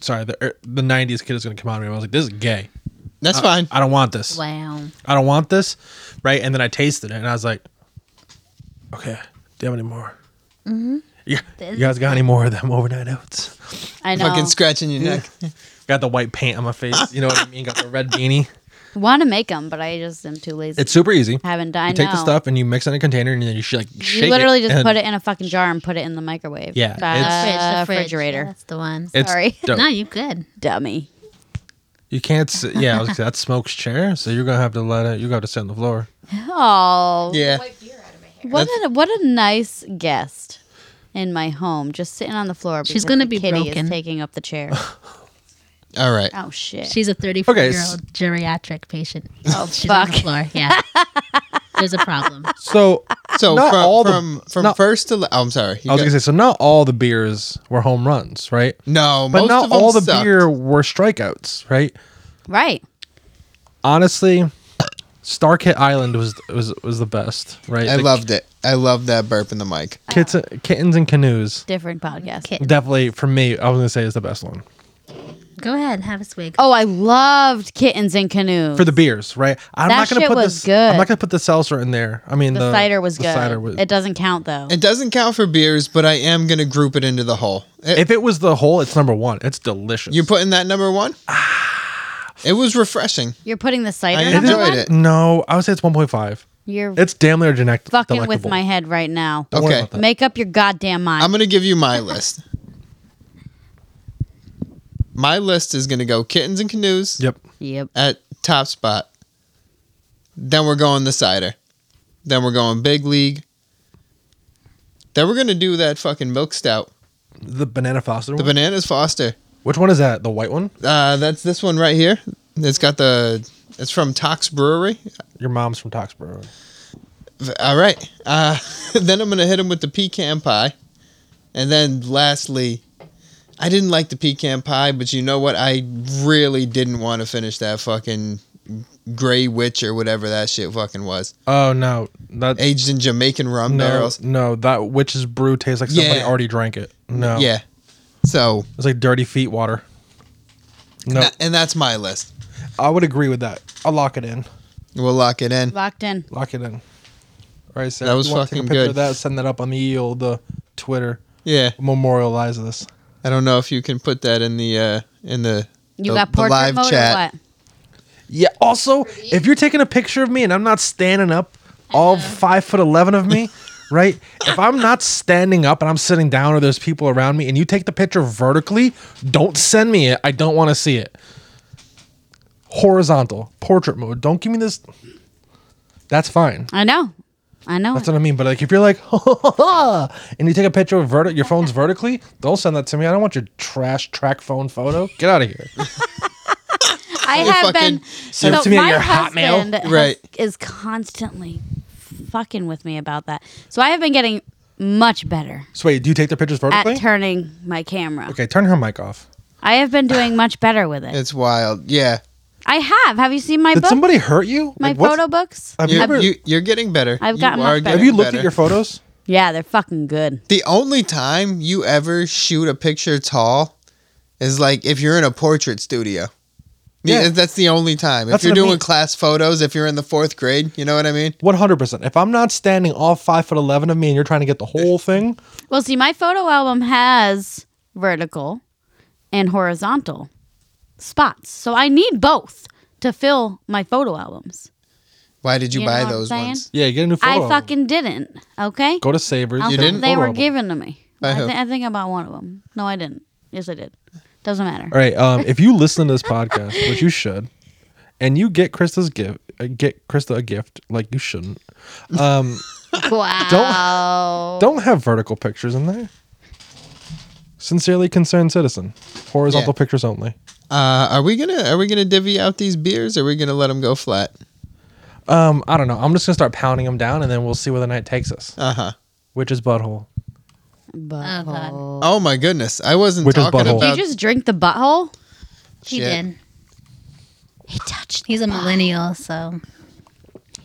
[SPEAKER 1] Sorry, the er, the '90s kid is gonna come out of me. I was like, this is gay. Uh,
[SPEAKER 2] That's fine.
[SPEAKER 1] I don't want this.
[SPEAKER 4] Wow.
[SPEAKER 1] I don't want this, right? And then I tasted it, and I was like, okay, do you have any more? Mm-hmm. Yeah, you guys got any more of them overnight oats?
[SPEAKER 3] I know.
[SPEAKER 2] Fucking scratching your neck.
[SPEAKER 1] Got the white paint on my face. You know what I mean? Got the red beanie.
[SPEAKER 3] want to make them, but I just am too lazy.
[SPEAKER 1] It's super easy.
[SPEAKER 3] haven't done.
[SPEAKER 1] You take the stuff and you mix it in a container, and then you should like shake
[SPEAKER 3] You literally
[SPEAKER 1] it
[SPEAKER 3] just
[SPEAKER 1] and
[SPEAKER 3] put it in a fucking jar and put it in the microwave.
[SPEAKER 1] Yeah, it's-
[SPEAKER 4] Fridge,
[SPEAKER 3] Uh,
[SPEAKER 4] the fridge. Yeah,
[SPEAKER 3] refrigerator.
[SPEAKER 4] that's the one.
[SPEAKER 1] It's
[SPEAKER 3] Sorry.
[SPEAKER 1] dope.
[SPEAKER 4] No, you could.
[SPEAKER 3] Dummy.
[SPEAKER 1] You can't. Sit, yeah, I was, gonna say, that's Smoke's chair, so you're gonna have to let it. You got to sit on the floor.
[SPEAKER 3] Oh.
[SPEAKER 2] Yeah.
[SPEAKER 5] Wipe beer out of my hair.
[SPEAKER 3] What a what a nice guest in my home, just sitting on the floor.
[SPEAKER 4] She's
[SPEAKER 3] because
[SPEAKER 4] gonna
[SPEAKER 3] the
[SPEAKER 4] be
[SPEAKER 3] kitty
[SPEAKER 4] broken.
[SPEAKER 3] is taking up the chair.
[SPEAKER 2] All right.
[SPEAKER 3] oh shit.
[SPEAKER 4] She's a 34
[SPEAKER 1] Okay,
[SPEAKER 4] year
[SPEAKER 1] s-
[SPEAKER 4] old geriatric patient.
[SPEAKER 3] oh
[SPEAKER 4] She's on the
[SPEAKER 3] fuck.
[SPEAKER 4] floor. Yeah. There's a problem.
[SPEAKER 1] So
[SPEAKER 2] So
[SPEAKER 1] Not
[SPEAKER 2] from
[SPEAKER 1] all the-
[SPEAKER 2] from, from
[SPEAKER 1] not-
[SPEAKER 2] first to la- oh, I'm sorry. You
[SPEAKER 1] I was
[SPEAKER 2] go-
[SPEAKER 1] gonna say, so not all the beers were home runs, right?
[SPEAKER 2] no,
[SPEAKER 1] But
[SPEAKER 2] most
[SPEAKER 1] not
[SPEAKER 2] of them
[SPEAKER 1] all the
[SPEAKER 2] sucked.
[SPEAKER 1] beer were strikeouts, right?
[SPEAKER 3] Right.
[SPEAKER 1] honestly, Starkit Island was was was the best, right?
[SPEAKER 2] I
[SPEAKER 1] The
[SPEAKER 2] loved it. I loved that burp in the mic.
[SPEAKER 1] kits, kittens and canoes.
[SPEAKER 3] Different podcast.
[SPEAKER 4] Okay.
[SPEAKER 1] Definitely for me, I was gonna say is the best one
[SPEAKER 4] Go ahead, have a swig.
[SPEAKER 3] Oh, I loved kittens and canoes.
[SPEAKER 1] for the beers, right? I'm
[SPEAKER 3] That
[SPEAKER 1] not gonna
[SPEAKER 3] shit
[SPEAKER 1] put
[SPEAKER 3] was
[SPEAKER 1] this.
[SPEAKER 3] good.
[SPEAKER 1] I'm not gonna put the seltzer in there. I mean,
[SPEAKER 3] the,
[SPEAKER 1] the,
[SPEAKER 3] cider was
[SPEAKER 1] the
[SPEAKER 3] good.
[SPEAKER 1] cider was-
[SPEAKER 3] it doesn't count though.
[SPEAKER 2] It doesn't count for beers, but I am gonna group it into the whole. It-
[SPEAKER 1] if it was the whole, it's number one. It's delicious.
[SPEAKER 2] you putting that number one? It was refreshing.
[SPEAKER 1] Ah.
[SPEAKER 3] You're putting the cider.
[SPEAKER 2] I
[SPEAKER 3] number
[SPEAKER 2] enjoyed
[SPEAKER 3] one?
[SPEAKER 2] it.
[SPEAKER 1] No, I would say it's 1.5.
[SPEAKER 3] You're
[SPEAKER 1] It's damn near denect-
[SPEAKER 3] fucking with
[SPEAKER 1] delectable.
[SPEAKER 3] my head right now.
[SPEAKER 1] Don't worry
[SPEAKER 2] Okay.
[SPEAKER 1] about that.
[SPEAKER 3] Make up your goddamn mind.
[SPEAKER 2] I'm gonna give you my list. My list is gonna go kittens and canoes
[SPEAKER 1] Yep.
[SPEAKER 3] yep.
[SPEAKER 2] at top spot. Then we're going the cider. Then we're going big league. Then we're gonna do that fucking milk stout.
[SPEAKER 1] The banana foster
[SPEAKER 2] The
[SPEAKER 1] one.
[SPEAKER 2] bananas Foster.
[SPEAKER 1] Which one is that? The white one?
[SPEAKER 2] Uh, that's this one right here. It's got the. It's from Tox Brewery.
[SPEAKER 1] Your mom's from Toxborough.
[SPEAKER 2] All right. Uh, then I'm gonna hit him with the pecan pie, and then lastly, I didn't like the pecan pie, but you know what? I really didn't want to finish that fucking gray witch or whatever that shit fucking was,
[SPEAKER 1] Oh no, that
[SPEAKER 2] aged in Jamaican rum
[SPEAKER 1] no,
[SPEAKER 2] barrels.
[SPEAKER 1] no, that witch's brew tastes like somebody
[SPEAKER 2] Yeah.
[SPEAKER 1] already drank it. No,
[SPEAKER 2] Yeah. So,
[SPEAKER 1] it's like dirty feet water. No,
[SPEAKER 2] tha- and that's my list.
[SPEAKER 1] I would agree with that. I'll lock it in.
[SPEAKER 2] We'll lock it in.
[SPEAKER 3] Locked in.
[SPEAKER 1] Lock it in. All right, so
[SPEAKER 2] That
[SPEAKER 1] if you
[SPEAKER 2] was
[SPEAKER 1] wanna take a
[SPEAKER 2] fucking
[SPEAKER 1] picture Of
[SPEAKER 2] good.
[SPEAKER 1] that send that up on the old uh, Twitter.
[SPEAKER 2] Yeah.
[SPEAKER 1] Memorialize this.
[SPEAKER 2] I don't know if you can put that in the uh in the
[SPEAKER 3] You
[SPEAKER 2] the-
[SPEAKER 3] got
[SPEAKER 2] the
[SPEAKER 3] portrait
[SPEAKER 2] live
[SPEAKER 3] mode
[SPEAKER 2] chat.
[SPEAKER 3] or what?
[SPEAKER 1] Yeah. Also, if you're taking a picture of me and I'm not standing up, all five foot eleven of me, right? If I'm not standing up and I'm sitting down, or there's people around me, and you take the picture vertically, don't send me it. I don't want to see it. Horizontal portrait mode. Don't give me this. That's fine.
[SPEAKER 3] I know. I know.
[SPEAKER 1] That's
[SPEAKER 3] it.
[SPEAKER 1] what I mean. But like, if you're like, and you take a picture of verti- your phone's vertically, don't send that to me. I don't want your trash track phone photo. Get out of here.
[SPEAKER 3] I
[SPEAKER 2] You
[SPEAKER 3] have
[SPEAKER 2] fucking-
[SPEAKER 3] been.
[SPEAKER 1] Send it to me at
[SPEAKER 3] my
[SPEAKER 1] your Hotmail.
[SPEAKER 3] husband has-
[SPEAKER 2] Right.
[SPEAKER 3] is constantly fucking with me about that. So I have been getting much better
[SPEAKER 1] So wait, do you take the pictures vertically?
[SPEAKER 3] at turning my camera.
[SPEAKER 1] okay, turn her mic off.
[SPEAKER 3] I have been doing much better with it.
[SPEAKER 2] It's wild. Yeah.
[SPEAKER 3] I have. Have you seen my
[SPEAKER 1] Did
[SPEAKER 3] book?
[SPEAKER 1] somebody hurt you?
[SPEAKER 3] my
[SPEAKER 1] Like, what's-
[SPEAKER 3] photo books?
[SPEAKER 1] Have you,
[SPEAKER 2] You,
[SPEAKER 1] ever,
[SPEAKER 2] you, you're getting better.
[SPEAKER 3] I've
[SPEAKER 2] You
[SPEAKER 3] gotten much
[SPEAKER 2] are
[SPEAKER 3] better.
[SPEAKER 2] getting
[SPEAKER 1] have you looked at
[SPEAKER 2] better.
[SPEAKER 1] your photos?
[SPEAKER 3] Yeah, they're fucking good.
[SPEAKER 2] The only time you ever shoot a picture tall is like if you're in a portrait studio.
[SPEAKER 1] Yeah.
[SPEAKER 2] Yeah. That's the only time.
[SPEAKER 1] That's
[SPEAKER 2] if you're
[SPEAKER 1] what I
[SPEAKER 2] doing
[SPEAKER 1] mean.
[SPEAKER 2] class photos, if you're in the fourth grade, you know what I mean?
[SPEAKER 1] One hundred percent. If I'm not standing all five foot eleven of me, and you're trying to get the whole thing,
[SPEAKER 3] Well, see, my photo album has vertical and horizontal spots. So I need both to fill my photo albums.
[SPEAKER 2] Why did you,
[SPEAKER 3] You know
[SPEAKER 2] buy
[SPEAKER 3] what I'm
[SPEAKER 2] those
[SPEAKER 3] saying?
[SPEAKER 2] ones?
[SPEAKER 1] yeah, get a new photo.
[SPEAKER 3] I
[SPEAKER 1] album.
[SPEAKER 3] fucking didn't. Okay?
[SPEAKER 1] go to Savers.
[SPEAKER 3] I'll-
[SPEAKER 2] You
[SPEAKER 1] get a
[SPEAKER 2] didn't? Oh,
[SPEAKER 1] new
[SPEAKER 3] They
[SPEAKER 1] photo
[SPEAKER 3] were
[SPEAKER 1] album.
[SPEAKER 3] given to me.
[SPEAKER 2] By
[SPEAKER 3] I,
[SPEAKER 2] who?
[SPEAKER 3] thi- I think I bought one of them. No, I didn't. Yes, I did. Doesn't matter.
[SPEAKER 1] All right. Um, if you listen to this podcast, which you should, and you get Krista's gift, uh, get Krista a gift, like you shouldn't. Um,
[SPEAKER 4] Wow.
[SPEAKER 3] Wow.
[SPEAKER 1] don't have vertical pictures in there. Sincerely concerned citizen. Horizontal
[SPEAKER 2] Yeah.
[SPEAKER 1] pictures only.
[SPEAKER 2] Uh, are we gonna Are we gonna divvy out these beers? Or are we gonna let them go flat?
[SPEAKER 1] Um, I don't know. I'm just gonna start pounding them down, and then we'll see where the night takes us.
[SPEAKER 2] Uh huh.
[SPEAKER 1] Which is butthole.
[SPEAKER 4] Oh, God.
[SPEAKER 2] Oh my goodness! I wasn't
[SPEAKER 1] Which is
[SPEAKER 2] talking
[SPEAKER 1] butthole.
[SPEAKER 2] about.
[SPEAKER 3] Uh, you just drink the butthole?
[SPEAKER 4] He
[SPEAKER 2] Shit.
[SPEAKER 4] did. He touched. He's a millennial, so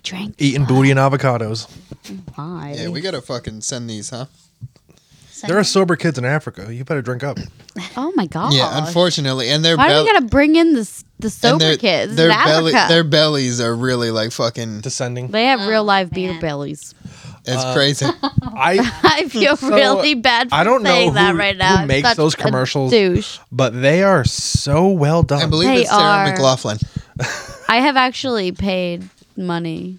[SPEAKER 3] Drink.
[SPEAKER 1] Eating booty and avocados.
[SPEAKER 3] Why?
[SPEAKER 2] yeah, we gotta fucking send these, huh?
[SPEAKER 1] There are sober kids in Africa. You better drink up.
[SPEAKER 3] oh my god.
[SPEAKER 2] Yeah, unfortunately, and their
[SPEAKER 3] Why do
[SPEAKER 2] bel-
[SPEAKER 3] we gotta bring in the s- the
[SPEAKER 2] and
[SPEAKER 3] sober kids?
[SPEAKER 2] Their
[SPEAKER 3] Their
[SPEAKER 2] belly, their bellies are really like fucking.
[SPEAKER 1] Descending.
[SPEAKER 3] they have real live beer
[SPEAKER 4] Oh, man.
[SPEAKER 3] bellies.
[SPEAKER 2] It's
[SPEAKER 1] Uh,
[SPEAKER 2] crazy.
[SPEAKER 1] I
[SPEAKER 3] I feel
[SPEAKER 1] So,
[SPEAKER 3] really bad for
[SPEAKER 1] I don't know
[SPEAKER 3] saying that
[SPEAKER 1] who-
[SPEAKER 3] right
[SPEAKER 1] who
[SPEAKER 3] now. I'm
[SPEAKER 1] makes
[SPEAKER 3] such
[SPEAKER 1] those
[SPEAKER 3] a
[SPEAKER 1] commercials.
[SPEAKER 3] douche.
[SPEAKER 1] but they are so well done.
[SPEAKER 2] I believe
[SPEAKER 3] They
[SPEAKER 2] it's Sarah
[SPEAKER 3] are-
[SPEAKER 2] McLaughlin.
[SPEAKER 3] I have actually paid money.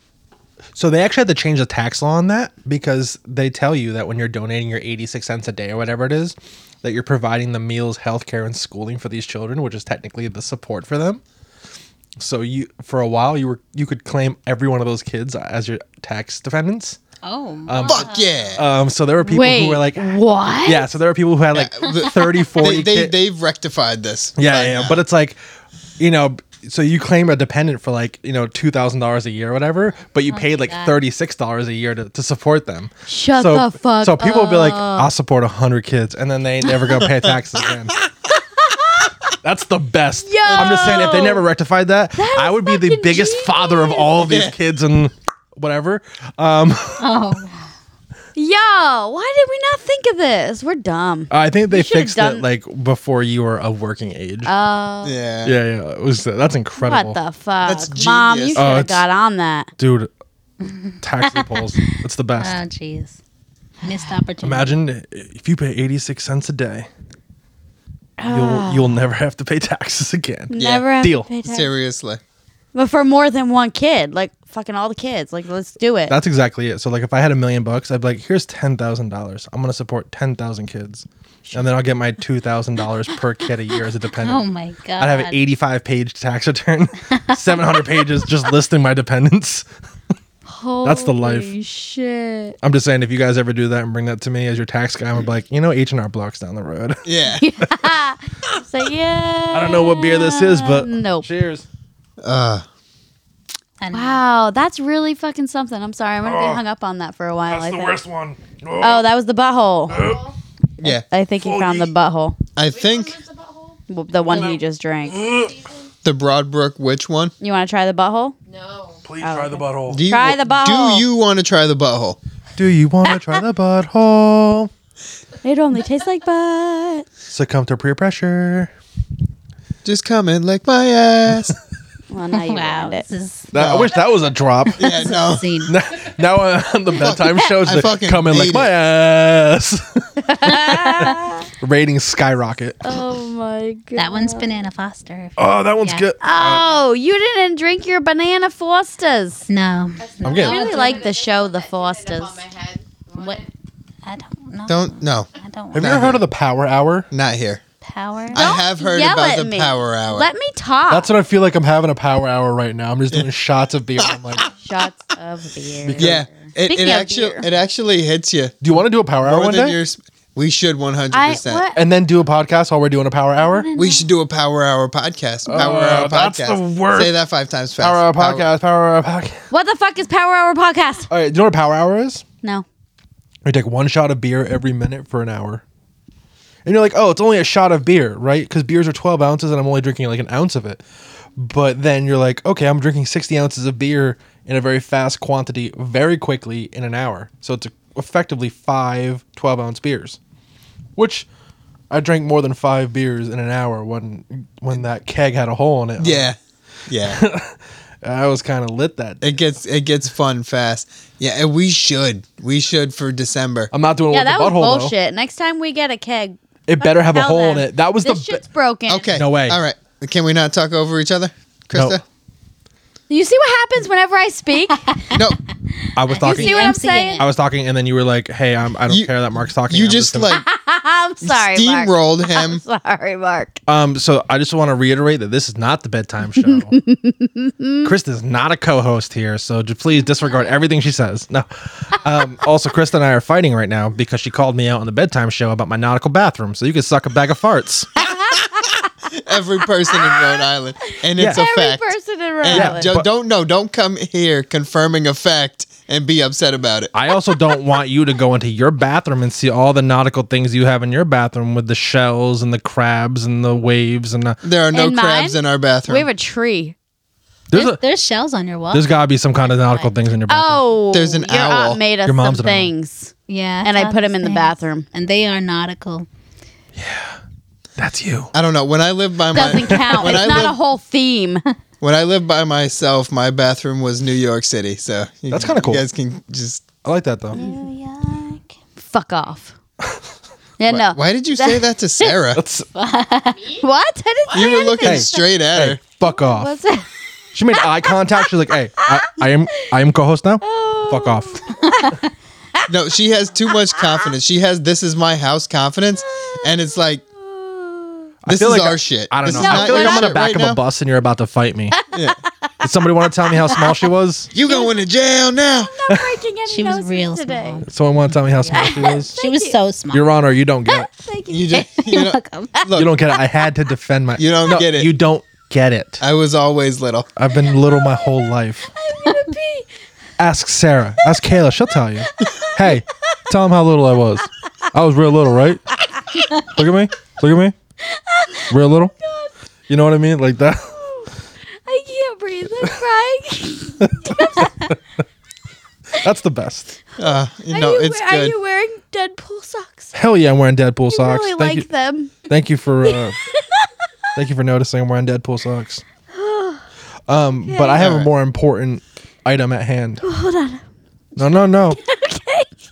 [SPEAKER 1] So they actually had to change the tax law on that because they tell you that when you're donating your 86 cents a day or whatever it is, that you're providing the meals, healthcare, and schooling for these children, which is technically the support for them. So you, for a while, you were you could claim every one of those kids as your tax defendants.
[SPEAKER 4] oh,
[SPEAKER 3] Uh,
[SPEAKER 2] Fuck yeah!
[SPEAKER 1] Um, so there were people
[SPEAKER 3] Wait,
[SPEAKER 1] who were like,
[SPEAKER 3] what?
[SPEAKER 1] yeah. So there were people who had like
[SPEAKER 2] the-
[SPEAKER 1] 30, 40.
[SPEAKER 2] they, they
[SPEAKER 1] kid-
[SPEAKER 2] they've rectified this.
[SPEAKER 1] yeah,
[SPEAKER 2] by
[SPEAKER 1] yeah, yeah.
[SPEAKER 2] now.
[SPEAKER 1] But it's like, you know, so you claim a dependent for like you know two thousand dollars a year or whatever, but you paid like
[SPEAKER 4] God.
[SPEAKER 1] thirty six dollars a year to, to support them.
[SPEAKER 3] Shut
[SPEAKER 1] so,
[SPEAKER 3] the fuck
[SPEAKER 1] So people would be like,
[SPEAKER 3] up.
[SPEAKER 1] I'll support 100 kids, and then they ain't never gonna pay taxes again. That's the best.
[SPEAKER 3] Yo!
[SPEAKER 1] I'm just saying, if they never rectified that, I would be the
[SPEAKER 3] fucking
[SPEAKER 1] biggest father of all of these
[SPEAKER 2] Yeah.
[SPEAKER 1] kids and whatever. Um,
[SPEAKER 4] oh,
[SPEAKER 3] Yo, why did we not think of this? We're dumb.
[SPEAKER 1] I think they
[SPEAKER 3] You should've
[SPEAKER 1] fixed it
[SPEAKER 3] done-
[SPEAKER 1] like before you were of working age.
[SPEAKER 3] Uh,
[SPEAKER 1] yeah,
[SPEAKER 2] yeah.
[SPEAKER 1] yeah, it was that's incredible,
[SPEAKER 3] what the fuck,
[SPEAKER 2] That's
[SPEAKER 3] mom? You
[SPEAKER 2] genius.
[SPEAKER 3] should
[SPEAKER 1] Oh,
[SPEAKER 3] have
[SPEAKER 1] it's-
[SPEAKER 3] got on that.
[SPEAKER 1] dude. Tax loopholes. It's the
[SPEAKER 4] oh,
[SPEAKER 1] best.
[SPEAKER 4] jeez, missed opportunity.
[SPEAKER 1] Imagine if you pay 86 cents a day,
[SPEAKER 4] Ah.
[SPEAKER 1] you'll you'll never have to pay taxes again.
[SPEAKER 3] Never have to
[SPEAKER 1] Deal.
[SPEAKER 3] pay tax.
[SPEAKER 2] Seriously.
[SPEAKER 3] but for more than one kid, like fucking all the kids, like let's do it.
[SPEAKER 1] That's exactly it. So like if I had a million bucks, I'd be like, here's ten thousand dollars. I'm gonna support ten thousand kids. And then I'll get my two thousand dollars per kid a year as a dependent.
[SPEAKER 4] Oh my god.
[SPEAKER 1] I'd have an eighty-five page tax return, seven hundred pages just listing my dependents. that's the life.
[SPEAKER 3] Holy Shit.
[SPEAKER 1] I'm just saying if you guys ever do that and bring that to me as your tax guy, I'm gonna be like, you know, H and R blocks down the road.
[SPEAKER 2] Yeah.
[SPEAKER 3] So yeah.
[SPEAKER 1] I don't know what beer this is, but
[SPEAKER 3] nope.
[SPEAKER 1] cheers.
[SPEAKER 2] Uh,
[SPEAKER 4] And
[SPEAKER 3] Wow, that's really fucking something. I'm sorry, I'm gonna get hung up on that for a while. I think.
[SPEAKER 1] one.
[SPEAKER 3] Oh, that was the butthole.
[SPEAKER 2] yeah.
[SPEAKER 3] I think he found the butthole,
[SPEAKER 2] I think
[SPEAKER 5] There's a butthole?
[SPEAKER 3] W- the one he just drank.
[SPEAKER 2] the Broadbrook which one?
[SPEAKER 3] You want to try the butthole?
[SPEAKER 5] No.
[SPEAKER 1] Please
[SPEAKER 3] try the
[SPEAKER 1] butthole.
[SPEAKER 2] Do you,
[SPEAKER 3] Try the butthole.
[SPEAKER 2] Do you want to try the butthole?
[SPEAKER 1] Do you want to try the butthole?
[SPEAKER 3] It only tastes like butt.
[SPEAKER 1] Succumb to peer pressure.
[SPEAKER 2] Just come and lick my ass.
[SPEAKER 3] Well, now you
[SPEAKER 4] wow.
[SPEAKER 3] found
[SPEAKER 4] This
[SPEAKER 3] it.
[SPEAKER 4] is
[SPEAKER 1] That, I
[SPEAKER 2] No.
[SPEAKER 1] wish that was a drop.
[SPEAKER 2] yeah, no.
[SPEAKER 4] scene.
[SPEAKER 1] now uh, on the bedtime show, it's
[SPEAKER 2] I
[SPEAKER 1] like,
[SPEAKER 2] fucking
[SPEAKER 1] come in like
[SPEAKER 2] hate
[SPEAKER 1] my
[SPEAKER 2] it."
[SPEAKER 1] ass. Ratings skyrocket.
[SPEAKER 3] Oh my god.
[SPEAKER 4] That one's Banana Foster.
[SPEAKER 1] Oh, that one's
[SPEAKER 4] Yeah.
[SPEAKER 1] good.
[SPEAKER 3] Oh, you didn't drink your banana Fosters.
[SPEAKER 4] No.
[SPEAKER 1] I'm
[SPEAKER 3] I
[SPEAKER 1] getting.
[SPEAKER 3] really like the show, The Fosters.
[SPEAKER 4] What? I don't know.
[SPEAKER 2] Don't no,
[SPEAKER 4] I don't
[SPEAKER 1] Have
[SPEAKER 4] want
[SPEAKER 1] you ever heard of the Power Hour?
[SPEAKER 2] not here.
[SPEAKER 4] power.
[SPEAKER 2] I have heard
[SPEAKER 3] yell
[SPEAKER 2] about
[SPEAKER 3] at
[SPEAKER 2] the
[SPEAKER 3] me.
[SPEAKER 2] power hour.
[SPEAKER 3] Let me talk.
[SPEAKER 1] That's what I feel like I'm having a Power Hour right now. I'm just doing shots of beer. I'm like,
[SPEAKER 3] Shots of beer.
[SPEAKER 2] yeah, it,
[SPEAKER 3] Speaking
[SPEAKER 2] it
[SPEAKER 3] of
[SPEAKER 2] actually
[SPEAKER 3] beer.
[SPEAKER 2] it actually hits you
[SPEAKER 1] do you want to do a Power Hour
[SPEAKER 2] more
[SPEAKER 1] Oh, one
[SPEAKER 2] than
[SPEAKER 1] day?
[SPEAKER 2] your. sp- We should one hundred
[SPEAKER 3] I
[SPEAKER 2] percent.
[SPEAKER 3] what?
[SPEAKER 1] And then do a podcast while we're doing a Power Hour.
[SPEAKER 2] We should do a power hour podcast. Power hour
[SPEAKER 1] Uh,
[SPEAKER 2] podcast.
[SPEAKER 1] that's the worst.
[SPEAKER 2] Say that five times fast.
[SPEAKER 1] Power Hour podcast. Power Hour podcast.
[SPEAKER 3] What the fuck is Power Hour podcast?
[SPEAKER 1] All right, do you know what a Power Hour is?
[SPEAKER 3] No.
[SPEAKER 1] We take one shot of beer every minute for an hour. And you're like, oh, it's only a shot of beer, right? Because beers are 12 ounces and I'm only drinking like an ounce of it. But then you're like, okay, I'm drinking 60 ounces of beer in a very fast quantity, very quickly in an hour. So it's effectively five 12 ounce beers, which I drank more than five beers in an hour when when that keg had a hole in it.
[SPEAKER 2] Yeah, yeah.
[SPEAKER 1] I was kind of lit that day.
[SPEAKER 2] it gets it gets fun fast. Yeah, and we should we should for December.
[SPEAKER 1] I'm not doing
[SPEAKER 3] Yeah,
[SPEAKER 1] it with
[SPEAKER 3] that
[SPEAKER 1] the
[SPEAKER 3] was
[SPEAKER 1] butthole, though.
[SPEAKER 3] bullshit. Next time we get a keg,
[SPEAKER 1] It better have a
[SPEAKER 3] tell
[SPEAKER 1] hole in
[SPEAKER 3] them,
[SPEAKER 1] it. That was
[SPEAKER 3] this
[SPEAKER 1] the.
[SPEAKER 3] shit's broken.
[SPEAKER 2] Okay.
[SPEAKER 1] No way.
[SPEAKER 2] All right. Can we not talk over each other, Krista?
[SPEAKER 3] You see what happens whenever I speak? you
[SPEAKER 2] No.
[SPEAKER 1] I was talking.
[SPEAKER 3] see what I'm
[SPEAKER 4] MCing
[SPEAKER 3] saying?
[SPEAKER 4] it.
[SPEAKER 1] I was talking, and then you were like, "Hey, I'm, I don't
[SPEAKER 2] You-
[SPEAKER 1] care that Mark's talking."
[SPEAKER 2] you
[SPEAKER 1] I'm
[SPEAKER 2] just
[SPEAKER 1] gonna-
[SPEAKER 2] like
[SPEAKER 3] I'm sorry, Mark.
[SPEAKER 2] steamrolled him.
[SPEAKER 3] Sorry, Mark.
[SPEAKER 1] Um, so I just want to reiterate that this is not the bedtime show. Krista is not a co-host here, so just please disregard everything she says. No. Um, also, Krista and I are fighting right now because she called me out on the bedtime show about my nautical bathroom. So you can suck a bag of farts.
[SPEAKER 2] Every person in Rhode Island, and it's
[SPEAKER 1] Yeah.
[SPEAKER 2] a
[SPEAKER 3] Every
[SPEAKER 2] fact.
[SPEAKER 3] person in Rhode
[SPEAKER 2] And
[SPEAKER 1] Yeah,
[SPEAKER 3] Island.
[SPEAKER 2] jo-
[SPEAKER 1] but-
[SPEAKER 2] don't no, don't come here confirming a fact and be upset about it.
[SPEAKER 1] I also don't want you to go into your bathroom and see all the nautical things you have in your bathroom with the shells and the crabs and the waves and the,
[SPEAKER 2] There are no
[SPEAKER 3] And
[SPEAKER 2] crabs
[SPEAKER 3] mine?
[SPEAKER 2] in our bathroom.
[SPEAKER 3] we have a tree.
[SPEAKER 1] there's
[SPEAKER 4] There's,
[SPEAKER 1] a,
[SPEAKER 4] there's shells on your wall.
[SPEAKER 1] there's got to be some kind of nautical things in your bathroom.
[SPEAKER 3] Oh,
[SPEAKER 2] There's an
[SPEAKER 3] your
[SPEAKER 2] owl.
[SPEAKER 3] aunt made us
[SPEAKER 1] Your mom's
[SPEAKER 3] some
[SPEAKER 1] an owl.
[SPEAKER 3] things,
[SPEAKER 4] yeah.
[SPEAKER 3] and I
[SPEAKER 4] saw
[SPEAKER 3] put
[SPEAKER 4] these
[SPEAKER 3] them in the
[SPEAKER 4] things.
[SPEAKER 3] bathroom.
[SPEAKER 4] And they are nautical.
[SPEAKER 1] That's you.
[SPEAKER 2] I don't know. When I lived by my
[SPEAKER 3] Doesn't count.
[SPEAKER 2] when
[SPEAKER 3] it's
[SPEAKER 2] I
[SPEAKER 3] not
[SPEAKER 2] live-
[SPEAKER 3] a whole theme.
[SPEAKER 2] when I lived by myself, my bathroom was New York City. So you-
[SPEAKER 1] That's kinda cool.
[SPEAKER 2] You guys can just.
[SPEAKER 1] I like that though.
[SPEAKER 3] Fuck off. Yeah, no.
[SPEAKER 2] Why did you say that to Sarah?
[SPEAKER 1] That's
[SPEAKER 3] What? I didn't
[SPEAKER 2] you
[SPEAKER 3] say
[SPEAKER 2] were looking
[SPEAKER 1] Hey.
[SPEAKER 2] straight at her.
[SPEAKER 1] hey, fuck off.
[SPEAKER 3] What's that?
[SPEAKER 1] She made eye contact. She's like, "Hey, I, I am, I am co-host now.
[SPEAKER 3] Oh.
[SPEAKER 1] Fuck off."
[SPEAKER 2] No, she has too much confidence. She has this is my house confidence, and it's like this is
[SPEAKER 1] like
[SPEAKER 2] our
[SPEAKER 1] I,
[SPEAKER 2] shit.
[SPEAKER 1] I don't
[SPEAKER 2] This
[SPEAKER 1] know.
[SPEAKER 2] is
[SPEAKER 1] I
[SPEAKER 2] not
[SPEAKER 1] feel like
[SPEAKER 2] your
[SPEAKER 1] I'm on the
[SPEAKER 2] shit
[SPEAKER 1] back
[SPEAKER 2] right
[SPEAKER 1] of
[SPEAKER 2] now.
[SPEAKER 1] a bus and you're about to fight me.
[SPEAKER 2] Yeah.
[SPEAKER 1] Did somebody want to tell me how small she was?
[SPEAKER 2] You going to jail now?
[SPEAKER 3] I'm not breaking any
[SPEAKER 4] She was
[SPEAKER 3] noses
[SPEAKER 4] real
[SPEAKER 3] today.
[SPEAKER 4] small.
[SPEAKER 1] Someone want to tell me how small she was?
[SPEAKER 4] She was so small.
[SPEAKER 1] Your Honor, you don't get it.
[SPEAKER 3] Thank you.
[SPEAKER 2] You just you know,
[SPEAKER 4] welcome.
[SPEAKER 1] You
[SPEAKER 2] look.
[SPEAKER 1] don't get it. I had to defend my.
[SPEAKER 2] You don't
[SPEAKER 1] No,
[SPEAKER 2] get it.
[SPEAKER 1] You don't get it.
[SPEAKER 2] I was always little.
[SPEAKER 1] I've been little my whole life.
[SPEAKER 3] I'm gonna pee.
[SPEAKER 1] Ask Sarah. Ask Kayla. She'll tell you. Hey, tell them how little I was. I was real little, right? Look at me. Look at me. Real little.
[SPEAKER 3] Oh
[SPEAKER 1] You know what I mean? Like that.
[SPEAKER 3] I can't breathe. I'm crying.
[SPEAKER 1] That's the best.
[SPEAKER 2] Uh, you
[SPEAKER 3] Are
[SPEAKER 2] know,
[SPEAKER 3] you
[SPEAKER 2] it's
[SPEAKER 3] we- Are
[SPEAKER 2] good.
[SPEAKER 3] you wearing Deadpool socks?
[SPEAKER 1] Hell yeah, I'm wearing Deadpool
[SPEAKER 3] I
[SPEAKER 1] socks.
[SPEAKER 3] really
[SPEAKER 1] Thank
[SPEAKER 3] like
[SPEAKER 1] you.
[SPEAKER 3] them.
[SPEAKER 1] Thank you for uh, thank you for noticing I'm wearing Deadpool socks. Um, but I have a
[SPEAKER 2] Alright.
[SPEAKER 1] more important item at hand.
[SPEAKER 3] Oh,
[SPEAKER 1] Hold on. No, no, no.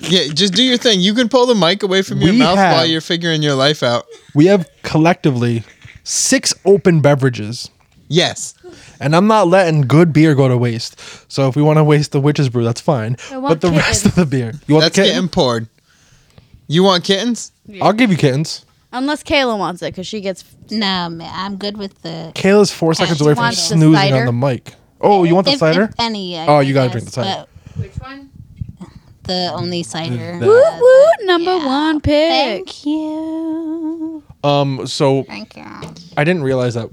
[SPEAKER 2] Yeah, just do your thing. You can pull the mic away from your
[SPEAKER 1] We
[SPEAKER 2] mouth
[SPEAKER 1] have-
[SPEAKER 2] while you're figuring your life out.
[SPEAKER 1] We have collectively six open beverages
[SPEAKER 2] Yes.
[SPEAKER 1] And I'm not letting good beer go to waste. So if we want to waste the witch's brew, that's fine.
[SPEAKER 3] I want
[SPEAKER 1] But the rest
[SPEAKER 3] kittens.
[SPEAKER 1] of the beer, you want
[SPEAKER 2] That's
[SPEAKER 1] the
[SPEAKER 2] getting
[SPEAKER 1] kitten?
[SPEAKER 2] poured. You want kittens?
[SPEAKER 1] I'll give you kittens.
[SPEAKER 3] Unless Kayla wants it because she gets.
[SPEAKER 4] No, ma- I'm good with the.
[SPEAKER 1] Kayla's four seconds away from
[SPEAKER 3] wants the
[SPEAKER 1] snoozing
[SPEAKER 3] cider?
[SPEAKER 1] on the mic. Oh, you want the
[SPEAKER 4] if,
[SPEAKER 1] cider?
[SPEAKER 4] If any. I
[SPEAKER 1] Oh, you gotta drink
[SPEAKER 4] guess,
[SPEAKER 1] the cider.
[SPEAKER 5] Which one?
[SPEAKER 4] but The only cider.
[SPEAKER 1] That.
[SPEAKER 3] Woo
[SPEAKER 4] uh,
[SPEAKER 3] woo! Number one pick.
[SPEAKER 4] Thank you.
[SPEAKER 1] Um, so
[SPEAKER 4] Thank you.
[SPEAKER 1] I didn't realize that.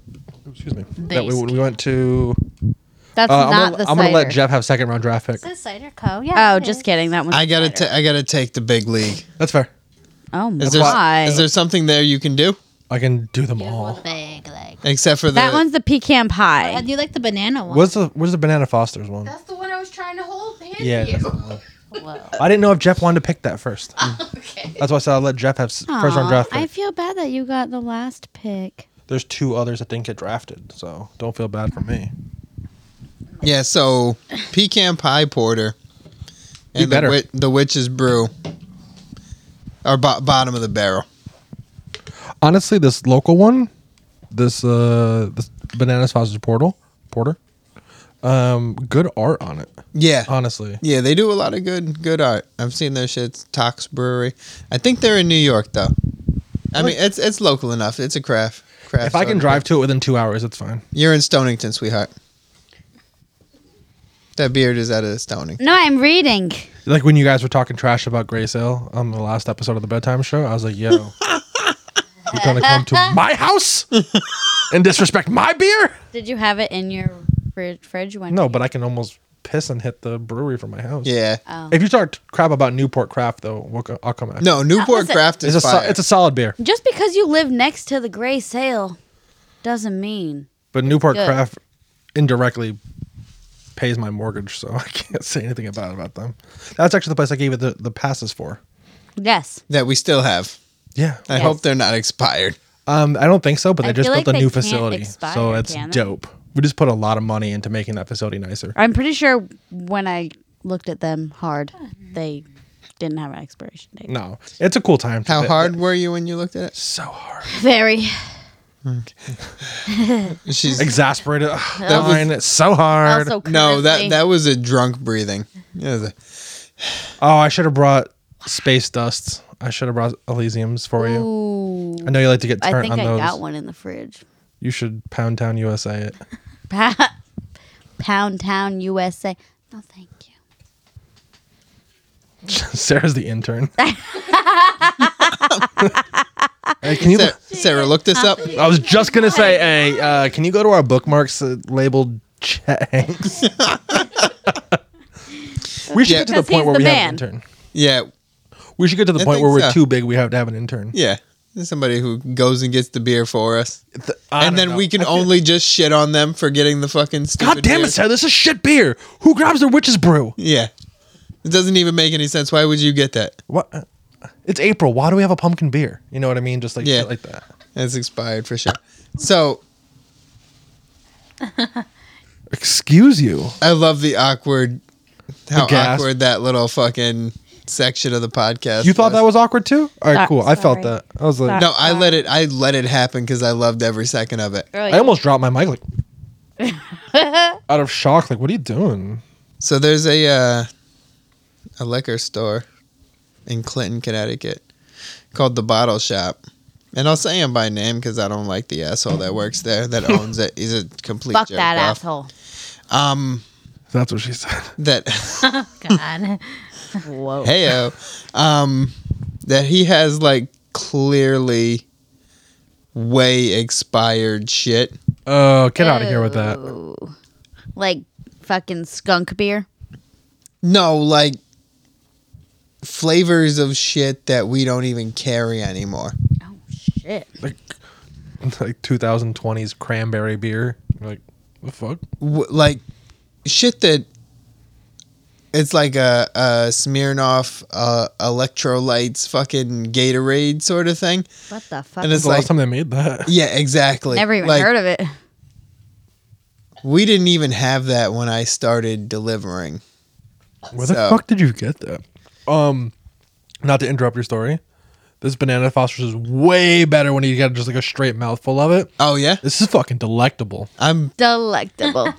[SPEAKER 1] Excuse me. That we, we went to.
[SPEAKER 3] That's
[SPEAKER 1] Uh, I'm,
[SPEAKER 3] not
[SPEAKER 1] gonna,
[SPEAKER 3] the
[SPEAKER 1] I'm
[SPEAKER 3] cider.
[SPEAKER 1] gonna let Jeff have second round draft pick.
[SPEAKER 4] this cider co? Yeah.
[SPEAKER 3] Oh, just kidding. That one's
[SPEAKER 2] I gotta
[SPEAKER 3] cider.
[SPEAKER 2] ta- I gotta take the big league.
[SPEAKER 1] That's fair.
[SPEAKER 3] Oh my!
[SPEAKER 2] Is there, is there something there you can do
[SPEAKER 1] I can do them all.
[SPEAKER 4] Big like.
[SPEAKER 2] except for the
[SPEAKER 3] that one's the pecan pie.
[SPEAKER 4] I do like the banana one.
[SPEAKER 1] What's the What's the banana Foster's one?
[SPEAKER 5] That's the one I was trying to hold. Hand
[SPEAKER 1] Yeah,
[SPEAKER 5] you.
[SPEAKER 1] that's the one.
[SPEAKER 4] Whoa.
[SPEAKER 1] I didn't know if Jeff wanted to pick that first.
[SPEAKER 5] okay.
[SPEAKER 1] That's why I said I'll let Jeff have s- first round
[SPEAKER 3] Aw,
[SPEAKER 1] draft pick.
[SPEAKER 3] I feel bad that you got the last pick.
[SPEAKER 1] There's two others that didn't get drafted, so don't feel bad for me.
[SPEAKER 2] yeah. So pecan pie porter
[SPEAKER 1] You
[SPEAKER 2] and the,
[SPEAKER 1] better.
[SPEAKER 2] wit- the witch's brew or bo- bottom of the barrel.
[SPEAKER 1] Honestly, this local one, this uh, this banana Foster's portal porter, um, good art on it.
[SPEAKER 2] Yeah.
[SPEAKER 1] Honestly,
[SPEAKER 2] Yeah, they do a lot of good good art. I've seen their shits. Tox Brewery. I think they're in New York though. I mean, it's it's local enough. It's a craft craft.
[SPEAKER 1] if I
[SPEAKER 2] sort
[SPEAKER 1] can
[SPEAKER 2] of
[SPEAKER 1] drive to it within two hours, it's fine.
[SPEAKER 2] thing. you're in Stonington, sweetheart. That beard is out of Stoning.
[SPEAKER 3] No, I'm reading.
[SPEAKER 1] Like when you guys were talking trash about Gray Sale on the last episode of the bedtime show, I was like, "Yo, you gonna come to my house and disrespect my beer?"
[SPEAKER 3] Did you have it in your fri- fridge when?
[SPEAKER 1] No, but I can almost piss and hit the brewery from my house.
[SPEAKER 2] Yeah.
[SPEAKER 3] Oh.
[SPEAKER 1] If you start crap about Newport Craft, though, we'll co- I'll come after.
[SPEAKER 2] No, Newport
[SPEAKER 3] listen.
[SPEAKER 2] Craft
[SPEAKER 1] it's
[SPEAKER 2] is
[SPEAKER 1] a so-
[SPEAKER 2] fire.
[SPEAKER 1] it's a solid beer,
[SPEAKER 3] Just because you live next to the gray sale doesn't mean.
[SPEAKER 1] but Newport
[SPEAKER 3] Good.
[SPEAKER 1] Craft indirectly pays my mortgage, so I can't say anything about about them. That's actually the place I gave it the, the passes for.
[SPEAKER 3] Yes.
[SPEAKER 2] that we still have.
[SPEAKER 1] Yeah,
[SPEAKER 2] I hope they're not expired.
[SPEAKER 1] Um, I don't think so, but they
[SPEAKER 3] I
[SPEAKER 1] just
[SPEAKER 3] feel
[SPEAKER 1] built
[SPEAKER 3] like
[SPEAKER 1] a
[SPEAKER 3] they
[SPEAKER 1] new
[SPEAKER 3] can't
[SPEAKER 1] facility,
[SPEAKER 3] expire,
[SPEAKER 1] so it's
[SPEAKER 3] can they?
[SPEAKER 1] dope. We just put a lot of money into making that facility nicer.
[SPEAKER 3] I'm pretty sure when I looked at them hard, they didn't have an expiration date.
[SPEAKER 1] No, it's a cool time.
[SPEAKER 2] How
[SPEAKER 1] It-
[SPEAKER 2] hard were you when you looked at
[SPEAKER 1] So hard.
[SPEAKER 3] Very.
[SPEAKER 2] it? She's
[SPEAKER 1] Exasperated. Ugh,
[SPEAKER 2] was-
[SPEAKER 1] Fine. It's so hard.
[SPEAKER 3] Also,
[SPEAKER 2] no. That
[SPEAKER 3] currently-
[SPEAKER 2] that was a drunk breathing. Yeah. the-
[SPEAKER 1] oh, I should have brought space dusts. I should have brought Elysiums for you.
[SPEAKER 3] Ooh,
[SPEAKER 1] I know you like to get
[SPEAKER 3] I
[SPEAKER 1] turned
[SPEAKER 3] think
[SPEAKER 1] on
[SPEAKER 3] I
[SPEAKER 1] those.
[SPEAKER 3] got one in the fridge.
[SPEAKER 1] You should Pound Town USA it.
[SPEAKER 3] Pa- Pound Town, USA. No, thank you.
[SPEAKER 1] Sarah's the intern. Hey, can you?
[SPEAKER 2] Sa- Sarah, look this up.
[SPEAKER 1] I was just gonna say, hey, uh, can you go to our bookmarks uh, labeled Chet Hanks? we should
[SPEAKER 2] Yeah.
[SPEAKER 1] get to the
[SPEAKER 3] Because
[SPEAKER 1] point
[SPEAKER 3] he's
[SPEAKER 1] where we
[SPEAKER 3] the
[SPEAKER 1] have an
[SPEAKER 3] man.
[SPEAKER 1] intern.
[SPEAKER 2] Yeah.
[SPEAKER 1] We should get to the
[SPEAKER 2] I
[SPEAKER 1] point
[SPEAKER 2] think
[SPEAKER 1] where we're
[SPEAKER 2] so.
[SPEAKER 1] too big. We have to have an intern.
[SPEAKER 2] Yeah. There's somebody who goes and gets the beer for us.
[SPEAKER 1] I
[SPEAKER 2] and
[SPEAKER 1] don't
[SPEAKER 2] then
[SPEAKER 1] know.
[SPEAKER 2] we can only just shit on them for getting the fucking stupid.
[SPEAKER 1] God damn
[SPEAKER 2] beer.
[SPEAKER 1] it, Sarah! This is shit beer. Who grabs their witch's brew?
[SPEAKER 2] Yeah, it doesn't even make any sense. Why would you get that?
[SPEAKER 1] What? It's April. Why do we have a pumpkin beer? You know what I mean? Just like
[SPEAKER 2] Yeah.
[SPEAKER 1] shit like that.
[SPEAKER 2] It's expired for sure. So
[SPEAKER 1] Excuse you.
[SPEAKER 2] I love the awkward, how
[SPEAKER 1] gasp.
[SPEAKER 2] awkward that little fucking section of the podcast.
[SPEAKER 1] You thought that was awkward too? All right,
[SPEAKER 3] Sorry.
[SPEAKER 1] cool. I felt
[SPEAKER 3] Sorry.
[SPEAKER 1] that. I was like,
[SPEAKER 3] Sorry.
[SPEAKER 2] No, I let it. I let it happen because I loved every second of it.
[SPEAKER 3] Girl,
[SPEAKER 1] I almost dropped my mic like out of shock. Like, what are you doing?
[SPEAKER 2] So there's a uh, a liquor store in Clinton, Connecticut, called the Bottle Shop, and I'll say him by name because I don't like the asshole that works there that owns it. He's a complete
[SPEAKER 3] fuck
[SPEAKER 2] jerk
[SPEAKER 3] that
[SPEAKER 2] off.
[SPEAKER 3] asshole.
[SPEAKER 2] Um,
[SPEAKER 1] That's what she said.
[SPEAKER 2] that
[SPEAKER 3] Oh,
[SPEAKER 4] God.
[SPEAKER 3] Whoa.
[SPEAKER 2] heyo, um, that he has like clearly way expired shit.
[SPEAKER 1] Oh, get out of here with that.
[SPEAKER 3] Ooh. Like fucking skunk beer.
[SPEAKER 2] No, like flavors of shit that we don't even carry anymore.
[SPEAKER 3] Oh shit.
[SPEAKER 1] Like, like 2020s cranberry beer. You're like, the fuck?
[SPEAKER 2] w- like shit that it's like a, a Smirnoff uh, electrolytes fucking Gatorade sort of thing.
[SPEAKER 3] What the fuck?
[SPEAKER 2] And it's
[SPEAKER 1] It's the
[SPEAKER 2] like
[SPEAKER 1] last time they made that.
[SPEAKER 2] yeah, exactly.
[SPEAKER 3] Never even
[SPEAKER 2] like,
[SPEAKER 3] heard of it.
[SPEAKER 2] We didn't even have that when I started delivering.
[SPEAKER 1] Where the
[SPEAKER 2] So-
[SPEAKER 1] fuck did you get that? Um, not to interrupt your story. This banana Foster's is way better when you get just like a straight mouthful of it.
[SPEAKER 2] Oh yeah,
[SPEAKER 1] This is fucking delectable.
[SPEAKER 2] I'm
[SPEAKER 6] Delectable.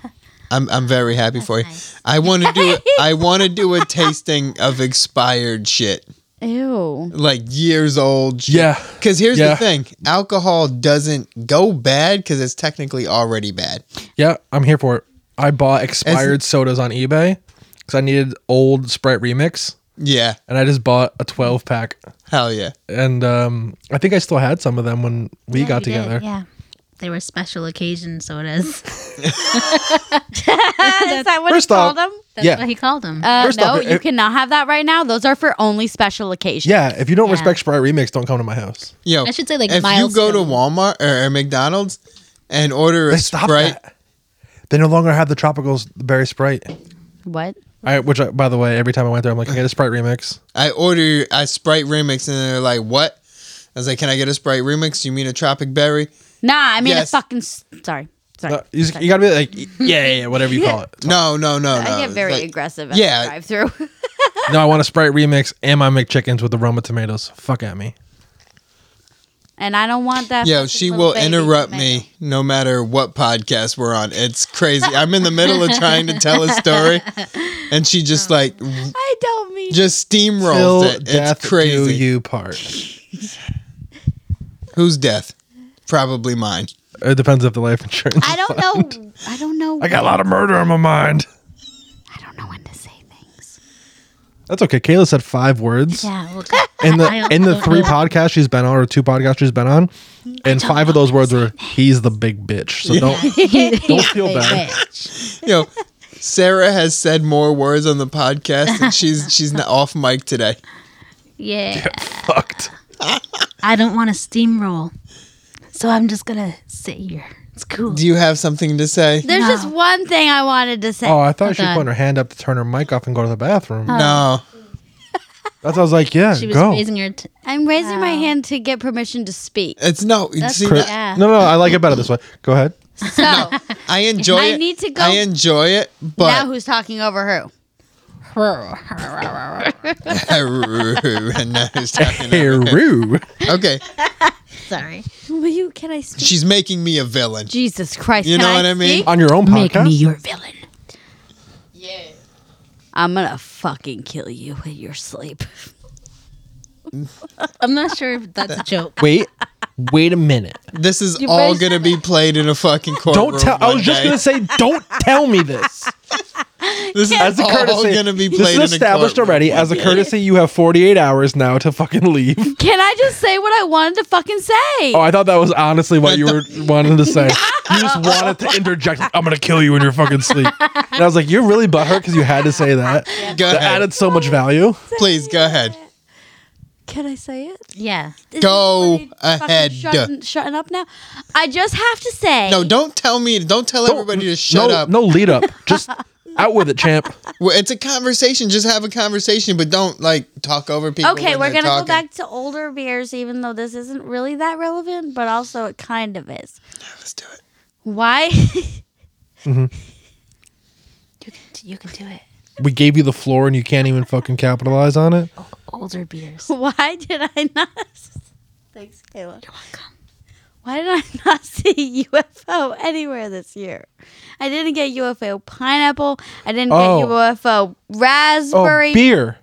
[SPEAKER 2] I'm I'm very happy for you. I want to do I want to do a tasting of expired shit,
[SPEAKER 3] Ew.
[SPEAKER 2] like years old. Shit.
[SPEAKER 1] Yeah.
[SPEAKER 2] Because here's
[SPEAKER 1] Yeah.
[SPEAKER 2] the thing: alcohol doesn't go bad because it's technically already bad.
[SPEAKER 1] Yeah, I'm here for it. I bought expired sodas on eBay because I needed old Sprite Remix,
[SPEAKER 2] Yeah,
[SPEAKER 1] and I just bought a 12 pack.
[SPEAKER 2] hell yeah.
[SPEAKER 1] And um, I think I still had some of them when we got
[SPEAKER 4] you did,
[SPEAKER 1] together.
[SPEAKER 4] yeah. They were special occasion sodas.
[SPEAKER 3] Is that what
[SPEAKER 1] First
[SPEAKER 3] he
[SPEAKER 1] off-
[SPEAKER 3] called them?
[SPEAKER 4] That's
[SPEAKER 1] Yeah.
[SPEAKER 4] what he called them.
[SPEAKER 3] Uh,
[SPEAKER 1] First
[SPEAKER 3] no,
[SPEAKER 1] off, it-
[SPEAKER 3] you cannot have that right now. Those are for only special occasions.
[SPEAKER 1] Yeah, if you don't
[SPEAKER 4] Yeah.
[SPEAKER 1] respect Sprite Remix, don't come to my house.
[SPEAKER 2] Yo,
[SPEAKER 4] I should say, like,
[SPEAKER 2] if you go to
[SPEAKER 4] milestone.
[SPEAKER 2] Walmart or, or McDonald's and order a
[SPEAKER 1] They stopped
[SPEAKER 2] Sprite,
[SPEAKER 1] that. They no longer have the tropical s- berry Sprite.
[SPEAKER 3] What?
[SPEAKER 1] I, which, I, by the way, every time I went there, I'm like, I get a Sprite Remix.
[SPEAKER 2] I order a Sprite remix, and they're like, "What?" I was like, "Can I get a Sprite remix? You mean a Tropic Berry?"
[SPEAKER 3] Nah, I mean
[SPEAKER 2] Yes.
[SPEAKER 3] a fucking. s- Sorry. Sorry.
[SPEAKER 1] Uh, you, you gotta be like, yeah, yeah, yeah, whatever you call it.
[SPEAKER 2] No, no, no, no.
[SPEAKER 3] I get very
[SPEAKER 2] uh, Like,
[SPEAKER 3] aggressive at
[SPEAKER 2] yeah.
[SPEAKER 3] the drive through.
[SPEAKER 1] No, I want a Sprite Remix and my McChickens with the Roma tomatoes. Fuck at me.
[SPEAKER 3] and I don't want that.
[SPEAKER 2] Yo,
[SPEAKER 3] fucking
[SPEAKER 2] she
[SPEAKER 3] little
[SPEAKER 2] will
[SPEAKER 3] baby
[SPEAKER 2] interrupt
[SPEAKER 3] tomato.
[SPEAKER 2] me no matter what podcast we're on. It's crazy. I'm in the middle of trying to tell a story, and she just
[SPEAKER 3] Oh.
[SPEAKER 2] like r-
[SPEAKER 3] I don't mean.
[SPEAKER 2] just steamrolls
[SPEAKER 1] Till
[SPEAKER 2] it.
[SPEAKER 1] death
[SPEAKER 2] It's crazy.
[SPEAKER 1] do you part.
[SPEAKER 2] Who's death? Probably mine.
[SPEAKER 1] It depends if the life insurance.
[SPEAKER 3] I don't know. I don't know.
[SPEAKER 1] I got a lot of murder on my mind.
[SPEAKER 3] I don't know when to say things.
[SPEAKER 1] That's okay. Kayla said five words
[SPEAKER 4] yeah. Well,
[SPEAKER 1] in
[SPEAKER 4] I
[SPEAKER 1] the
[SPEAKER 4] don't-
[SPEAKER 1] in
[SPEAKER 4] I
[SPEAKER 1] the
[SPEAKER 4] don't
[SPEAKER 1] three
[SPEAKER 4] know.
[SPEAKER 1] podcasts she's been on or two podcasts she's been on, and five of those words were "he's the big bitch." So don't don't feel bad.
[SPEAKER 2] Yo, Sarah has said more words on the podcast, and she's she's not off mic today.
[SPEAKER 4] Yeah.
[SPEAKER 1] Fucked.
[SPEAKER 4] I don't want to steamroll. So I'm just going to sit here. It's cool.
[SPEAKER 2] Do you have something to say?
[SPEAKER 3] There's
[SPEAKER 4] No.
[SPEAKER 3] just one thing I wanted to say.
[SPEAKER 1] Oh, I thought she was
[SPEAKER 4] God.
[SPEAKER 1] putting her hand up to turn her mic off and go to the bathroom.
[SPEAKER 2] No.
[SPEAKER 1] That's I was like, yeah,
[SPEAKER 4] Oh. she was
[SPEAKER 1] go.
[SPEAKER 4] raising your. T-
[SPEAKER 3] I'm raising my hand to get permission to speak.
[SPEAKER 2] It's no. see,
[SPEAKER 1] Cri-
[SPEAKER 2] I-
[SPEAKER 4] Yeah.
[SPEAKER 1] No, no, I like it better this way. Go ahead.
[SPEAKER 3] So
[SPEAKER 2] I enjoy
[SPEAKER 3] I
[SPEAKER 2] it.
[SPEAKER 3] need to go-
[SPEAKER 2] I enjoy it,
[SPEAKER 3] now
[SPEAKER 2] but
[SPEAKER 3] who's talking over who?
[SPEAKER 2] and now who's talking?
[SPEAKER 1] Hey, Roo.
[SPEAKER 2] Okay,
[SPEAKER 4] Sorry.
[SPEAKER 3] Will you? Can I speak?
[SPEAKER 2] she's making me a villain.
[SPEAKER 3] Jesus Christ!
[SPEAKER 2] You
[SPEAKER 3] can
[SPEAKER 2] know what I mean?
[SPEAKER 3] speak?
[SPEAKER 1] on your own
[SPEAKER 4] Make
[SPEAKER 1] podcast.
[SPEAKER 4] me your villain.
[SPEAKER 5] Yeah.
[SPEAKER 3] I'm gonna fucking kill you in your sleep.
[SPEAKER 4] I'm not sure if that's a joke.
[SPEAKER 1] Wait, wait a minute.
[SPEAKER 2] This is all
[SPEAKER 3] raised
[SPEAKER 2] gonna be played in a fucking courtroom.
[SPEAKER 1] Don't tell. I was
[SPEAKER 2] one
[SPEAKER 1] just
[SPEAKER 2] day.
[SPEAKER 1] gonna say, don't tell me this.
[SPEAKER 2] This is
[SPEAKER 1] As a
[SPEAKER 2] all
[SPEAKER 1] courtesy,
[SPEAKER 2] gonna be
[SPEAKER 1] this
[SPEAKER 2] played
[SPEAKER 1] is
[SPEAKER 2] in a
[SPEAKER 1] established
[SPEAKER 2] courtroom.
[SPEAKER 1] already. As a courtesy, you have 48 hours now to fucking leave.
[SPEAKER 3] Can I just say what I wanted to fucking say?
[SPEAKER 1] Oh, I thought that was honestly what you were wanting to say. You just wanted to interject. I'm gonna kill you in your fucking sleep. And I was like, you're really butthurt because you had to say that.
[SPEAKER 2] Go
[SPEAKER 1] That
[SPEAKER 2] ahead.
[SPEAKER 1] added so much value.
[SPEAKER 2] Please go ahead.
[SPEAKER 3] Can I say it?
[SPEAKER 4] Yeah.
[SPEAKER 3] Is
[SPEAKER 2] Go
[SPEAKER 3] everybody fucking
[SPEAKER 2] ahead.
[SPEAKER 3] Shutting, shutting up now. I just have to say.
[SPEAKER 2] No, don't tell me. Don't tell everybody to shut
[SPEAKER 1] no,
[SPEAKER 2] up.
[SPEAKER 1] No lead up. Just out with it, champ.
[SPEAKER 2] Well, It's a conversation. Just have a conversation, but don't like talk over people.
[SPEAKER 3] Okay,
[SPEAKER 2] when
[SPEAKER 3] we're
[SPEAKER 2] they're
[SPEAKER 3] gonna
[SPEAKER 2] talking.
[SPEAKER 3] go back to older beers, even though this isn't really that relevant, but also it kind of is.
[SPEAKER 2] Let's do it.
[SPEAKER 3] Why?
[SPEAKER 4] You can, you can do it.
[SPEAKER 1] We gave you the floor and you can't even fucking capitalize on it.
[SPEAKER 4] Older beers.
[SPEAKER 3] Why did I not? Thanks, Kayla. You're welcome. Why did I not see UFO anywhere this year? I didn't get UFO pineapple. I didn't
[SPEAKER 1] Oh.
[SPEAKER 3] get UFO raspberry.
[SPEAKER 1] Oh, beer.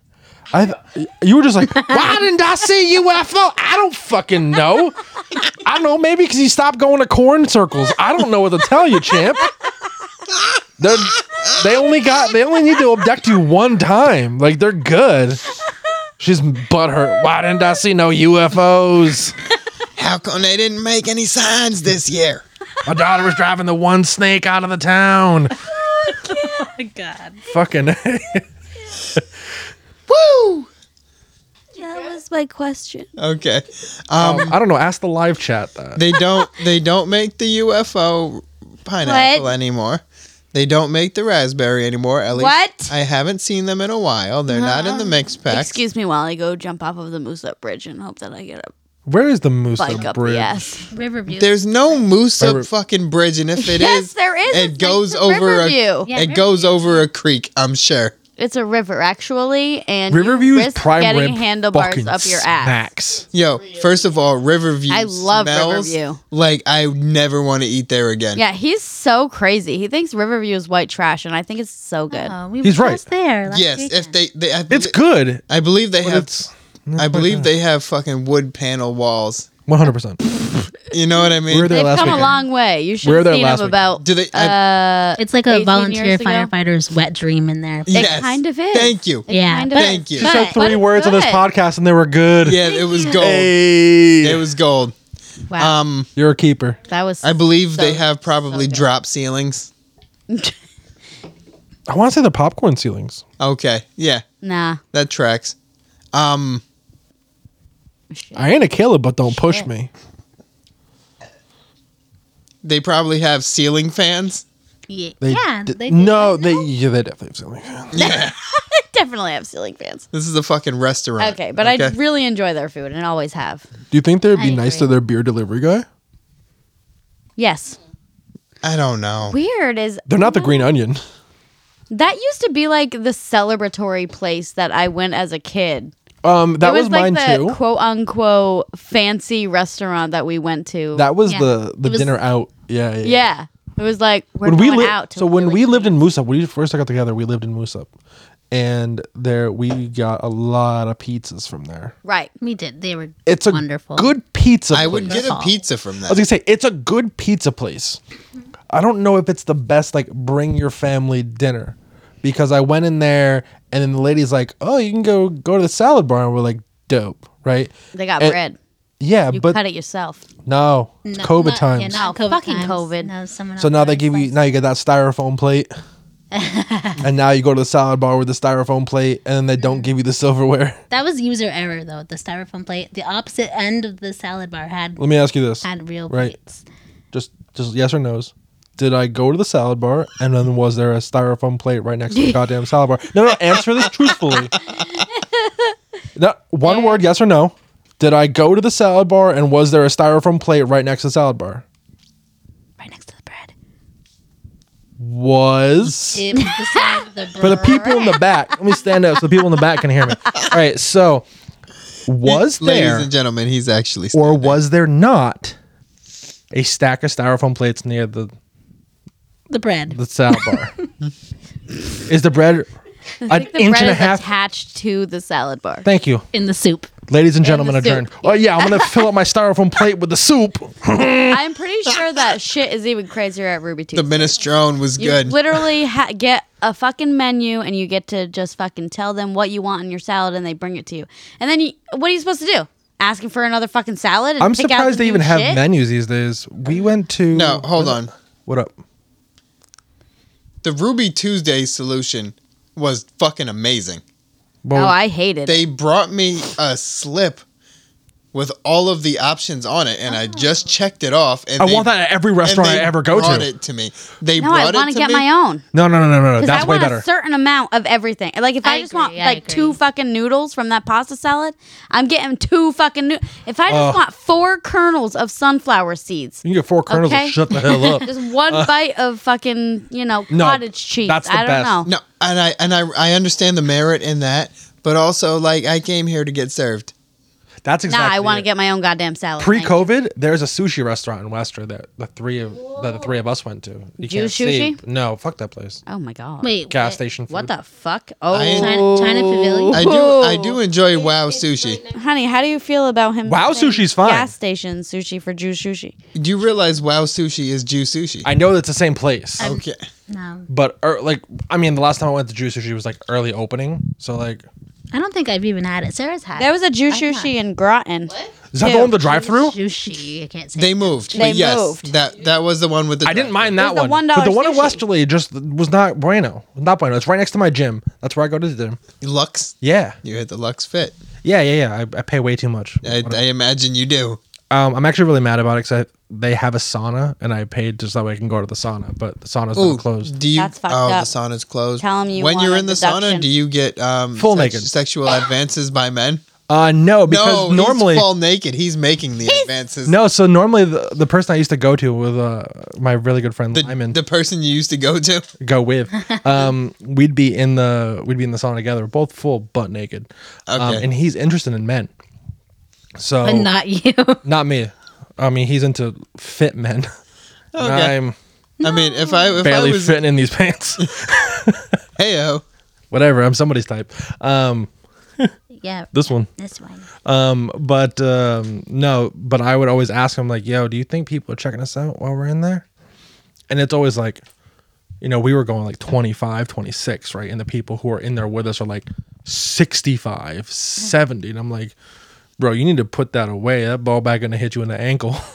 [SPEAKER 1] I th- you were just like, why didn't I see UFO? I don't fucking know. I don't know, maybe because you stopped going to corn circles. I don't know what to tell you, champ. They're, they only got they only need to abduct you one time. Like they're good. She's butthurt. Why didn't I see no UFOs?
[SPEAKER 2] How come they didn't make any signs this year?
[SPEAKER 1] My daughter was driving the one snake out of the town.
[SPEAKER 4] Oh my God.
[SPEAKER 1] Fucking
[SPEAKER 2] Woo!
[SPEAKER 3] that was my question.
[SPEAKER 2] Okay.
[SPEAKER 1] Um, I don't know. Ask the live chat that.
[SPEAKER 2] they don't they don't make the UFO pineapple
[SPEAKER 3] What?
[SPEAKER 2] anymore. They don't make the raspberry anymore. At least
[SPEAKER 3] What? Uh,
[SPEAKER 2] I haven't seen them in a while. They're not in the mix pack.
[SPEAKER 3] Excuse me while I go jump off of the Moose Up Bridge and hope that I get a
[SPEAKER 1] Where is the moose
[SPEAKER 3] bike up
[SPEAKER 1] bridge?
[SPEAKER 3] the ass.
[SPEAKER 4] Riverview.
[SPEAKER 2] There's no moose
[SPEAKER 1] River-
[SPEAKER 2] up fucking bridge, and if it is,
[SPEAKER 3] yes, there is.
[SPEAKER 2] it
[SPEAKER 3] It's
[SPEAKER 2] goes
[SPEAKER 3] next to
[SPEAKER 2] over a
[SPEAKER 3] Riverview.
[SPEAKER 4] Yeah,
[SPEAKER 2] it goes over a creek. I'm sure.
[SPEAKER 3] It's a river actually, and you
[SPEAKER 1] Riverview's
[SPEAKER 3] risk
[SPEAKER 1] prime
[SPEAKER 3] getting
[SPEAKER 1] rib
[SPEAKER 3] handlebars
[SPEAKER 1] fucking
[SPEAKER 3] up your ass.
[SPEAKER 1] Smacks.
[SPEAKER 2] Yo, first of all, Riverview.
[SPEAKER 3] I love
[SPEAKER 2] smells
[SPEAKER 3] Riverview.
[SPEAKER 2] Like I never want to eat there again.
[SPEAKER 3] Yeah, he's so crazy. He thinks Riverview is white trash, and I think it's so good.
[SPEAKER 4] Oh, we
[SPEAKER 1] He's
[SPEAKER 4] were
[SPEAKER 1] right.
[SPEAKER 4] just there. Last
[SPEAKER 2] Yes,
[SPEAKER 4] weekend.
[SPEAKER 2] if they, they I,
[SPEAKER 1] It's good.
[SPEAKER 2] I believe they
[SPEAKER 1] But
[SPEAKER 2] have.
[SPEAKER 1] it's
[SPEAKER 2] I believe they have fucking wood panel walls.
[SPEAKER 1] one hundred percent.
[SPEAKER 2] You know what I mean?
[SPEAKER 1] We're there
[SPEAKER 3] They've
[SPEAKER 1] last
[SPEAKER 3] come
[SPEAKER 1] weekend.
[SPEAKER 3] a long way. You should
[SPEAKER 1] We were
[SPEAKER 3] have
[SPEAKER 1] there
[SPEAKER 3] seen
[SPEAKER 1] last
[SPEAKER 3] him
[SPEAKER 1] weekend.
[SPEAKER 3] about.
[SPEAKER 2] Do they? I,
[SPEAKER 3] Uh,
[SPEAKER 4] It's like a
[SPEAKER 3] 18
[SPEAKER 4] volunteer
[SPEAKER 3] years ago?
[SPEAKER 4] firefighter's wet dream in there.
[SPEAKER 3] it
[SPEAKER 2] yes,
[SPEAKER 3] kind of is.
[SPEAKER 2] Thank you.
[SPEAKER 3] it
[SPEAKER 4] Yeah.
[SPEAKER 3] kind of
[SPEAKER 2] Thank
[SPEAKER 3] is.
[SPEAKER 2] you.
[SPEAKER 1] Said
[SPEAKER 3] But
[SPEAKER 1] three
[SPEAKER 3] it's
[SPEAKER 1] words on this
[SPEAKER 3] good.
[SPEAKER 1] podcast and they were good.
[SPEAKER 2] Yeah, it was gold.
[SPEAKER 1] Hey.
[SPEAKER 2] It was gold.
[SPEAKER 3] Wow,
[SPEAKER 2] Um,
[SPEAKER 1] You're a keeper.
[SPEAKER 3] that was.
[SPEAKER 2] I believe they
[SPEAKER 3] So-
[SPEAKER 2] have probably
[SPEAKER 3] so good.
[SPEAKER 2] drop ceilings.
[SPEAKER 1] I want to say the popcorn ceilings.
[SPEAKER 2] Okay, yeah,
[SPEAKER 3] nah.
[SPEAKER 2] that tracks. Um,
[SPEAKER 3] Oh,
[SPEAKER 1] I ain't a killer, but don't push
[SPEAKER 3] Shit.
[SPEAKER 1] me.
[SPEAKER 2] they probably have ceiling fans.
[SPEAKER 4] Ye-
[SPEAKER 1] They
[SPEAKER 4] yeah.
[SPEAKER 1] d-
[SPEAKER 4] they do
[SPEAKER 1] no,
[SPEAKER 4] that.
[SPEAKER 1] they yeah, they definitely have ceiling fans.
[SPEAKER 2] Yeah,
[SPEAKER 3] I definitely have ceiling fans.
[SPEAKER 2] this is a fucking restaurant.
[SPEAKER 3] Okay, but I really enjoy their food and always have.
[SPEAKER 1] Do you think they'd be
[SPEAKER 4] I
[SPEAKER 1] nice to
[SPEAKER 4] agree.
[SPEAKER 1] their beer delivery guy?
[SPEAKER 3] Yes.
[SPEAKER 2] I don't know.
[SPEAKER 3] Weird is
[SPEAKER 1] They're not the green onion.
[SPEAKER 3] that used to be like the celebratory place that I went as a kid.
[SPEAKER 1] Um, that
[SPEAKER 3] it was,
[SPEAKER 1] was, mine
[SPEAKER 3] like the
[SPEAKER 1] too.
[SPEAKER 3] quote unquote fancy restaurant that we went to.
[SPEAKER 1] that was
[SPEAKER 4] Yeah.
[SPEAKER 1] the the
[SPEAKER 4] It was-
[SPEAKER 1] dinner out. Yeah, yeah.
[SPEAKER 3] yeah. It was like we're
[SPEAKER 1] When we
[SPEAKER 3] going
[SPEAKER 1] li-
[SPEAKER 3] out. To
[SPEAKER 1] so when
[SPEAKER 3] really
[SPEAKER 1] we lived in Moosop, when we first got together, we lived in Moosop, and there we got a lot of pizzas from there.
[SPEAKER 3] right.
[SPEAKER 4] We did. They were
[SPEAKER 1] It's a
[SPEAKER 4] wonderful.
[SPEAKER 1] good pizza.
[SPEAKER 2] I would
[SPEAKER 1] place.
[SPEAKER 2] get a
[SPEAKER 4] Wonderful.
[SPEAKER 2] pizza from
[SPEAKER 1] I was
[SPEAKER 2] that.
[SPEAKER 1] gonna say it's a good pizza place. I don't know if it's the best like bring your family dinner because I went in there and then the lady's like, "Oh, you can go go to the salad bar," and we're like, "Dope, right?"
[SPEAKER 3] They got
[SPEAKER 1] And-
[SPEAKER 3] bread.
[SPEAKER 1] Yeah,
[SPEAKER 3] You
[SPEAKER 1] but
[SPEAKER 3] cut it yourself.
[SPEAKER 1] no, it's
[SPEAKER 4] No,
[SPEAKER 1] COVID
[SPEAKER 4] not-
[SPEAKER 1] times.
[SPEAKER 4] Yeah, not
[SPEAKER 3] No,
[SPEAKER 4] COVID
[SPEAKER 3] fucking
[SPEAKER 4] times.
[SPEAKER 3] COVID.
[SPEAKER 4] No, someone
[SPEAKER 1] So
[SPEAKER 4] else
[SPEAKER 1] now they
[SPEAKER 4] already
[SPEAKER 1] give you
[SPEAKER 4] sliced
[SPEAKER 1] now you get that styrofoam plate, and now you go to the salad bar with the styrofoam plate, and then they don't give you the silverware.
[SPEAKER 4] That was user error though. The styrofoam plate, the opposite end of the salad bar had
[SPEAKER 1] Let me ask you this:
[SPEAKER 4] had real
[SPEAKER 1] Right.
[SPEAKER 4] plates.
[SPEAKER 1] just just yes or no's. Did I go to the salad bar, and then was there a styrofoam plate right next to the goddamn salad bar? No, no. Answer this truthfully. No, one word: yes or no. Did I go to the salad bar, and was there a styrofoam plate right next to the salad bar?
[SPEAKER 4] right next to the bread.
[SPEAKER 1] Was.
[SPEAKER 4] It was the side of the bread.
[SPEAKER 1] For the people in the back, let me stand up so the people in the back can hear me. All right, so was there
[SPEAKER 2] Ladies and gentlemen, he's actually.
[SPEAKER 1] or was there not a stack of styrofoam plates near the,
[SPEAKER 4] the bread.
[SPEAKER 1] the salad bar? Is the bread an
[SPEAKER 3] The
[SPEAKER 1] inch
[SPEAKER 3] bread
[SPEAKER 1] and a
[SPEAKER 3] is
[SPEAKER 1] half?
[SPEAKER 3] attached to the salad bar.
[SPEAKER 1] Thank you,
[SPEAKER 4] in the soup.
[SPEAKER 1] ladies and gentlemen.
[SPEAKER 3] the soup.
[SPEAKER 1] Adjourned. Oh yeah, I'm gonna fill up my styrofoam plate with the soup.
[SPEAKER 3] I'm pretty sure that shit is even crazier at Ruby
[SPEAKER 2] the
[SPEAKER 3] Tuesday.
[SPEAKER 2] minestrone was
[SPEAKER 3] You
[SPEAKER 2] good.
[SPEAKER 3] literally ha- get a fucking menu and you get to just fucking tell them what you want in your salad and they bring it to you. And then you, what are you supposed to do? Ask them for another fucking salad? And
[SPEAKER 1] I'm
[SPEAKER 3] pick out
[SPEAKER 1] surprised
[SPEAKER 3] the
[SPEAKER 1] they even
[SPEAKER 3] new
[SPEAKER 1] have
[SPEAKER 3] shit?
[SPEAKER 1] menus these days. We went to
[SPEAKER 2] No, hold on.
[SPEAKER 1] What up?
[SPEAKER 3] Oh,
[SPEAKER 2] The Ruby Tuesday solution was fucking amazing.
[SPEAKER 1] Well,
[SPEAKER 3] Oh, I hate it.
[SPEAKER 2] They brought me a slip with all of the options on it,
[SPEAKER 3] Oh.
[SPEAKER 2] and I just checked it off. And
[SPEAKER 1] I
[SPEAKER 2] they-
[SPEAKER 1] want that at every
[SPEAKER 2] and
[SPEAKER 1] restaurant
[SPEAKER 2] they
[SPEAKER 1] I ever go
[SPEAKER 2] brought
[SPEAKER 1] to.
[SPEAKER 2] it to me. They
[SPEAKER 3] no, I
[SPEAKER 2] brought
[SPEAKER 3] want
[SPEAKER 2] it to
[SPEAKER 3] to get
[SPEAKER 2] me.
[SPEAKER 3] my own.
[SPEAKER 1] No, no, no, no, no.
[SPEAKER 3] Because I
[SPEAKER 1] That's way
[SPEAKER 3] want
[SPEAKER 1] better.
[SPEAKER 3] a certain amount of everything. Like if I,
[SPEAKER 4] I
[SPEAKER 3] just want
[SPEAKER 4] agree, I
[SPEAKER 3] like two
[SPEAKER 4] agree.
[SPEAKER 3] fucking noodles from that pasta salad, I'm getting two fucking. No- if I just
[SPEAKER 1] Ugh.
[SPEAKER 3] want four kernels of sunflower seeds,
[SPEAKER 1] you can get four kernels.
[SPEAKER 3] Okay.
[SPEAKER 1] And shut the hell up.
[SPEAKER 3] just one bite of fucking you know
[SPEAKER 1] No,
[SPEAKER 3] cottage cheese.
[SPEAKER 1] that's the
[SPEAKER 3] I don't
[SPEAKER 1] best.
[SPEAKER 2] No,
[SPEAKER 3] know.
[SPEAKER 2] and I and I I understand the merit in that, but also like I came here to get served.
[SPEAKER 1] That's
[SPEAKER 3] Nah,
[SPEAKER 1] exactly.
[SPEAKER 3] I want to
[SPEAKER 1] it.
[SPEAKER 3] get my own goddamn salad. Thank you.
[SPEAKER 1] Pre-COVID, there's a sushi restaurant in Wester that the three of that the three of us went to. You
[SPEAKER 3] Juice
[SPEAKER 1] see.
[SPEAKER 3] Sushi?
[SPEAKER 1] No, fuck that place.
[SPEAKER 3] Oh my god.
[SPEAKER 4] Wait,
[SPEAKER 1] Gas
[SPEAKER 4] what?
[SPEAKER 1] station. Food.
[SPEAKER 3] What the fuck? Oh,
[SPEAKER 4] China, China Pavilion.
[SPEAKER 2] I do I do enjoy Wow Sushi.
[SPEAKER 3] honey, how do you feel about him?
[SPEAKER 1] Wow
[SPEAKER 3] saying
[SPEAKER 1] Sushi's fine.
[SPEAKER 3] Gas station sushi for Jew sushi.
[SPEAKER 2] Do you realize Wow Sushi is Jew sushi?
[SPEAKER 1] I know that's the same place,
[SPEAKER 3] Um,
[SPEAKER 2] okay.
[SPEAKER 4] no,
[SPEAKER 1] but er, like I mean, the last time I went to Juice Sushi was like early opening, so like
[SPEAKER 4] I don't think I've even had it. Sarah's had
[SPEAKER 3] There
[SPEAKER 4] it.
[SPEAKER 3] was a Jew sushi in Groton.
[SPEAKER 1] is that
[SPEAKER 3] Ew.
[SPEAKER 1] the one with the drive-through?
[SPEAKER 4] sushi. I can't say.
[SPEAKER 2] They moved.
[SPEAKER 3] They
[SPEAKER 2] but yes,
[SPEAKER 3] moved.
[SPEAKER 2] That that was the one with the.
[SPEAKER 1] I didn't mind that
[SPEAKER 3] There's
[SPEAKER 1] one,
[SPEAKER 3] the
[SPEAKER 1] but
[SPEAKER 3] $1
[SPEAKER 1] the one in
[SPEAKER 3] sushi.
[SPEAKER 1] Westerly just was not bueno. Not bueno. It's right next to my gym. That's where I go to the gym.
[SPEAKER 2] Lux.
[SPEAKER 1] Yeah,
[SPEAKER 2] You hit the Lux fit.
[SPEAKER 1] yeah, yeah, yeah. I, I pay way too much.
[SPEAKER 2] I, I imagine you do.
[SPEAKER 1] Um, I'm actually really mad about it because they have a sauna, and I paid just that way I can go to the sauna, but the sauna's
[SPEAKER 2] Ooh,
[SPEAKER 1] not closed.
[SPEAKER 2] Do you?
[SPEAKER 3] That's fucked
[SPEAKER 2] oh,
[SPEAKER 3] up.
[SPEAKER 2] the sauna's closed.
[SPEAKER 3] Tell 'em you
[SPEAKER 2] when
[SPEAKER 3] want
[SPEAKER 2] you're
[SPEAKER 3] a
[SPEAKER 2] in the
[SPEAKER 3] deduction.
[SPEAKER 2] sauna. Do you get um
[SPEAKER 1] Full
[SPEAKER 2] sex-
[SPEAKER 1] naked.
[SPEAKER 2] sexual advances by men?
[SPEAKER 1] Uh, no, because
[SPEAKER 2] No, he's
[SPEAKER 1] normally
[SPEAKER 2] fall naked. He's making the advances.
[SPEAKER 1] no. So normally the, the person I used to go to with uh, my really good friend
[SPEAKER 2] the,
[SPEAKER 1] Lyman
[SPEAKER 2] the person you used to go to.
[SPEAKER 1] go with, um, we'd be in the we'd be in the sauna together, both full butt naked. Um,
[SPEAKER 2] Okay.
[SPEAKER 1] and he's interested in men. So
[SPEAKER 4] but not you.
[SPEAKER 1] Not me. I mean, he's into fit men. And
[SPEAKER 2] Okay.
[SPEAKER 1] I'm
[SPEAKER 2] I mean, if I if
[SPEAKER 1] barely
[SPEAKER 2] I was oh,
[SPEAKER 1] fitting in these pants.
[SPEAKER 2] heyo,
[SPEAKER 1] Whatever. I'm somebody's type. Um,
[SPEAKER 4] yeah,
[SPEAKER 1] this one.
[SPEAKER 4] this one.
[SPEAKER 1] Um, but um, no. But I would always ask him like, "Yo, do you think people are checking us out while we're in there?" And it's always like, you know, we were going like 25, 26, right? And the people who are in there with us are like 65, 70. And I'm like, bro, you need to put that away. That ball bag gonna hit you in the ankle.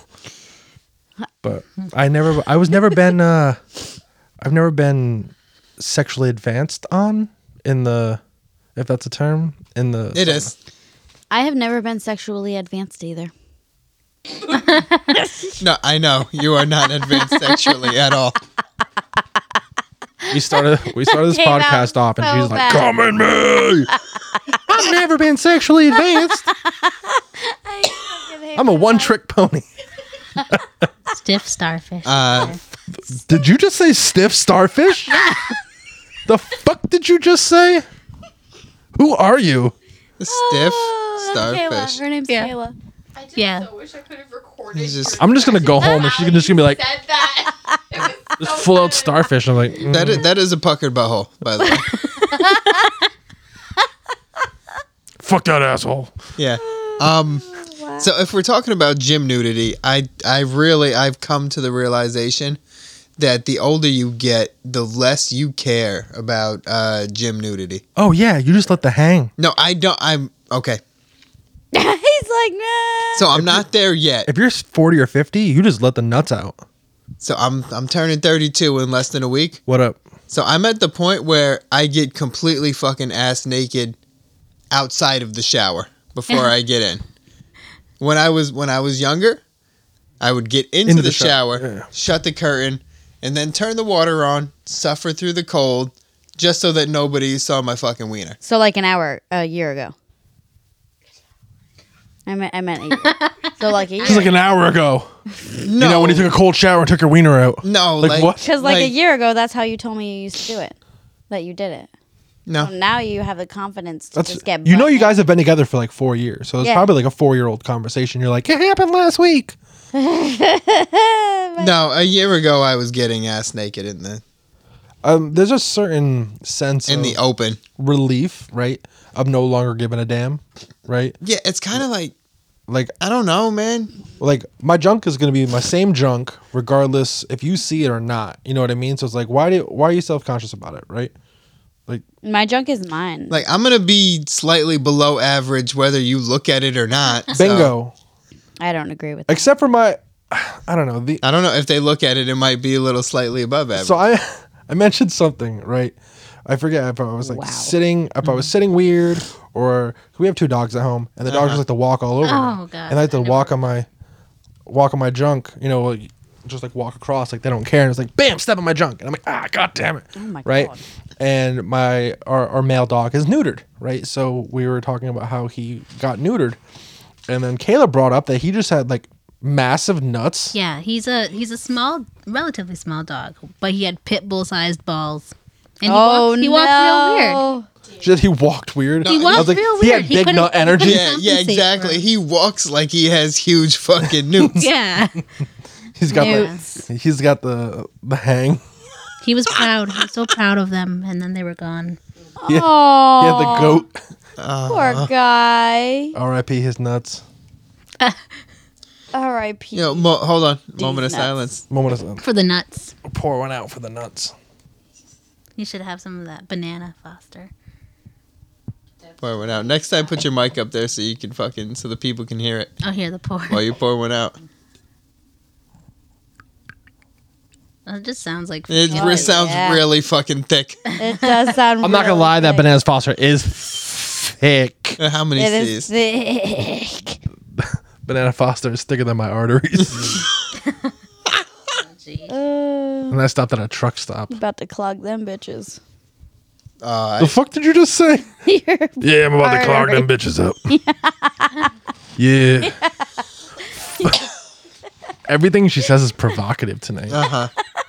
[SPEAKER 1] but I never, I was never been, uh, I've never been sexually advanced on in the, if that's a term, in the.
[SPEAKER 2] it is.
[SPEAKER 3] I have never been sexually advanced either.
[SPEAKER 2] No, I know you are not advanced sexually at all.
[SPEAKER 1] We started we started this
[SPEAKER 3] Came out
[SPEAKER 1] podcast off, and
[SPEAKER 3] so
[SPEAKER 1] she's like,
[SPEAKER 3] bad.
[SPEAKER 1] "Come in me." I've never been sexually advanced. I'm a one trick pony.
[SPEAKER 4] Stiff starfish.
[SPEAKER 2] Uh,
[SPEAKER 1] Did you just say stiff starfish? the fuck did you just say? Who are you?
[SPEAKER 2] stiff
[SPEAKER 3] Oh, Kayla.
[SPEAKER 2] starfish.
[SPEAKER 3] Her name's
[SPEAKER 4] Yeah.
[SPEAKER 3] Kayla.
[SPEAKER 5] I just
[SPEAKER 4] Yeah.
[SPEAKER 5] so wish I could have recorded.
[SPEAKER 2] It's just-
[SPEAKER 5] your
[SPEAKER 1] I'm just gonna go
[SPEAKER 5] reaction
[SPEAKER 1] home and she's
[SPEAKER 5] how
[SPEAKER 1] just gonna be
[SPEAKER 5] you
[SPEAKER 1] like-
[SPEAKER 5] said that. It was
[SPEAKER 1] Just
[SPEAKER 5] so
[SPEAKER 1] full out
[SPEAKER 5] good.
[SPEAKER 1] starfish. I'm like, mm,
[SPEAKER 2] That is, that is a puckered butthole, by the way.
[SPEAKER 1] fuck that asshole.
[SPEAKER 2] Yeah. Um. So if we're talking about gym nudity, I I really I've come to the realization that the older you get, the less you care about uh, gym nudity.
[SPEAKER 1] Oh yeah, you just let the hang.
[SPEAKER 2] No, I don't. I'm okay.
[SPEAKER 3] He's like, no.
[SPEAKER 2] So I'm not there yet.
[SPEAKER 1] If you're 40 or 50, you just let the nuts out.
[SPEAKER 2] So I'm I'm turning 32 in less than a week.
[SPEAKER 1] What up?
[SPEAKER 2] So I'm at the point where I get completely fucking ass naked outside of the shower before I get in. When I was when I was younger, I would get into,
[SPEAKER 1] Into
[SPEAKER 2] the,
[SPEAKER 1] the sho-
[SPEAKER 2] shower,
[SPEAKER 1] yeah.
[SPEAKER 2] shut the curtain, and then turn the water on, suffer through the cold, just so that nobody saw my fucking wiener.
[SPEAKER 3] So like an hour a year ago. I meant I meant a year. so like a year.
[SPEAKER 1] Just like an hour ago.
[SPEAKER 2] No,
[SPEAKER 1] You know when you took a cold shower and took your wiener out.
[SPEAKER 2] no,
[SPEAKER 1] Like,
[SPEAKER 2] like,
[SPEAKER 1] what?
[SPEAKER 3] Because like, a
[SPEAKER 2] like-
[SPEAKER 3] year ago, that's how you told me you used to do it, that you did it.
[SPEAKER 2] No,
[SPEAKER 3] So now you have the confidence to
[SPEAKER 1] That's
[SPEAKER 3] just get.
[SPEAKER 1] you know you guys have been together for like four years, so it's
[SPEAKER 3] Yeah.
[SPEAKER 1] probably like a four year old conversation. You're like, it happened last week.
[SPEAKER 2] no. A year ago, I was getting ass naked in the
[SPEAKER 1] Um, there's a certain sense
[SPEAKER 2] in
[SPEAKER 1] of
[SPEAKER 2] the open.
[SPEAKER 1] relief, right? Of no longer giving a damn, right?
[SPEAKER 2] Yeah, it's kind of like
[SPEAKER 1] Like,
[SPEAKER 2] I don't know, man.
[SPEAKER 1] like my junk is gonna be my same junk regardless if you see it or not. You know what I mean? So it's like, why do why are you self conscious about it, right?
[SPEAKER 3] My junk is mine.
[SPEAKER 2] Like I'm gonna be slightly below average whether you look at it or not. so-
[SPEAKER 1] Bingo.
[SPEAKER 3] I don't agree with. That.
[SPEAKER 1] Except for my, I don't know the
[SPEAKER 2] I don't know if they look at it, it might be a little slightly above average.
[SPEAKER 1] So I I mentioned something, right? I forget if I was like
[SPEAKER 3] Wow.
[SPEAKER 1] sitting if I
[SPEAKER 4] Mm-hmm.
[SPEAKER 1] was sitting weird or we have two dogs at home and the dogs just like to walk all over.
[SPEAKER 4] Uh-huh. Oh,
[SPEAKER 1] me.
[SPEAKER 4] God.
[SPEAKER 1] And I like to walk on my walk on my junk, you know, like, just like walk across like they don't care and it's like bam, step on my junk. And I'm like, ah god damn it.
[SPEAKER 4] Oh
[SPEAKER 3] my
[SPEAKER 1] right?
[SPEAKER 3] God.
[SPEAKER 1] And my our, our male dog is neutered, right? So we were talking about how he got neutered. And then Kayla brought up that he just had like massive nuts.
[SPEAKER 4] yeah, he's a he's a small, relatively small dog, but he had pit bull sized balls. And he
[SPEAKER 3] oh
[SPEAKER 4] walked, he
[SPEAKER 3] no!
[SPEAKER 4] walked real weird.
[SPEAKER 1] She said he walked weird.
[SPEAKER 4] He
[SPEAKER 1] I
[SPEAKER 4] walked
[SPEAKER 1] was like,
[SPEAKER 4] real
[SPEAKER 1] He
[SPEAKER 4] weird.
[SPEAKER 1] had
[SPEAKER 4] He
[SPEAKER 1] big
[SPEAKER 4] couldn't-
[SPEAKER 1] nut
[SPEAKER 4] he couldn't
[SPEAKER 1] energy.
[SPEAKER 2] yeah, yeah,
[SPEAKER 4] compensate
[SPEAKER 2] exactly.
[SPEAKER 4] for-
[SPEAKER 2] He walks like he has huge fucking newts.
[SPEAKER 4] Yeah,
[SPEAKER 1] He's got
[SPEAKER 3] Newts.
[SPEAKER 1] the he's got the the hang.
[SPEAKER 4] he was proud. He was so proud of them, and then they were gone.
[SPEAKER 3] Oh,
[SPEAKER 1] He had the goat. Uh-huh.
[SPEAKER 3] poor guy.
[SPEAKER 1] R.I.P. His nuts.
[SPEAKER 3] R.I.P.
[SPEAKER 2] You know, mo- hold on, moment of
[SPEAKER 3] nuts.
[SPEAKER 2] silence.
[SPEAKER 1] Moment of silence.
[SPEAKER 4] For the nuts,
[SPEAKER 1] Pour one out for the nuts.
[SPEAKER 4] you should have some of that banana, Foster.
[SPEAKER 2] Pour one out. Next time, put your mic up there so you can fucking so the people can hear it
[SPEAKER 4] Oh, here the pour.
[SPEAKER 2] while you pour one out.
[SPEAKER 4] It just sounds like
[SPEAKER 2] It
[SPEAKER 4] fucking-
[SPEAKER 2] re- sounds
[SPEAKER 3] yeah.
[SPEAKER 2] really fucking thick.
[SPEAKER 3] It does sound.
[SPEAKER 1] I'm not gonna
[SPEAKER 3] really
[SPEAKER 1] lie, that
[SPEAKER 3] thick.
[SPEAKER 1] bananas foster is thick.
[SPEAKER 2] Uh, How many
[SPEAKER 3] It
[SPEAKER 2] C's?
[SPEAKER 3] is thick.
[SPEAKER 1] Banana foster is thicker than my arteries.
[SPEAKER 4] Gee.
[SPEAKER 3] Uh,
[SPEAKER 1] and I stopped at a truck stop.
[SPEAKER 3] about to clog them bitches.
[SPEAKER 2] Uh,
[SPEAKER 1] The fuck did you just say?
[SPEAKER 3] You're-
[SPEAKER 1] Yeah, I'm about
[SPEAKER 3] I
[SPEAKER 1] to clog them bitches up. yeah. Everything she says is provocative tonight.
[SPEAKER 2] uh-huh.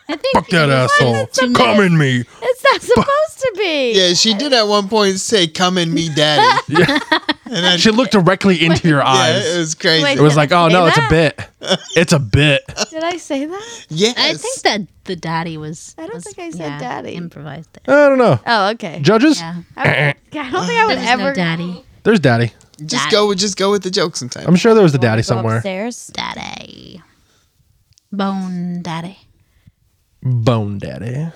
[SPEAKER 4] I think
[SPEAKER 1] Fuck that asshole. Come in me.
[SPEAKER 3] it's not supposed to be.
[SPEAKER 2] Yeah, she did at one point say, "Come and me, daddy."
[SPEAKER 1] Yeah.
[SPEAKER 2] And then,
[SPEAKER 1] She looked directly into your
[SPEAKER 2] yeah,
[SPEAKER 1] eyes.
[SPEAKER 2] it was crazy.
[SPEAKER 3] Wait.
[SPEAKER 1] It was like, oh
[SPEAKER 3] Say
[SPEAKER 1] no, it's a
[SPEAKER 3] that.
[SPEAKER 1] bit. It's a bit.
[SPEAKER 3] Did I say that?
[SPEAKER 2] yes.
[SPEAKER 4] I think that the daddy was.
[SPEAKER 3] I don't
[SPEAKER 4] was-
[SPEAKER 3] think I said
[SPEAKER 4] yeah,
[SPEAKER 3] daddy.
[SPEAKER 4] Improvised it.
[SPEAKER 1] I don't know.
[SPEAKER 3] Oh, okay.
[SPEAKER 1] Judges?
[SPEAKER 4] Yeah.
[SPEAKER 3] I don't I don't think I
[SPEAKER 4] There
[SPEAKER 3] would
[SPEAKER 4] was
[SPEAKER 3] ever
[SPEAKER 4] no daddy.
[SPEAKER 1] There's daddy.
[SPEAKER 2] just go with just go with the joke sometimes.
[SPEAKER 1] I'm sure there was a daddy
[SPEAKER 3] Go
[SPEAKER 1] somewhere.
[SPEAKER 3] Upstairs.
[SPEAKER 4] Daddy. Bone daddy.
[SPEAKER 1] Bone daddy.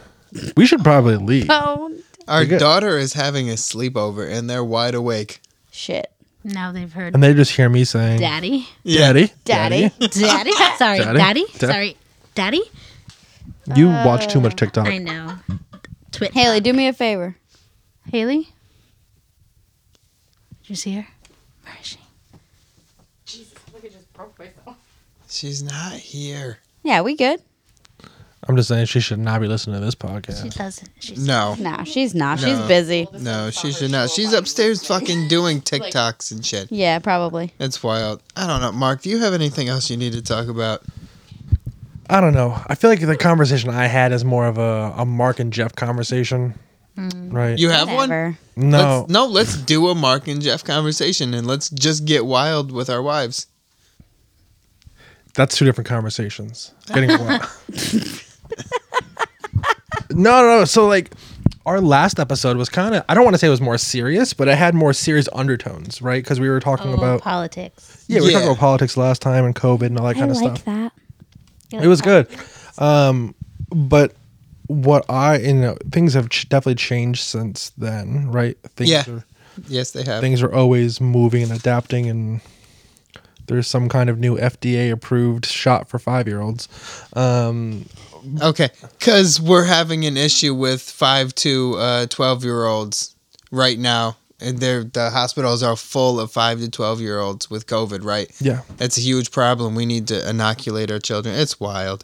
[SPEAKER 1] We should probably leave.
[SPEAKER 3] Oh
[SPEAKER 2] Our
[SPEAKER 1] good.
[SPEAKER 2] daughter is having a sleepover and they're wide awake.
[SPEAKER 3] shit,
[SPEAKER 4] Now they've heard
[SPEAKER 1] And they just hear me saying,
[SPEAKER 4] daddy.
[SPEAKER 1] Daddy.
[SPEAKER 3] daddy.
[SPEAKER 4] Daddy. Sorry,
[SPEAKER 1] Daddy?
[SPEAKER 4] daddy.
[SPEAKER 1] Da-
[SPEAKER 4] Sorry, daddy.
[SPEAKER 1] You watch too much TikTok.
[SPEAKER 4] I know. Twit.
[SPEAKER 3] Haley, do me a favor.
[SPEAKER 4] Haley. Did you see her? Where is she?
[SPEAKER 5] Jesus, look, it just broke my phone.
[SPEAKER 2] She's not here.
[SPEAKER 3] Yeah, we good.
[SPEAKER 1] I'm just saying she should not be listening to this
[SPEAKER 4] She
[SPEAKER 1] podcast.
[SPEAKER 4] doesn't. She's
[SPEAKER 2] No.
[SPEAKER 3] No, she's not. She's
[SPEAKER 2] No.
[SPEAKER 3] busy.
[SPEAKER 2] No, she should not. She's upstairs fucking doing TikToks and shit.
[SPEAKER 3] Yeah, probably.
[SPEAKER 2] That's wild. I don't know. Mark, do you have anything else you need to talk about?
[SPEAKER 1] I don't know. I feel like the conversation I had is more of a, a Mark and Jeff conversation. Right?
[SPEAKER 2] You have one?
[SPEAKER 3] Whatever.
[SPEAKER 1] no.
[SPEAKER 2] Let's, no, let's do a Mark and Jeff conversation and let's just get wild with our wives.
[SPEAKER 1] That's two different conversations. Getting wild. no, no, no. So like our last episode was kind of I don't want to say it was more serious, but it had more serious undertones, right? Because we were talking
[SPEAKER 4] oh,
[SPEAKER 1] about
[SPEAKER 4] politics.
[SPEAKER 1] yeah, we were talking
[SPEAKER 2] Yeah.
[SPEAKER 1] about politics last time and COVID and all that
[SPEAKER 3] I
[SPEAKER 1] kind of
[SPEAKER 3] like
[SPEAKER 1] stuff.
[SPEAKER 3] that.
[SPEAKER 1] it was good um but what i you know things have ch- definitely changed since then right things
[SPEAKER 2] Yeah.
[SPEAKER 1] are,
[SPEAKER 2] Yes, they have.
[SPEAKER 1] things are always moving and adapting and there's some kind of new fda approved shot for five year olds um
[SPEAKER 2] Okay. Because we're having an issue with 5 to uh, 12 year olds right now. And they're, the hospitals are full of 5 to 12 year olds with COVID, right?
[SPEAKER 1] yeah
[SPEAKER 2] That's a huge problem. We need to inoculate our children. It's wild.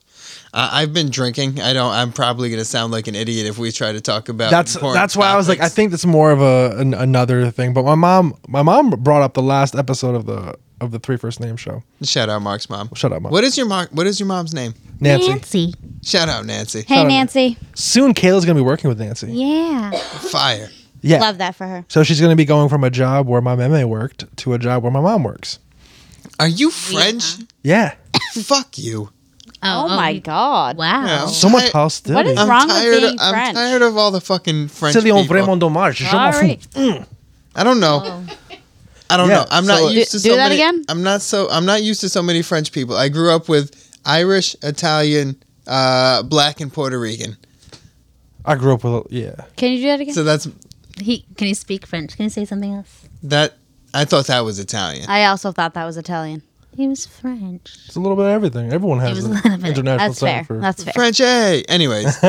[SPEAKER 2] Uh, I've been drinking. I don't. I'm probably going to sound like an idiot if we try to talk about.
[SPEAKER 1] that's
[SPEAKER 2] important
[SPEAKER 1] that's why I was like I
[SPEAKER 2] topics.
[SPEAKER 1] think that's more of a an, another thing but my mom my mom brought up the last episode of the of the three first name show
[SPEAKER 2] Shout out Mark's mom.
[SPEAKER 1] shut up mom
[SPEAKER 2] What is your mom? What is your mom's name?
[SPEAKER 1] Nancy
[SPEAKER 4] Nancy.
[SPEAKER 2] Shout out Nancy.
[SPEAKER 3] Hey, Nancy.
[SPEAKER 1] soon Kayla's gonna be working with Nancy
[SPEAKER 4] Yeah.
[SPEAKER 2] Fire.
[SPEAKER 1] yeah
[SPEAKER 3] Love that for her.
[SPEAKER 1] So she's going to be going from a job where my meme worked to a job where my mom works.
[SPEAKER 2] Are you French?
[SPEAKER 1] Yeah.
[SPEAKER 2] Fuck you.
[SPEAKER 3] Oh, my
[SPEAKER 4] you-
[SPEAKER 3] god.
[SPEAKER 4] Wow.
[SPEAKER 2] Yeah.
[SPEAKER 1] So much
[SPEAKER 2] What-
[SPEAKER 3] What
[SPEAKER 1] hostility.
[SPEAKER 3] is
[SPEAKER 2] I'm
[SPEAKER 3] wrong with
[SPEAKER 2] tired.
[SPEAKER 3] being
[SPEAKER 2] I'm
[SPEAKER 3] French?
[SPEAKER 2] tired of all the fucking French
[SPEAKER 1] C'est des
[SPEAKER 2] people.
[SPEAKER 1] hommes vraiment dommages. Je m'en
[SPEAKER 3] Sorry.
[SPEAKER 1] fous. Mm.
[SPEAKER 2] I don't know. I don't
[SPEAKER 1] Yeah,
[SPEAKER 2] know. I'm
[SPEAKER 1] so-
[SPEAKER 2] not used
[SPEAKER 3] Oh. Do-
[SPEAKER 2] to so
[SPEAKER 3] do that
[SPEAKER 2] many,
[SPEAKER 3] again?
[SPEAKER 2] I'm not so. I'm not used to so many French people. I grew up with Irish, Italian, uh, black, and Puerto Rican.
[SPEAKER 1] I grew up with, a- yeah.
[SPEAKER 3] Can you do that again?
[SPEAKER 2] So that's
[SPEAKER 4] He can he speak French? Can he say something else?
[SPEAKER 2] that. I thought that was Italian.
[SPEAKER 3] I also thought that was Italian.
[SPEAKER 4] He was French.
[SPEAKER 1] It's a little bit of everything. Everyone has
[SPEAKER 4] was
[SPEAKER 1] an
[SPEAKER 4] a little bit.
[SPEAKER 1] international
[SPEAKER 3] That's
[SPEAKER 1] term
[SPEAKER 3] fair.
[SPEAKER 1] for.
[SPEAKER 3] That's fair.
[SPEAKER 2] French, hey. Anyways,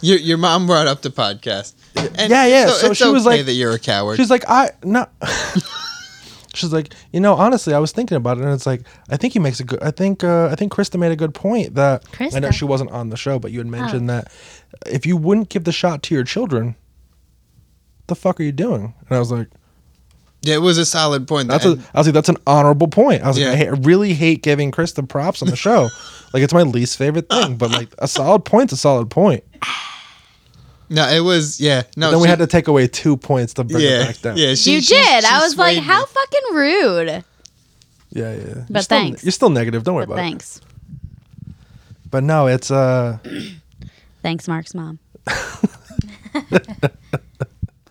[SPEAKER 2] your your mom brought up the podcast. And
[SPEAKER 1] Yeah, yeah, so
[SPEAKER 2] it's
[SPEAKER 1] she
[SPEAKER 2] okay
[SPEAKER 1] was like-
[SPEAKER 2] that you're a coward.
[SPEAKER 1] she's like, I, no. she's like, you know, honestly, I was thinking about it and it's like, I think he makes a good, I think, uh, I think Krista made a good point that, I know
[SPEAKER 4] Krista?
[SPEAKER 1] she wasn't on the show, but you had
[SPEAKER 3] Oh.
[SPEAKER 1] mentioned that if you wouldn't give the shot to your children, the fuck are you doing? And I was like,
[SPEAKER 2] it was a solid point.
[SPEAKER 1] That's a,
[SPEAKER 2] and
[SPEAKER 1] I was like, that's an honorable point. I was
[SPEAKER 2] Yeah.
[SPEAKER 1] like, I ha- really hate giving Chris the props on the show. like, it's my least favorite thing, but like, a solid point's a solid point.
[SPEAKER 2] no, it was yeah. No,
[SPEAKER 1] then we
[SPEAKER 2] she-
[SPEAKER 1] had to take away two points to bring it
[SPEAKER 2] yeah,
[SPEAKER 1] back down.
[SPEAKER 2] yeah. She,
[SPEAKER 3] you
[SPEAKER 2] she-
[SPEAKER 3] did.
[SPEAKER 2] she
[SPEAKER 3] I was like,
[SPEAKER 2] swayed me.
[SPEAKER 3] how fucking rude.
[SPEAKER 1] yeah, yeah. But
[SPEAKER 3] But
[SPEAKER 1] still,
[SPEAKER 3] thanks.
[SPEAKER 1] You're still negative. Don't worry
[SPEAKER 3] But
[SPEAKER 1] about
[SPEAKER 3] thanks.
[SPEAKER 1] it. But no, it's uh,
[SPEAKER 3] Thanks, Mark's mom.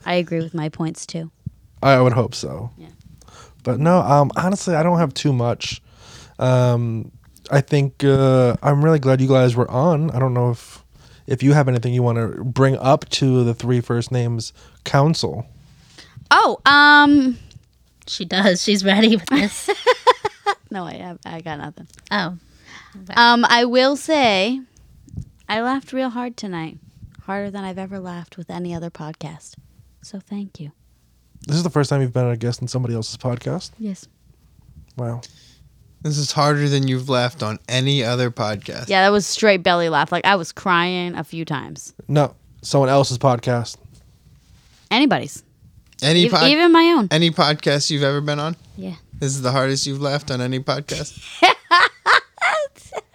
[SPEAKER 3] I agree with my points too.
[SPEAKER 1] I I would hope so.
[SPEAKER 3] Yeah.
[SPEAKER 1] But no, um, honestly, I don't have too much. Um, I think uh, I'm really glad you guys were on. I don't know if if you have anything you want to bring up to the three first names council.
[SPEAKER 3] Oh, um,
[SPEAKER 4] She does. She's ready with this.
[SPEAKER 3] no, wait, I, I got nothing.
[SPEAKER 4] oh.
[SPEAKER 3] Um, I will say, I laughed real hard tonight, harder than I've ever laughed with any other podcast. So thank you.
[SPEAKER 1] This is the first time you've been a guest in somebody else's podcast.
[SPEAKER 3] Yes.
[SPEAKER 1] Wow.
[SPEAKER 2] This is harder than you've laughed on any other podcast.
[SPEAKER 3] Yeah, that was straight belly laugh. Like I was crying a few times.
[SPEAKER 1] No, someone else's podcast.
[SPEAKER 3] Anybody's.
[SPEAKER 2] Any
[SPEAKER 3] Ev-
[SPEAKER 2] pod-
[SPEAKER 3] even my own.
[SPEAKER 2] any podcast you've ever been on?
[SPEAKER 3] Yeah.
[SPEAKER 2] This is the hardest you've laughed on any podcast.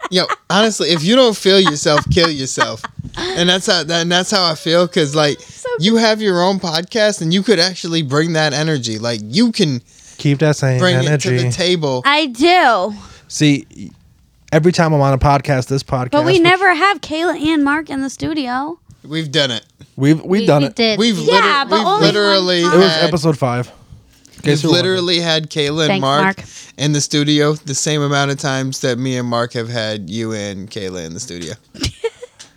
[SPEAKER 2] Yo, honestly, if you don't feel yourself, kill yourself. And that's how and that's how I feel cuz like you have your own podcast and you could actually bring that energy. Like you can
[SPEAKER 1] Keep that same
[SPEAKER 2] bring
[SPEAKER 1] energy.
[SPEAKER 2] it to the table.
[SPEAKER 3] I do.
[SPEAKER 1] See, every time I'm on a podcast, this podcast,
[SPEAKER 3] But we
[SPEAKER 1] which-
[SPEAKER 3] never have Kayla and Mark in the studio.
[SPEAKER 2] We've done it.
[SPEAKER 1] we've we've done it.
[SPEAKER 4] Did.
[SPEAKER 2] We've,
[SPEAKER 3] Yeah,
[SPEAKER 2] liter-
[SPEAKER 3] but
[SPEAKER 2] we've
[SPEAKER 3] only one
[SPEAKER 2] literally
[SPEAKER 3] time.
[SPEAKER 1] It was
[SPEAKER 2] had-
[SPEAKER 1] episode five.
[SPEAKER 2] We've
[SPEAKER 1] who won?
[SPEAKER 2] literally had Kayla and
[SPEAKER 3] Thanks,
[SPEAKER 2] Mark,
[SPEAKER 3] Mark.
[SPEAKER 2] in the studio the same amount of times that me and Mark have had you and Kayla in the studio.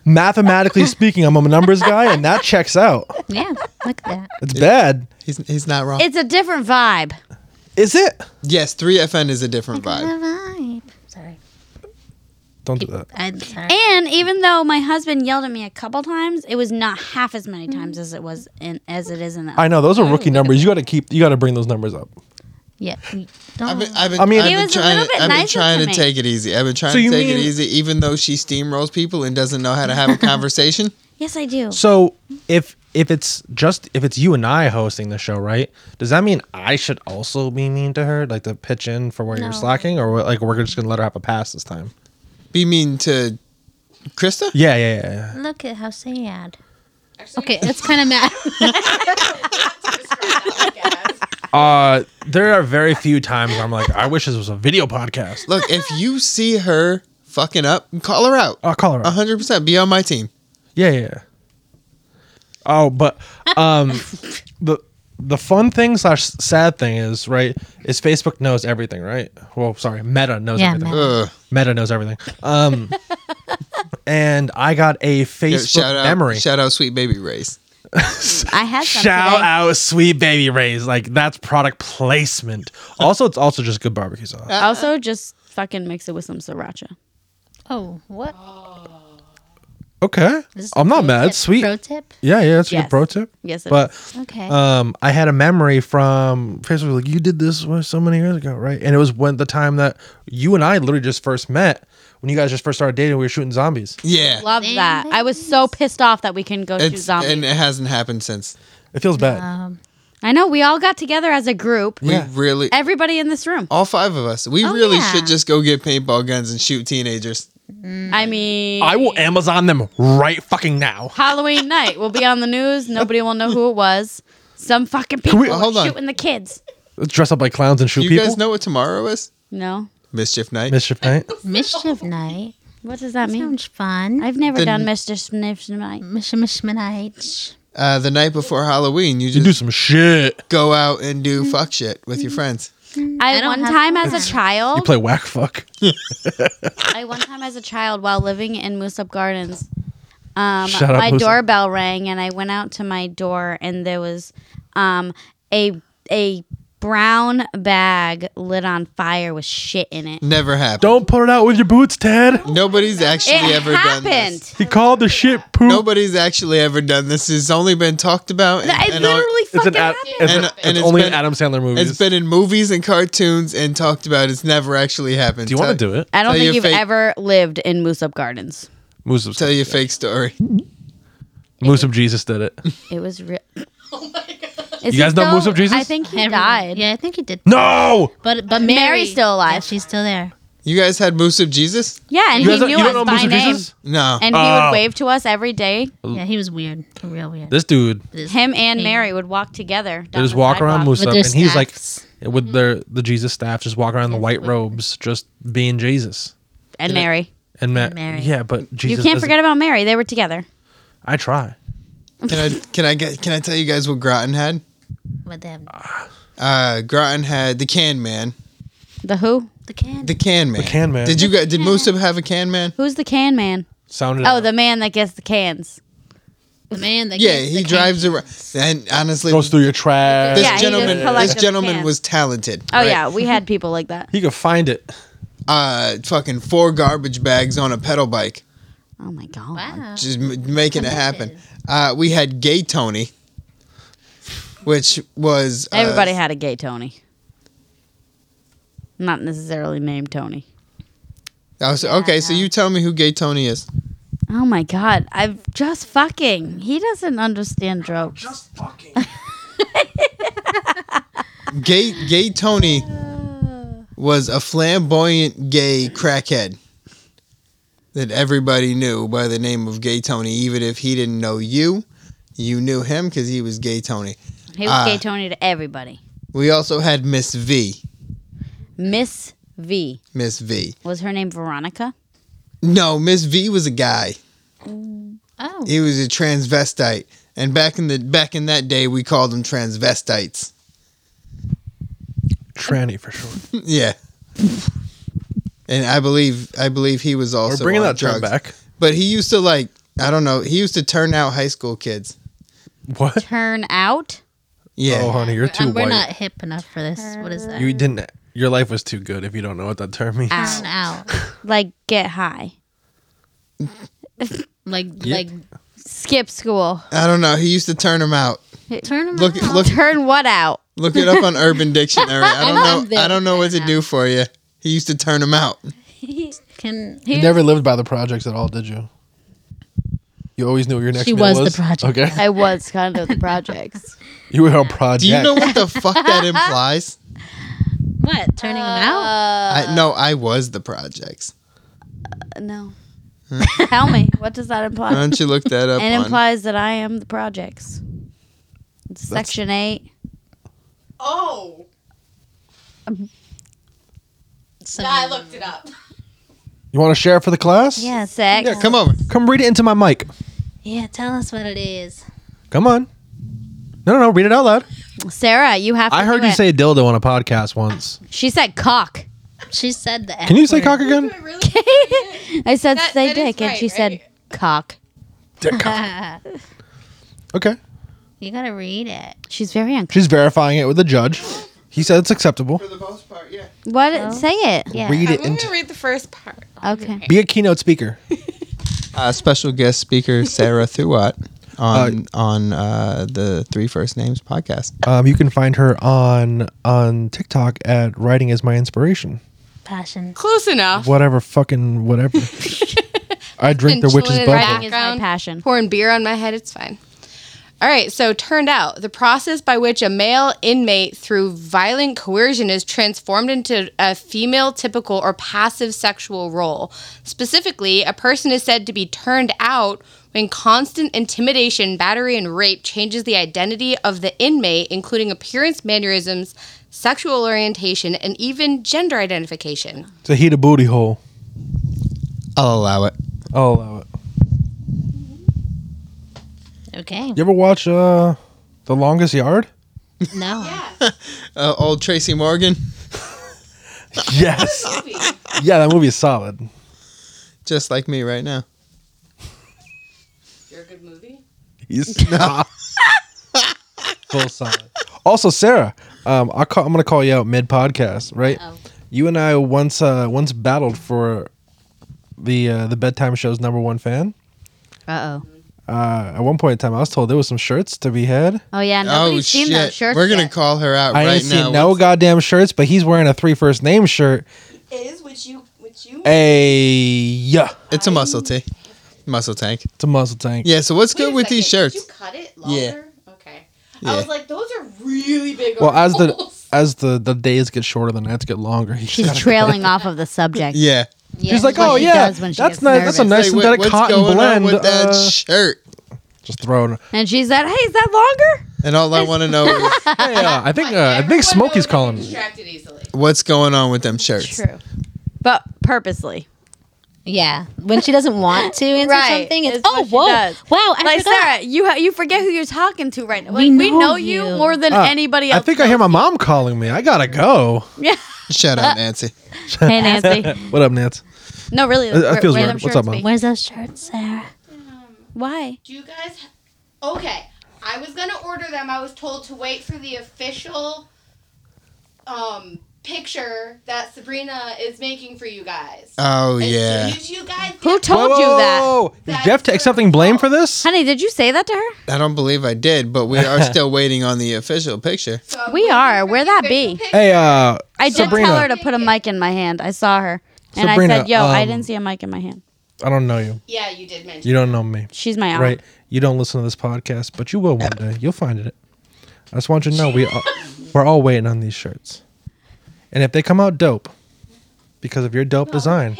[SPEAKER 1] Mathematically speaking, I'm a numbers guy, and that checks out.
[SPEAKER 4] yeah, look at that.
[SPEAKER 1] It's bad.
[SPEAKER 2] He's, he's not wrong.
[SPEAKER 3] It's a different vibe.
[SPEAKER 1] Is it?
[SPEAKER 2] yes, 3FN is a different vibe.
[SPEAKER 4] vibe. Sorry.
[SPEAKER 1] Don't do that.
[SPEAKER 4] I'm sorry.
[SPEAKER 3] And even though my husband yelled at me a couple times, it was not half as
[SPEAKER 4] Mm-hmm.
[SPEAKER 3] many times as it was in as it is in the.
[SPEAKER 1] I know those are rookie numbers. You got to keep. You got to bring those numbers up.
[SPEAKER 4] yeah. you- Don't.
[SPEAKER 2] I've been, I've been,
[SPEAKER 1] I mean-
[SPEAKER 2] I've
[SPEAKER 1] He
[SPEAKER 2] been
[SPEAKER 3] was a
[SPEAKER 2] trying,
[SPEAKER 3] little bit
[SPEAKER 2] to, I've been
[SPEAKER 3] nicer
[SPEAKER 2] trying
[SPEAKER 3] to
[SPEAKER 2] to
[SPEAKER 3] me.
[SPEAKER 2] take it easy. I've been trying
[SPEAKER 1] So
[SPEAKER 2] to
[SPEAKER 1] you
[SPEAKER 2] take it
[SPEAKER 1] mean-
[SPEAKER 2] easy, even though she steamrolls people and doesn't know how to have a conversation.
[SPEAKER 3] yes, I do.
[SPEAKER 1] So if if it's just if it's you and I hosting the show, right? Does that mean I should also be mean to her, like to pitch in for where you're slacking, or what- like we're just gonna let her have a pass this time?
[SPEAKER 2] Be mean to Krista?
[SPEAKER 1] Yeah, yeah, yeah. yeah.
[SPEAKER 4] Look at how sad.
[SPEAKER 5] Actually,
[SPEAKER 4] Okay, that's kind of mad.
[SPEAKER 5] I guess.
[SPEAKER 1] Uh, there are very few times I'm like, I wish this was a video podcast.
[SPEAKER 2] Look, if you see her fucking up, call her out.
[SPEAKER 1] I'll Uh, call her. Up.
[SPEAKER 2] 100% be on my team.
[SPEAKER 1] Yeah, yeah. yeah. Oh, but um, the the fun thing slash sad thing is right is Facebook knows everything, right? Well, sorry, Meta knows
[SPEAKER 4] Yeah,
[SPEAKER 1] everything.
[SPEAKER 4] Meta.
[SPEAKER 2] Ugh.
[SPEAKER 1] Meta knows everything. Um, and I got a
[SPEAKER 2] Yeah,
[SPEAKER 1] Facebook
[SPEAKER 2] shout out,
[SPEAKER 1] memory.
[SPEAKER 2] Shout out, sweet baby race.
[SPEAKER 3] I had some
[SPEAKER 1] Shout
[SPEAKER 3] today.
[SPEAKER 1] out, sweet baby rays. Like that's product placement. Also, it's also just good barbecue sauce.
[SPEAKER 2] Uh,
[SPEAKER 3] Also, just fucking mix it with some sriracha.
[SPEAKER 4] Oh, what?
[SPEAKER 1] Okay,
[SPEAKER 4] This is
[SPEAKER 1] I'm
[SPEAKER 4] a
[SPEAKER 1] not
[SPEAKER 4] pro
[SPEAKER 1] mad.
[SPEAKER 4] tip.
[SPEAKER 1] Sweet.
[SPEAKER 4] Pro tip.
[SPEAKER 1] yeah, yeah, that's a
[SPEAKER 3] Yes.
[SPEAKER 1] good pro tip.
[SPEAKER 3] Yes, it
[SPEAKER 1] but
[SPEAKER 4] Okay.
[SPEAKER 1] um, I had a memory from Facebook. Like you did this was so many years ago, right? And it was when the time that you and I literally just first met. When you guys just first started dating, we were shooting zombies.
[SPEAKER 2] Yeah.
[SPEAKER 3] Love
[SPEAKER 4] Same
[SPEAKER 3] that. I was so pissed off that we couldn't go shoot
[SPEAKER 2] It's,
[SPEAKER 3] zombies.
[SPEAKER 2] and it hasn't happened since.
[SPEAKER 1] It feels bad.
[SPEAKER 4] Um,
[SPEAKER 3] I know we all got together as a group.
[SPEAKER 2] We
[SPEAKER 1] Yeah.
[SPEAKER 2] really,
[SPEAKER 3] Everybody in this room.
[SPEAKER 2] all five of us, we
[SPEAKER 4] Oh,
[SPEAKER 2] really
[SPEAKER 4] yeah.
[SPEAKER 2] should just go get paintball guns and shoot teenagers.
[SPEAKER 3] I mean,
[SPEAKER 1] I will Amazon them right fucking now.
[SPEAKER 3] Halloween night will be on the news. Nobody will know who it was. Some fucking people
[SPEAKER 1] we-
[SPEAKER 3] were
[SPEAKER 2] Hold on.
[SPEAKER 3] shooting the kids.
[SPEAKER 1] Let's dress up like clowns and shoot
[SPEAKER 2] Do you
[SPEAKER 1] people.
[SPEAKER 2] guys know what tomorrow is?
[SPEAKER 3] No,
[SPEAKER 2] Mischief night.
[SPEAKER 1] Mischief night.
[SPEAKER 4] mischief night.
[SPEAKER 3] what does that mean?
[SPEAKER 4] Sounds fun.
[SPEAKER 3] I've never
[SPEAKER 2] The-
[SPEAKER 3] done Mr. Sniff Night.
[SPEAKER 4] Mischief mischief night.
[SPEAKER 2] uh, the night before Halloween, you
[SPEAKER 1] You
[SPEAKER 2] just
[SPEAKER 1] do some shit.
[SPEAKER 2] go out and
[SPEAKER 3] Mm-hmm.
[SPEAKER 2] do fuck shit with your friends.
[SPEAKER 3] I,
[SPEAKER 4] I don't
[SPEAKER 3] one
[SPEAKER 4] have
[SPEAKER 3] time as
[SPEAKER 4] plans.
[SPEAKER 3] a child,
[SPEAKER 1] You play whack fuck.
[SPEAKER 3] I one time as a child while living in Moose Up Gardens, um,
[SPEAKER 1] Shut up,
[SPEAKER 3] my
[SPEAKER 1] Moose Up.
[SPEAKER 3] doorbell rang and I went out to my door and there was um, a a brown bag lit on fire with shit in it.
[SPEAKER 2] Never happened.
[SPEAKER 1] Don't put it out with your boots, Ted.
[SPEAKER 2] Nobody's actually
[SPEAKER 3] It
[SPEAKER 2] ever
[SPEAKER 3] happened.
[SPEAKER 2] done this.
[SPEAKER 1] He called the shit poop.
[SPEAKER 2] Nobody's actually ever done this. It's only been talked about. And,
[SPEAKER 3] I
[SPEAKER 2] and all-
[SPEAKER 3] literally
[SPEAKER 1] it's
[SPEAKER 3] fucking
[SPEAKER 1] an ad,
[SPEAKER 3] happened.
[SPEAKER 1] it's, an-
[SPEAKER 2] And-
[SPEAKER 1] it's
[SPEAKER 2] and it's
[SPEAKER 1] only an
[SPEAKER 2] been-
[SPEAKER 1] Adam Sandler movies.
[SPEAKER 2] it's been in movies and cartoons and talked about. It's never actually happened.
[SPEAKER 1] do you want to
[SPEAKER 2] Tell-
[SPEAKER 1] do it?
[SPEAKER 3] I don't
[SPEAKER 2] Tell your
[SPEAKER 3] think you've
[SPEAKER 2] fake-
[SPEAKER 3] ever lived in Moose Up Gardens.
[SPEAKER 1] Moose of,
[SPEAKER 2] Tell your fake story.
[SPEAKER 1] Moose of Jesus did it.
[SPEAKER 3] It was real.
[SPEAKER 5] Oh my god.
[SPEAKER 3] Is
[SPEAKER 1] You guys
[SPEAKER 3] he
[SPEAKER 1] know
[SPEAKER 3] still-
[SPEAKER 1] Moose Up Jesus?
[SPEAKER 3] I think he
[SPEAKER 4] Everyone-
[SPEAKER 3] died.
[SPEAKER 4] Yeah, I think he did.
[SPEAKER 1] No.
[SPEAKER 4] But but Mary,
[SPEAKER 3] Mary's still alive.
[SPEAKER 4] Yeah, she's still there.
[SPEAKER 2] You guys had Moose of Jesus?
[SPEAKER 3] Yeah, and
[SPEAKER 1] You
[SPEAKER 3] he
[SPEAKER 1] guys don't-
[SPEAKER 3] knew
[SPEAKER 1] you
[SPEAKER 3] us
[SPEAKER 1] don't know
[SPEAKER 3] by
[SPEAKER 1] Moose of
[SPEAKER 3] name,
[SPEAKER 1] Jesus?
[SPEAKER 2] No.
[SPEAKER 3] and he
[SPEAKER 1] Oh.
[SPEAKER 3] would wave to us every day.
[SPEAKER 4] Yeah, he was weird, real weird.
[SPEAKER 1] This dude,
[SPEAKER 3] Him and Mary would walk together.
[SPEAKER 1] they
[SPEAKER 3] down
[SPEAKER 1] just
[SPEAKER 3] the Mm-hmm.
[SPEAKER 1] walk around
[SPEAKER 3] sidewalk.
[SPEAKER 1] Moose
[SPEAKER 4] With
[SPEAKER 1] Up,
[SPEAKER 4] their
[SPEAKER 1] and he's like
[SPEAKER 4] staffs.
[SPEAKER 1] with their the Jesus staff, just walking around in the white robes, just being Jesus.
[SPEAKER 3] and Mary.
[SPEAKER 1] And Ma-
[SPEAKER 4] Mary.
[SPEAKER 1] yeah, but Jesus.
[SPEAKER 3] You can't
[SPEAKER 1] doesn't-
[SPEAKER 3] forget about Mary. They were together.
[SPEAKER 1] I try.
[SPEAKER 2] Can I can I get can I tell you guys what Groton had?
[SPEAKER 4] But they have
[SPEAKER 2] Uh Groton had the can man.
[SPEAKER 3] The Who?
[SPEAKER 4] the can.
[SPEAKER 2] The can man. The
[SPEAKER 1] can man.
[SPEAKER 2] Did you guys did Moose of have a can man?
[SPEAKER 3] Who's the can man?
[SPEAKER 1] Sounded.
[SPEAKER 3] Oh, the man that gets the cans.
[SPEAKER 4] The man that
[SPEAKER 2] Yeah,
[SPEAKER 4] gets
[SPEAKER 2] he
[SPEAKER 4] the
[SPEAKER 2] drives around. And honestly,
[SPEAKER 1] goes
[SPEAKER 2] this
[SPEAKER 1] through your trash.
[SPEAKER 2] this
[SPEAKER 3] Yeah, he just
[SPEAKER 2] gentleman, this
[SPEAKER 3] collects the
[SPEAKER 2] gentleman
[SPEAKER 3] cans.
[SPEAKER 2] was talented.
[SPEAKER 3] Oh
[SPEAKER 2] right?
[SPEAKER 3] yeah, we had people like that.
[SPEAKER 1] He could find it.
[SPEAKER 2] Uh, fucking four garbage bags on a pedal bike,
[SPEAKER 3] Oh my god.
[SPEAKER 4] can. Wow.
[SPEAKER 2] just m- making it happen. Uh, we had Gay Tony, which was uh,
[SPEAKER 3] Everybody had a gay Tony. Not necessarily named Tony.
[SPEAKER 2] I was- okay, so you tell me who Gay Tony is.
[SPEAKER 3] Oh my god, I'm just fucking. He doesn't understand jokes.
[SPEAKER 1] Just fucking.
[SPEAKER 2] Gay Gay Tony was a flamboyant gay crackhead that everybody knew by the name of Gay Tony, even if he didn't know you. You knew him because he was Gay Tony.
[SPEAKER 3] he was
[SPEAKER 2] Ah.
[SPEAKER 3] gay Tony to everybody.
[SPEAKER 2] We also had Miss V.
[SPEAKER 3] Miss V
[SPEAKER 2] Miss V.
[SPEAKER 3] was her name Veronica.
[SPEAKER 2] No, Miss V was a guy.
[SPEAKER 4] Oh,
[SPEAKER 2] He was a transvestite, and back in the back in that day, we called them transvestites.
[SPEAKER 1] Tranny for sure.
[SPEAKER 2] yeah. And I believe I believe he was also
[SPEAKER 1] We're bringing
[SPEAKER 2] on
[SPEAKER 1] that term
[SPEAKER 2] drugs.
[SPEAKER 1] back.
[SPEAKER 2] But he used to like I don't know. He used to turn out high school kids.
[SPEAKER 1] What?
[SPEAKER 3] Turn out.
[SPEAKER 2] Yeah.
[SPEAKER 1] Oh, honey,
[SPEAKER 3] Uh,
[SPEAKER 1] you're
[SPEAKER 4] we're,
[SPEAKER 1] too
[SPEAKER 4] um, we're
[SPEAKER 1] white.
[SPEAKER 4] not hip enough for this. What is that?
[SPEAKER 1] You didn't. Your life was too good if you don't know what that term means.
[SPEAKER 3] Ow.
[SPEAKER 4] Turn out
[SPEAKER 3] Like get high.
[SPEAKER 4] like
[SPEAKER 1] Yeah.
[SPEAKER 4] like
[SPEAKER 3] Skip school.
[SPEAKER 2] I don't know. He used to turn them out.
[SPEAKER 4] turn them
[SPEAKER 2] Look
[SPEAKER 4] out.
[SPEAKER 2] look
[SPEAKER 3] Turn what out?
[SPEAKER 2] look it up on Urban Dictionary. I
[SPEAKER 4] I'm
[SPEAKER 2] don't know.
[SPEAKER 4] there.
[SPEAKER 2] I don't know what to do for you. He used to turn them out.
[SPEAKER 4] Can
[SPEAKER 1] You never lived by the projects at all, did you? You always knew what your next
[SPEAKER 4] She
[SPEAKER 1] meal
[SPEAKER 4] was
[SPEAKER 1] was.
[SPEAKER 4] the project.
[SPEAKER 1] Okay.
[SPEAKER 3] I was kind of the projects.
[SPEAKER 1] You were a project.
[SPEAKER 2] Do you know what the fuck that implies?
[SPEAKER 4] what turning them out?
[SPEAKER 5] Uh,
[SPEAKER 2] I no, I was the projects.
[SPEAKER 3] No. Tell me, what does that
[SPEAKER 2] Why
[SPEAKER 3] imply?
[SPEAKER 2] don't you look that up?
[SPEAKER 3] It
[SPEAKER 2] on-
[SPEAKER 3] implies that I am the projects. It's Section eight.
[SPEAKER 5] Oh,
[SPEAKER 4] Some-
[SPEAKER 5] I looked it up.
[SPEAKER 1] You want to share it for the class?
[SPEAKER 3] Yeah, sex.
[SPEAKER 2] yeah, come over.
[SPEAKER 1] Come read it into my mic.
[SPEAKER 4] yeah, tell us what it is.
[SPEAKER 1] Come on. No, no, no. Read it out loud.
[SPEAKER 3] Sarah, you have. To
[SPEAKER 1] I heard
[SPEAKER 3] do
[SPEAKER 1] you
[SPEAKER 3] it.
[SPEAKER 1] say dildo on a podcast once.
[SPEAKER 3] She said cock.
[SPEAKER 4] She said the.
[SPEAKER 1] Can you say
[SPEAKER 4] F-word.
[SPEAKER 1] cock
[SPEAKER 5] Do
[SPEAKER 1] again?
[SPEAKER 5] I really?
[SPEAKER 3] I said
[SPEAKER 5] That-
[SPEAKER 3] say
[SPEAKER 5] that is
[SPEAKER 3] dick, and
[SPEAKER 5] right,
[SPEAKER 3] she said
[SPEAKER 5] right?
[SPEAKER 3] cock.
[SPEAKER 1] Dick cock. Okay.
[SPEAKER 4] you gotta read it.
[SPEAKER 3] She's very uncomfortable.
[SPEAKER 1] She's verifying it with the judge. He said it's acceptable.
[SPEAKER 2] the most part, yeah.
[SPEAKER 3] What? Say it.
[SPEAKER 4] Yeah.
[SPEAKER 1] Read
[SPEAKER 5] I'm
[SPEAKER 1] it
[SPEAKER 5] gonna
[SPEAKER 1] into.
[SPEAKER 5] read the first part.
[SPEAKER 3] Okay.
[SPEAKER 1] Be a keynote speaker.
[SPEAKER 2] Uh, special guest speaker Sarah Thuat on on uh, the Three First Names podcast.
[SPEAKER 1] Um, you can find her on on TikTok at writing is my inspiration.
[SPEAKER 4] Passion.
[SPEAKER 5] Close enough.
[SPEAKER 1] Whatever, fucking whatever. I drink the witch's
[SPEAKER 5] Enjoy the
[SPEAKER 1] bubble.
[SPEAKER 5] ride.
[SPEAKER 3] Writing is my
[SPEAKER 5] Background.
[SPEAKER 3] passion.
[SPEAKER 5] pouring beer on my head, it's fine. All right, so turned out the process by which a male inmate through violent coercion is transformed into a female typical or passive sexual role. Specifically, a person is said to be turned out when constant intimidation, battery, and rape changes the identity of the inmate, including appearance, mannerisms, sexual orientation, and even gender identification.
[SPEAKER 1] To heat a booty hole.
[SPEAKER 2] I'll allow it.
[SPEAKER 1] I'll allow it.
[SPEAKER 4] Okay.
[SPEAKER 1] You ever watch uh, The Longest Yard?
[SPEAKER 4] No.
[SPEAKER 2] Uh, old Tracy Morgan
[SPEAKER 1] Yes. yeah, that movie is solid.
[SPEAKER 2] just like me right now.
[SPEAKER 5] You're a good movie.
[SPEAKER 1] He's full solid. Also, Sarah, um, I call, I'm gonna call you out mid podcast, right?
[SPEAKER 4] Oh.
[SPEAKER 1] You and I once uh, once battled for the uh, the bedtime show's number one fan.
[SPEAKER 3] Uh oh.
[SPEAKER 1] Uh, at one point in time, I was told there was some shirts to be had.
[SPEAKER 3] Oh yeah.
[SPEAKER 2] oh
[SPEAKER 3] Nobody's
[SPEAKER 2] shit!
[SPEAKER 3] seen those shirts.
[SPEAKER 2] We're gonna
[SPEAKER 3] yet.
[SPEAKER 2] call her out
[SPEAKER 1] I
[SPEAKER 2] right
[SPEAKER 1] ain't
[SPEAKER 2] now.
[SPEAKER 1] seen no goddamn shirts, but he's wearing a three first name shirt.
[SPEAKER 5] Is which you which you
[SPEAKER 1] Hey, yeah,
[SPEAKER 2] It's a muscle tank. Muscle tank.
[SPEAKER 1] it's a muzzle tank.
[SPEAKER 2] Yeah. So what's
[SPEAKER 5] Wait
[SPEAKER 2] good
[SPEAKER 5] a
[SPEAKER 2] with these
[SPEAKER 5] second,
[SPEAKER 2] shirts?
[SPEAKER 5] Did you cut it
[SPEAKER 2] Yeah.
[SPEAKER 5] longer? Okay.
[SPEAKER 2] Yeah.
[SPEAKER 5] I was like, those are really big.
[SPEAKER 1] Well, as the
[SPEAKER 5] arms.
[SPEAKER 1] as the the days get shorter, the nights get longer. He's
[SPEAKER 3] She's
[SPEAKER 1] gotta-
[SPEAKER 3] trailing off of the subject.
[SPEAKER 2] Yeah.
[SPEAKER 4] Yeah,
[SPEAKER 1] She's like,
[SPEAKER 4] what
[SPEAKER 1] oh
[SPEAKER 4] she
[SPEAKER 1] yeah,
[SPEAKER 3] does when she
[SPEAKER 1] that's
[SPEAKER 3] gets
[SPEAKER 1] nice. That's a nice
[SPEAKER 3] nervous.
[SPEAKER 2] Like,
[SPEAKER 1] synthetic
[SPEAKER 2] what's
[SPEAKER 1] cotton
[SPEAKER 2] going
[SPEAKER 1] blend.
[SPEAKER 2] on with that
[SPEAKER 1] uh,
[SPEAKER 2] shirt?
[SPEAKER 1] just throwing.
[SPEAKER 3] And she said, "Hey, is that longer?"
[SPEAKER 2] And all I want to know is
[SPEAKER 1] yeah, I think uh, I
[SPEAKER 5] Everyone
[SPEAKER 1] think Smokey's
[SPEAKER 5] knows I'm
[SPEAKER 1] calling.
[SPEAKER 5] Distracted easily.
[SPEAKER 2] what's going on with them shirts.
[SPEAKER 3] True. But purposely.
[SPEAKER 4] Yeah, when she doesn't want to answer
[SPEAKER 3] Right,
[SPEAKER 4] something, it's
[SPEAKER 3] it's
[SPEAKER 4] oh
[SPEAKER 3] what she
[SPEAKER 4] whoa,
[SPEAKER 3] does.
[SPEAKER 4] wow, I
[SPEAKER 3] like
[SPEAKER 4] forgot.
[SPEAKER 3] Sarah, you ha- you forget who you're talking to right now. Like,
[SPEAKER 4] We
[SPEAKER 3] we,
[SPEAKER 4] know
[SPEAKER 3] know, you.
[SPEAKER 4] you.
[SPEAKER 3] more than
[SPEAKER 1] Uh,
[SPEAKER 3] anybody
[SPEAKER 1] I
[SPEAKER 3] else.
[SPEAKER 1] think I hear my mom calling me. I gotta go.
[SPEAKER 3] yeah.
[SPEAKER 2] Shout
[SPEAKER 5] Uh,
[SPEAKER 2] out Nancy.
[SPEAKER 3] Hey Nancy.
[SPEAKER 1] What up, Nance?
[SPEAKER 3] No, really.
[SPEAKER 1] That- that
[SPEAKER 3] where-
[SPEAKER 1] feels
[SPEAKER 3] where
[SPEAKER 1] weird.
[SPEAKER 3] them
[SPEAKER 1] What's
[SPEAKER 3] shirts
[SPEAKER 1] up, Mom?
[SPEAKER 3] be?
[SPEAKER 4] Where's those shirts, Sarah?
[SPEAKER 3] Why?
[SPEAKER 5] Do you guys? Okay, I was gonna order them. I was told to wait for the official, um, picture that Sabrina is making for you guys.
[SPEAKER 2] Oh
[SPEAKER 5] As
[SPEAKER 2] yeah.
[SPEAKER 5] soon as you guys
[SPEAKER 3] Who
[SPEAKER 5] get-
[SPEAKER 3] told you that?
[SPEAKER 1] Is
[SPEAKER 5] That's
[SPEAKER 1] Jeff ta-
[SPEAKER 5] your
[SPEAKER 1] accepting blame for this?
[SPEAKER 3] Honey, did you say that to her?
[SPEAKER 2] I don't believe I did, but we are still waiting on the official picture.
[SPEAKER 5] So I'm
[SPEAKER 3] We
[SPEAKER 5] waiting
[SPEAKER 3] are.
[SPEAKER 5] for the
[SPEAKER 3] Where that
[SPEAKER 5] official
[SPEAKER 3] be?
[SPEAKER 5] picture.
[SPEAKER 1] Hey, uh,
[SPEAKER 3] I did
[SPEAKER 1] Sabrina.
[SPEAKER 3] tell her to put a mic in my hand. I saw her. And
[SPEAKER 1] Sabrina,
[SPEAKER 3] I said, "Yo, I
[SPEAKER 1] um,
[SPEAKER 3] didn't see a mic in my hand."
[SPEAKER 1] I don't know you.
[SPEAKER 5] Yeah, you did mention.
[SPEAKER 1] You don't know me.
[SPEAKER 3] She's my aunt.
[SPEAKER 1] Right? You don't listen to this podcast, but you will one day. You'll find it. I just want you to know we are, we're all waiting on these shirts, and if they come out dope, because of your dope design,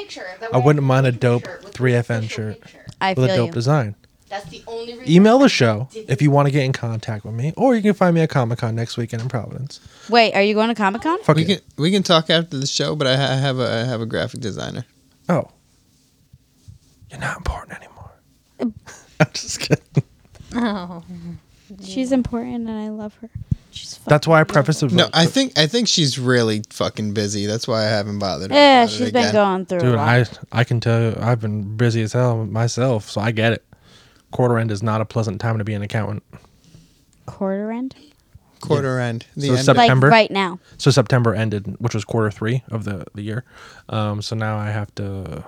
[SPEAKER 1] I wouldn't mind a dope 3FN shirt
[SPEAKER 3] I
[SPEAKER 1] with a
[SPEAKER 3] feel
[SPEAKER 1] dope
[SPEAKER 3] you.
[SPEAKER 1] design.
[SPEAKER 5] That's the only reason.
[SPEAKER 1] Email the show if you want to get in contact with me, or you can find me at Comic Con next weekend in Providence.
[SPEAKER 3] Wait, are you going to Comic Con?
[SPEAKER 1] Fuck
[SPEAKER 2] We
[SPEAKER 1] it.
[SPEAKER 2] can we can talk after the show, but I, ha- I have a I have a graphic designer.
[SPEAKER 1] Oh. You're not important anymore. I'm just kidding.
[SPEAKER 3] She's important, and I love her. She's fucking
[SPEAKER 1] That's why I prefaced it. with-
[SPEAKER 2] No, I think I think she's really fucking busy. That's why I haven't bothered. her
[SPEAKER 3] Yeah,
[SPEAKER 2] about it
[SPEAKER 3] she's been
[SPEAKER 2] again.
[SPEAKER 3] going through
[SPEAKER 1] Dude,
[SPEAKER 3] a lot.
[SPEAKER 1] I I can tell you, I've been busy as hell myself, so I get it. Quarter end is not a pleasant time to be an accountant.
[SPEAKER 3] quarter end,
[SPEAKER 2] quarter end. The
[SPEAKER 1] So
[SPEAKER 2] end
[SPEAKER 1] sep-
[SPEAKER 2] of-
[SPEAKER 3] like
[SPEAKER 1] September?
[SPEAKER 3] right now.
[SPEAKER 1] So September ended, which was quarter three of the the year. Um, so now I have to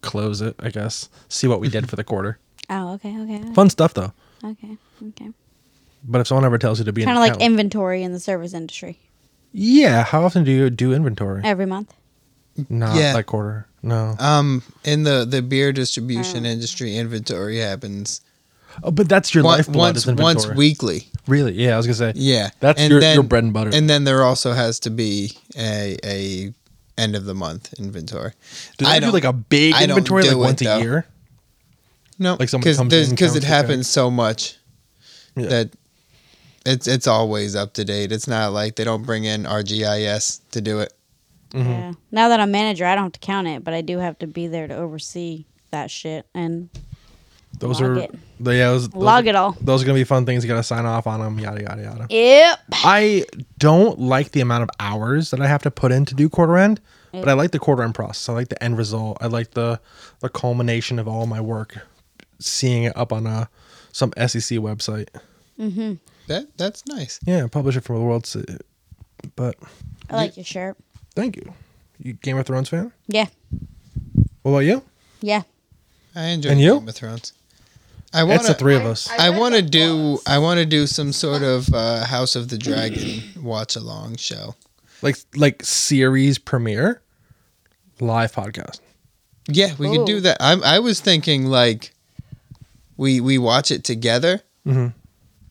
[SPEAKER 1] close it, I guess. See what we did for the quarter.
[SPEAKER 3] Oh, okay, okay, okay,
[SPEAKER 1] Fun stuff though.
[SPEAKER 3] okay. okay.
[SPEAKER 1] But if someone ever tells you to be
[SPEAKER 3] Kind
[SPEAKER 1] an
[SPEAKER 3] of like
[SPEAKER 1] accountant,
[SPEAKER 3] inventory in the service industry
[SPEAKER 1] yeah. How often do you do inventory?
[SPEAKER 3] every month.
[SPEAKER 1] Not
[SPEAKER 2] Yeah.
[SPEAKER 1] like quarter. No.
[SPEAKER 2] um in the the beer distribution
[SPEAKER 3] Mm.
[SPEAKER 2] industry, inventory happens
[SPEAKER 1] Oh, but that's your
[SPEAKER 2] Once-
[SPEAKER 1] lifeblood.
[SPEAKER 2] once
[SPEAKER 1] is inventory.
[SPEAKER 2] once weekly.
[SPEAKER 1] Really? Yeah, I was gonna say.
[SPEAKER 2] Yeah,
[SPEAKER 1] That's your- your bread and butter.
[SPEAKER 2] And then there also has to be a a end of the month inventory.
[SPEAKER 1] Do they do like a big
[SPEAKER 2] I don't
[SPEAKER 1] inventory
[SPEAKER 2] do
[SPEAKER 1] like
[SPEAKER 2] it,
[SPEAKER 1] once
[SPEAKER 2] though.
[SPEAKER 1] a year?
[SPEAKER 2] no
[SPEAKER 1] like someone
[SPEAKER 2] because
[SPEAKER 1] comes in,
[SPEAKER 2] because it
[SPEAKER 1] counts the
[SPEAKER 2] happens so much
[SPEAKER 1] Yeah.
[SPEAKER 2] that it's it's always up to date. It's not like they don't bring in RGIS to do it.
[SPEAKER 3] Yeah. Now that I'm manager, I don't have to count it, but I do have to be there to oversee that shit and
[SPEAKER 1] Those
[SPEAKER 3] Log
[SPEAKER 1] are
[SPEAKER 3] it.
[SPEAKER 1] the- yeah. Those, those
[SPEAKER 3] log
[SPEAKER 1] are-
[SPEAKER 3] it all.
[SPEAKER 1] Those are gonna be fun things. You gotta sign off on them. Yada yada yada.
[SPEAKER 3] Yep.
[SPEAKER 1] I don't like the amount of hours that I have to put in to do quarter end, but I like the quarter end process. I like the end result. I like the the culmination of all my work, seeing it up on a some SEC website.
[SPEAKER 2] That that's nice.
[SPEAKER 1] Yeah, publish it for the world. To, but
[SPEAKER 3] I like your shirt.
[SPEAKER 1] thank you. You Game of Thrones fan?
[SPEAKER 3] Yeah.
[SPEAKER 1] What about you?
[SPEAKER 3] Yeah.
[SPEAKER 2] I enjoy
[SPEAKER 1] And you?
[SPEAKER 2] Game of Thrones. I want
[SPEAKER 1] It's the three of us.
[SPEAKER 2] I want to do I want to do some sort of uh, House of the Dragon watch along show.
[SPEAKER 1] like like series premiere, live podcast.
[SPEAKER 2] Yeah, we could do
[SPEAKER 3] Ooh.
[SPEAKER 2] that. I I was thinking like we we watch it together,
[SPEAKER 1] Mhm.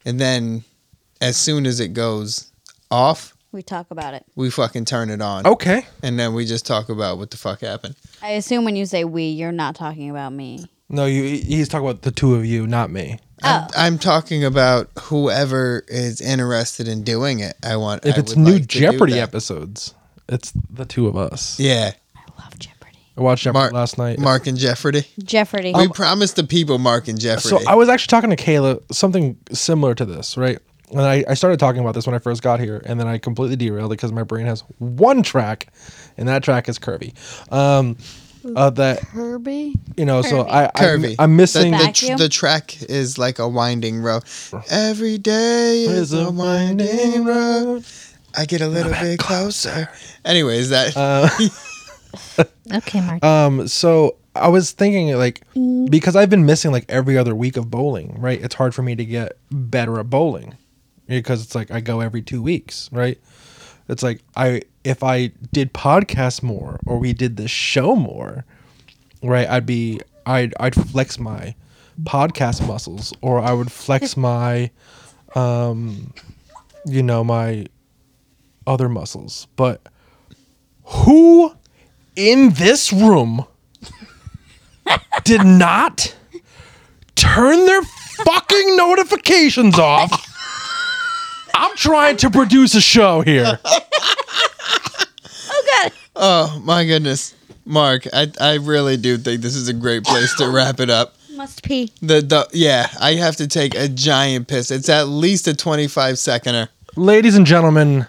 [SPEAKER 2] and then as soon as it goes off,
[SPEAKER 3] We talk about it.
[SPEAKER 2] we fucking turn it on,
[SPEAKER 1] Okay.
[SPEAKER 2] and then we just talk about what the fuck happened.
[SPEAKER 3] I assume when you say we, you're not talking about me.
[SPEAKER 1] No, you. He's talking about the two of you, not me.
[SPEAKER 2] I'm, I'm talking about whoever is interested in doing it. I want
[SPEAKER 1] If
[SPEAKER 2] I
[SPEAKER 1] it's
[SPEAKER 2] would
[SPEAKER 1] new
[SPEAKER 2] like to do
[SPEAKER 1] Jeopardy
[SPEAKER 2] that.
[SPEAKER 1] episodes, it's the two of us.
[SPEAKER 2] Yeah,
[SPEAKER 3] I love Jeopardy.
[SPEAKER 1] I watched Jeopardy
[SPEAKER 2] Mark
[SPEAKER 1] last night.
[SPEAKER 2] Mark and Jeopardy.
[SPEAKER 3] Jeopardy.
[SPEAKER 2] we promised the people Mark and Jeopardy.
[SPEAKER 1] Um, So I was actually talking to Kayla something similar to this, right? And I, I started talking about this when I first got here, and then I completely derailed it because my brain has one track, and that track is curvy. Um, uh, that
[SPEAKER 3] Kirby.
[SPEAKER 1] you know, so I,
[SPEAKER 2] Curvy.
[SPEAKER 1] I I'm missing
[SPEAKER 2] The,
[SPEAKER 1] the
[SPEAKER 2] the, tr-
[SPEAKER 3] Vacuum?
[SPEAKER 2] the track is like a winding road. Every day is a winding road. I get a little bit closer. Anyways, that
[SPEAKER 1] Uh,
[SPEAKER 4] Okay, Mark.
[SPEAKER 1] Um, so I was thinking like because I've been missing like every other week of bowling, right? It's hard for me to get better at bowling because it's like I go every two weeks, right? It's like I if I did podcasts more or we did this show more, right? I'd be I'd I'd flex my podcast muscles or I would flex my um you know my other muscles. But who in this room did not turn their fucking notifications off. I'm trying to produce a show here.
[SPEAKER 2] oh my goodness, Mark, I I really do think this is a great place to wrap it up.
[SPEAKER 3] Must pee.
[SPEAKER 2] The the yeah, I have to take a giant piss. It's at least a twenty five seconder.
[SPEAKER 1] Ladies and gentlemen,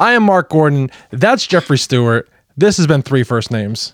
[SPEAKER 1] I am Mark Gordon. That's Jeffrey Stewart. This has been Three First Names.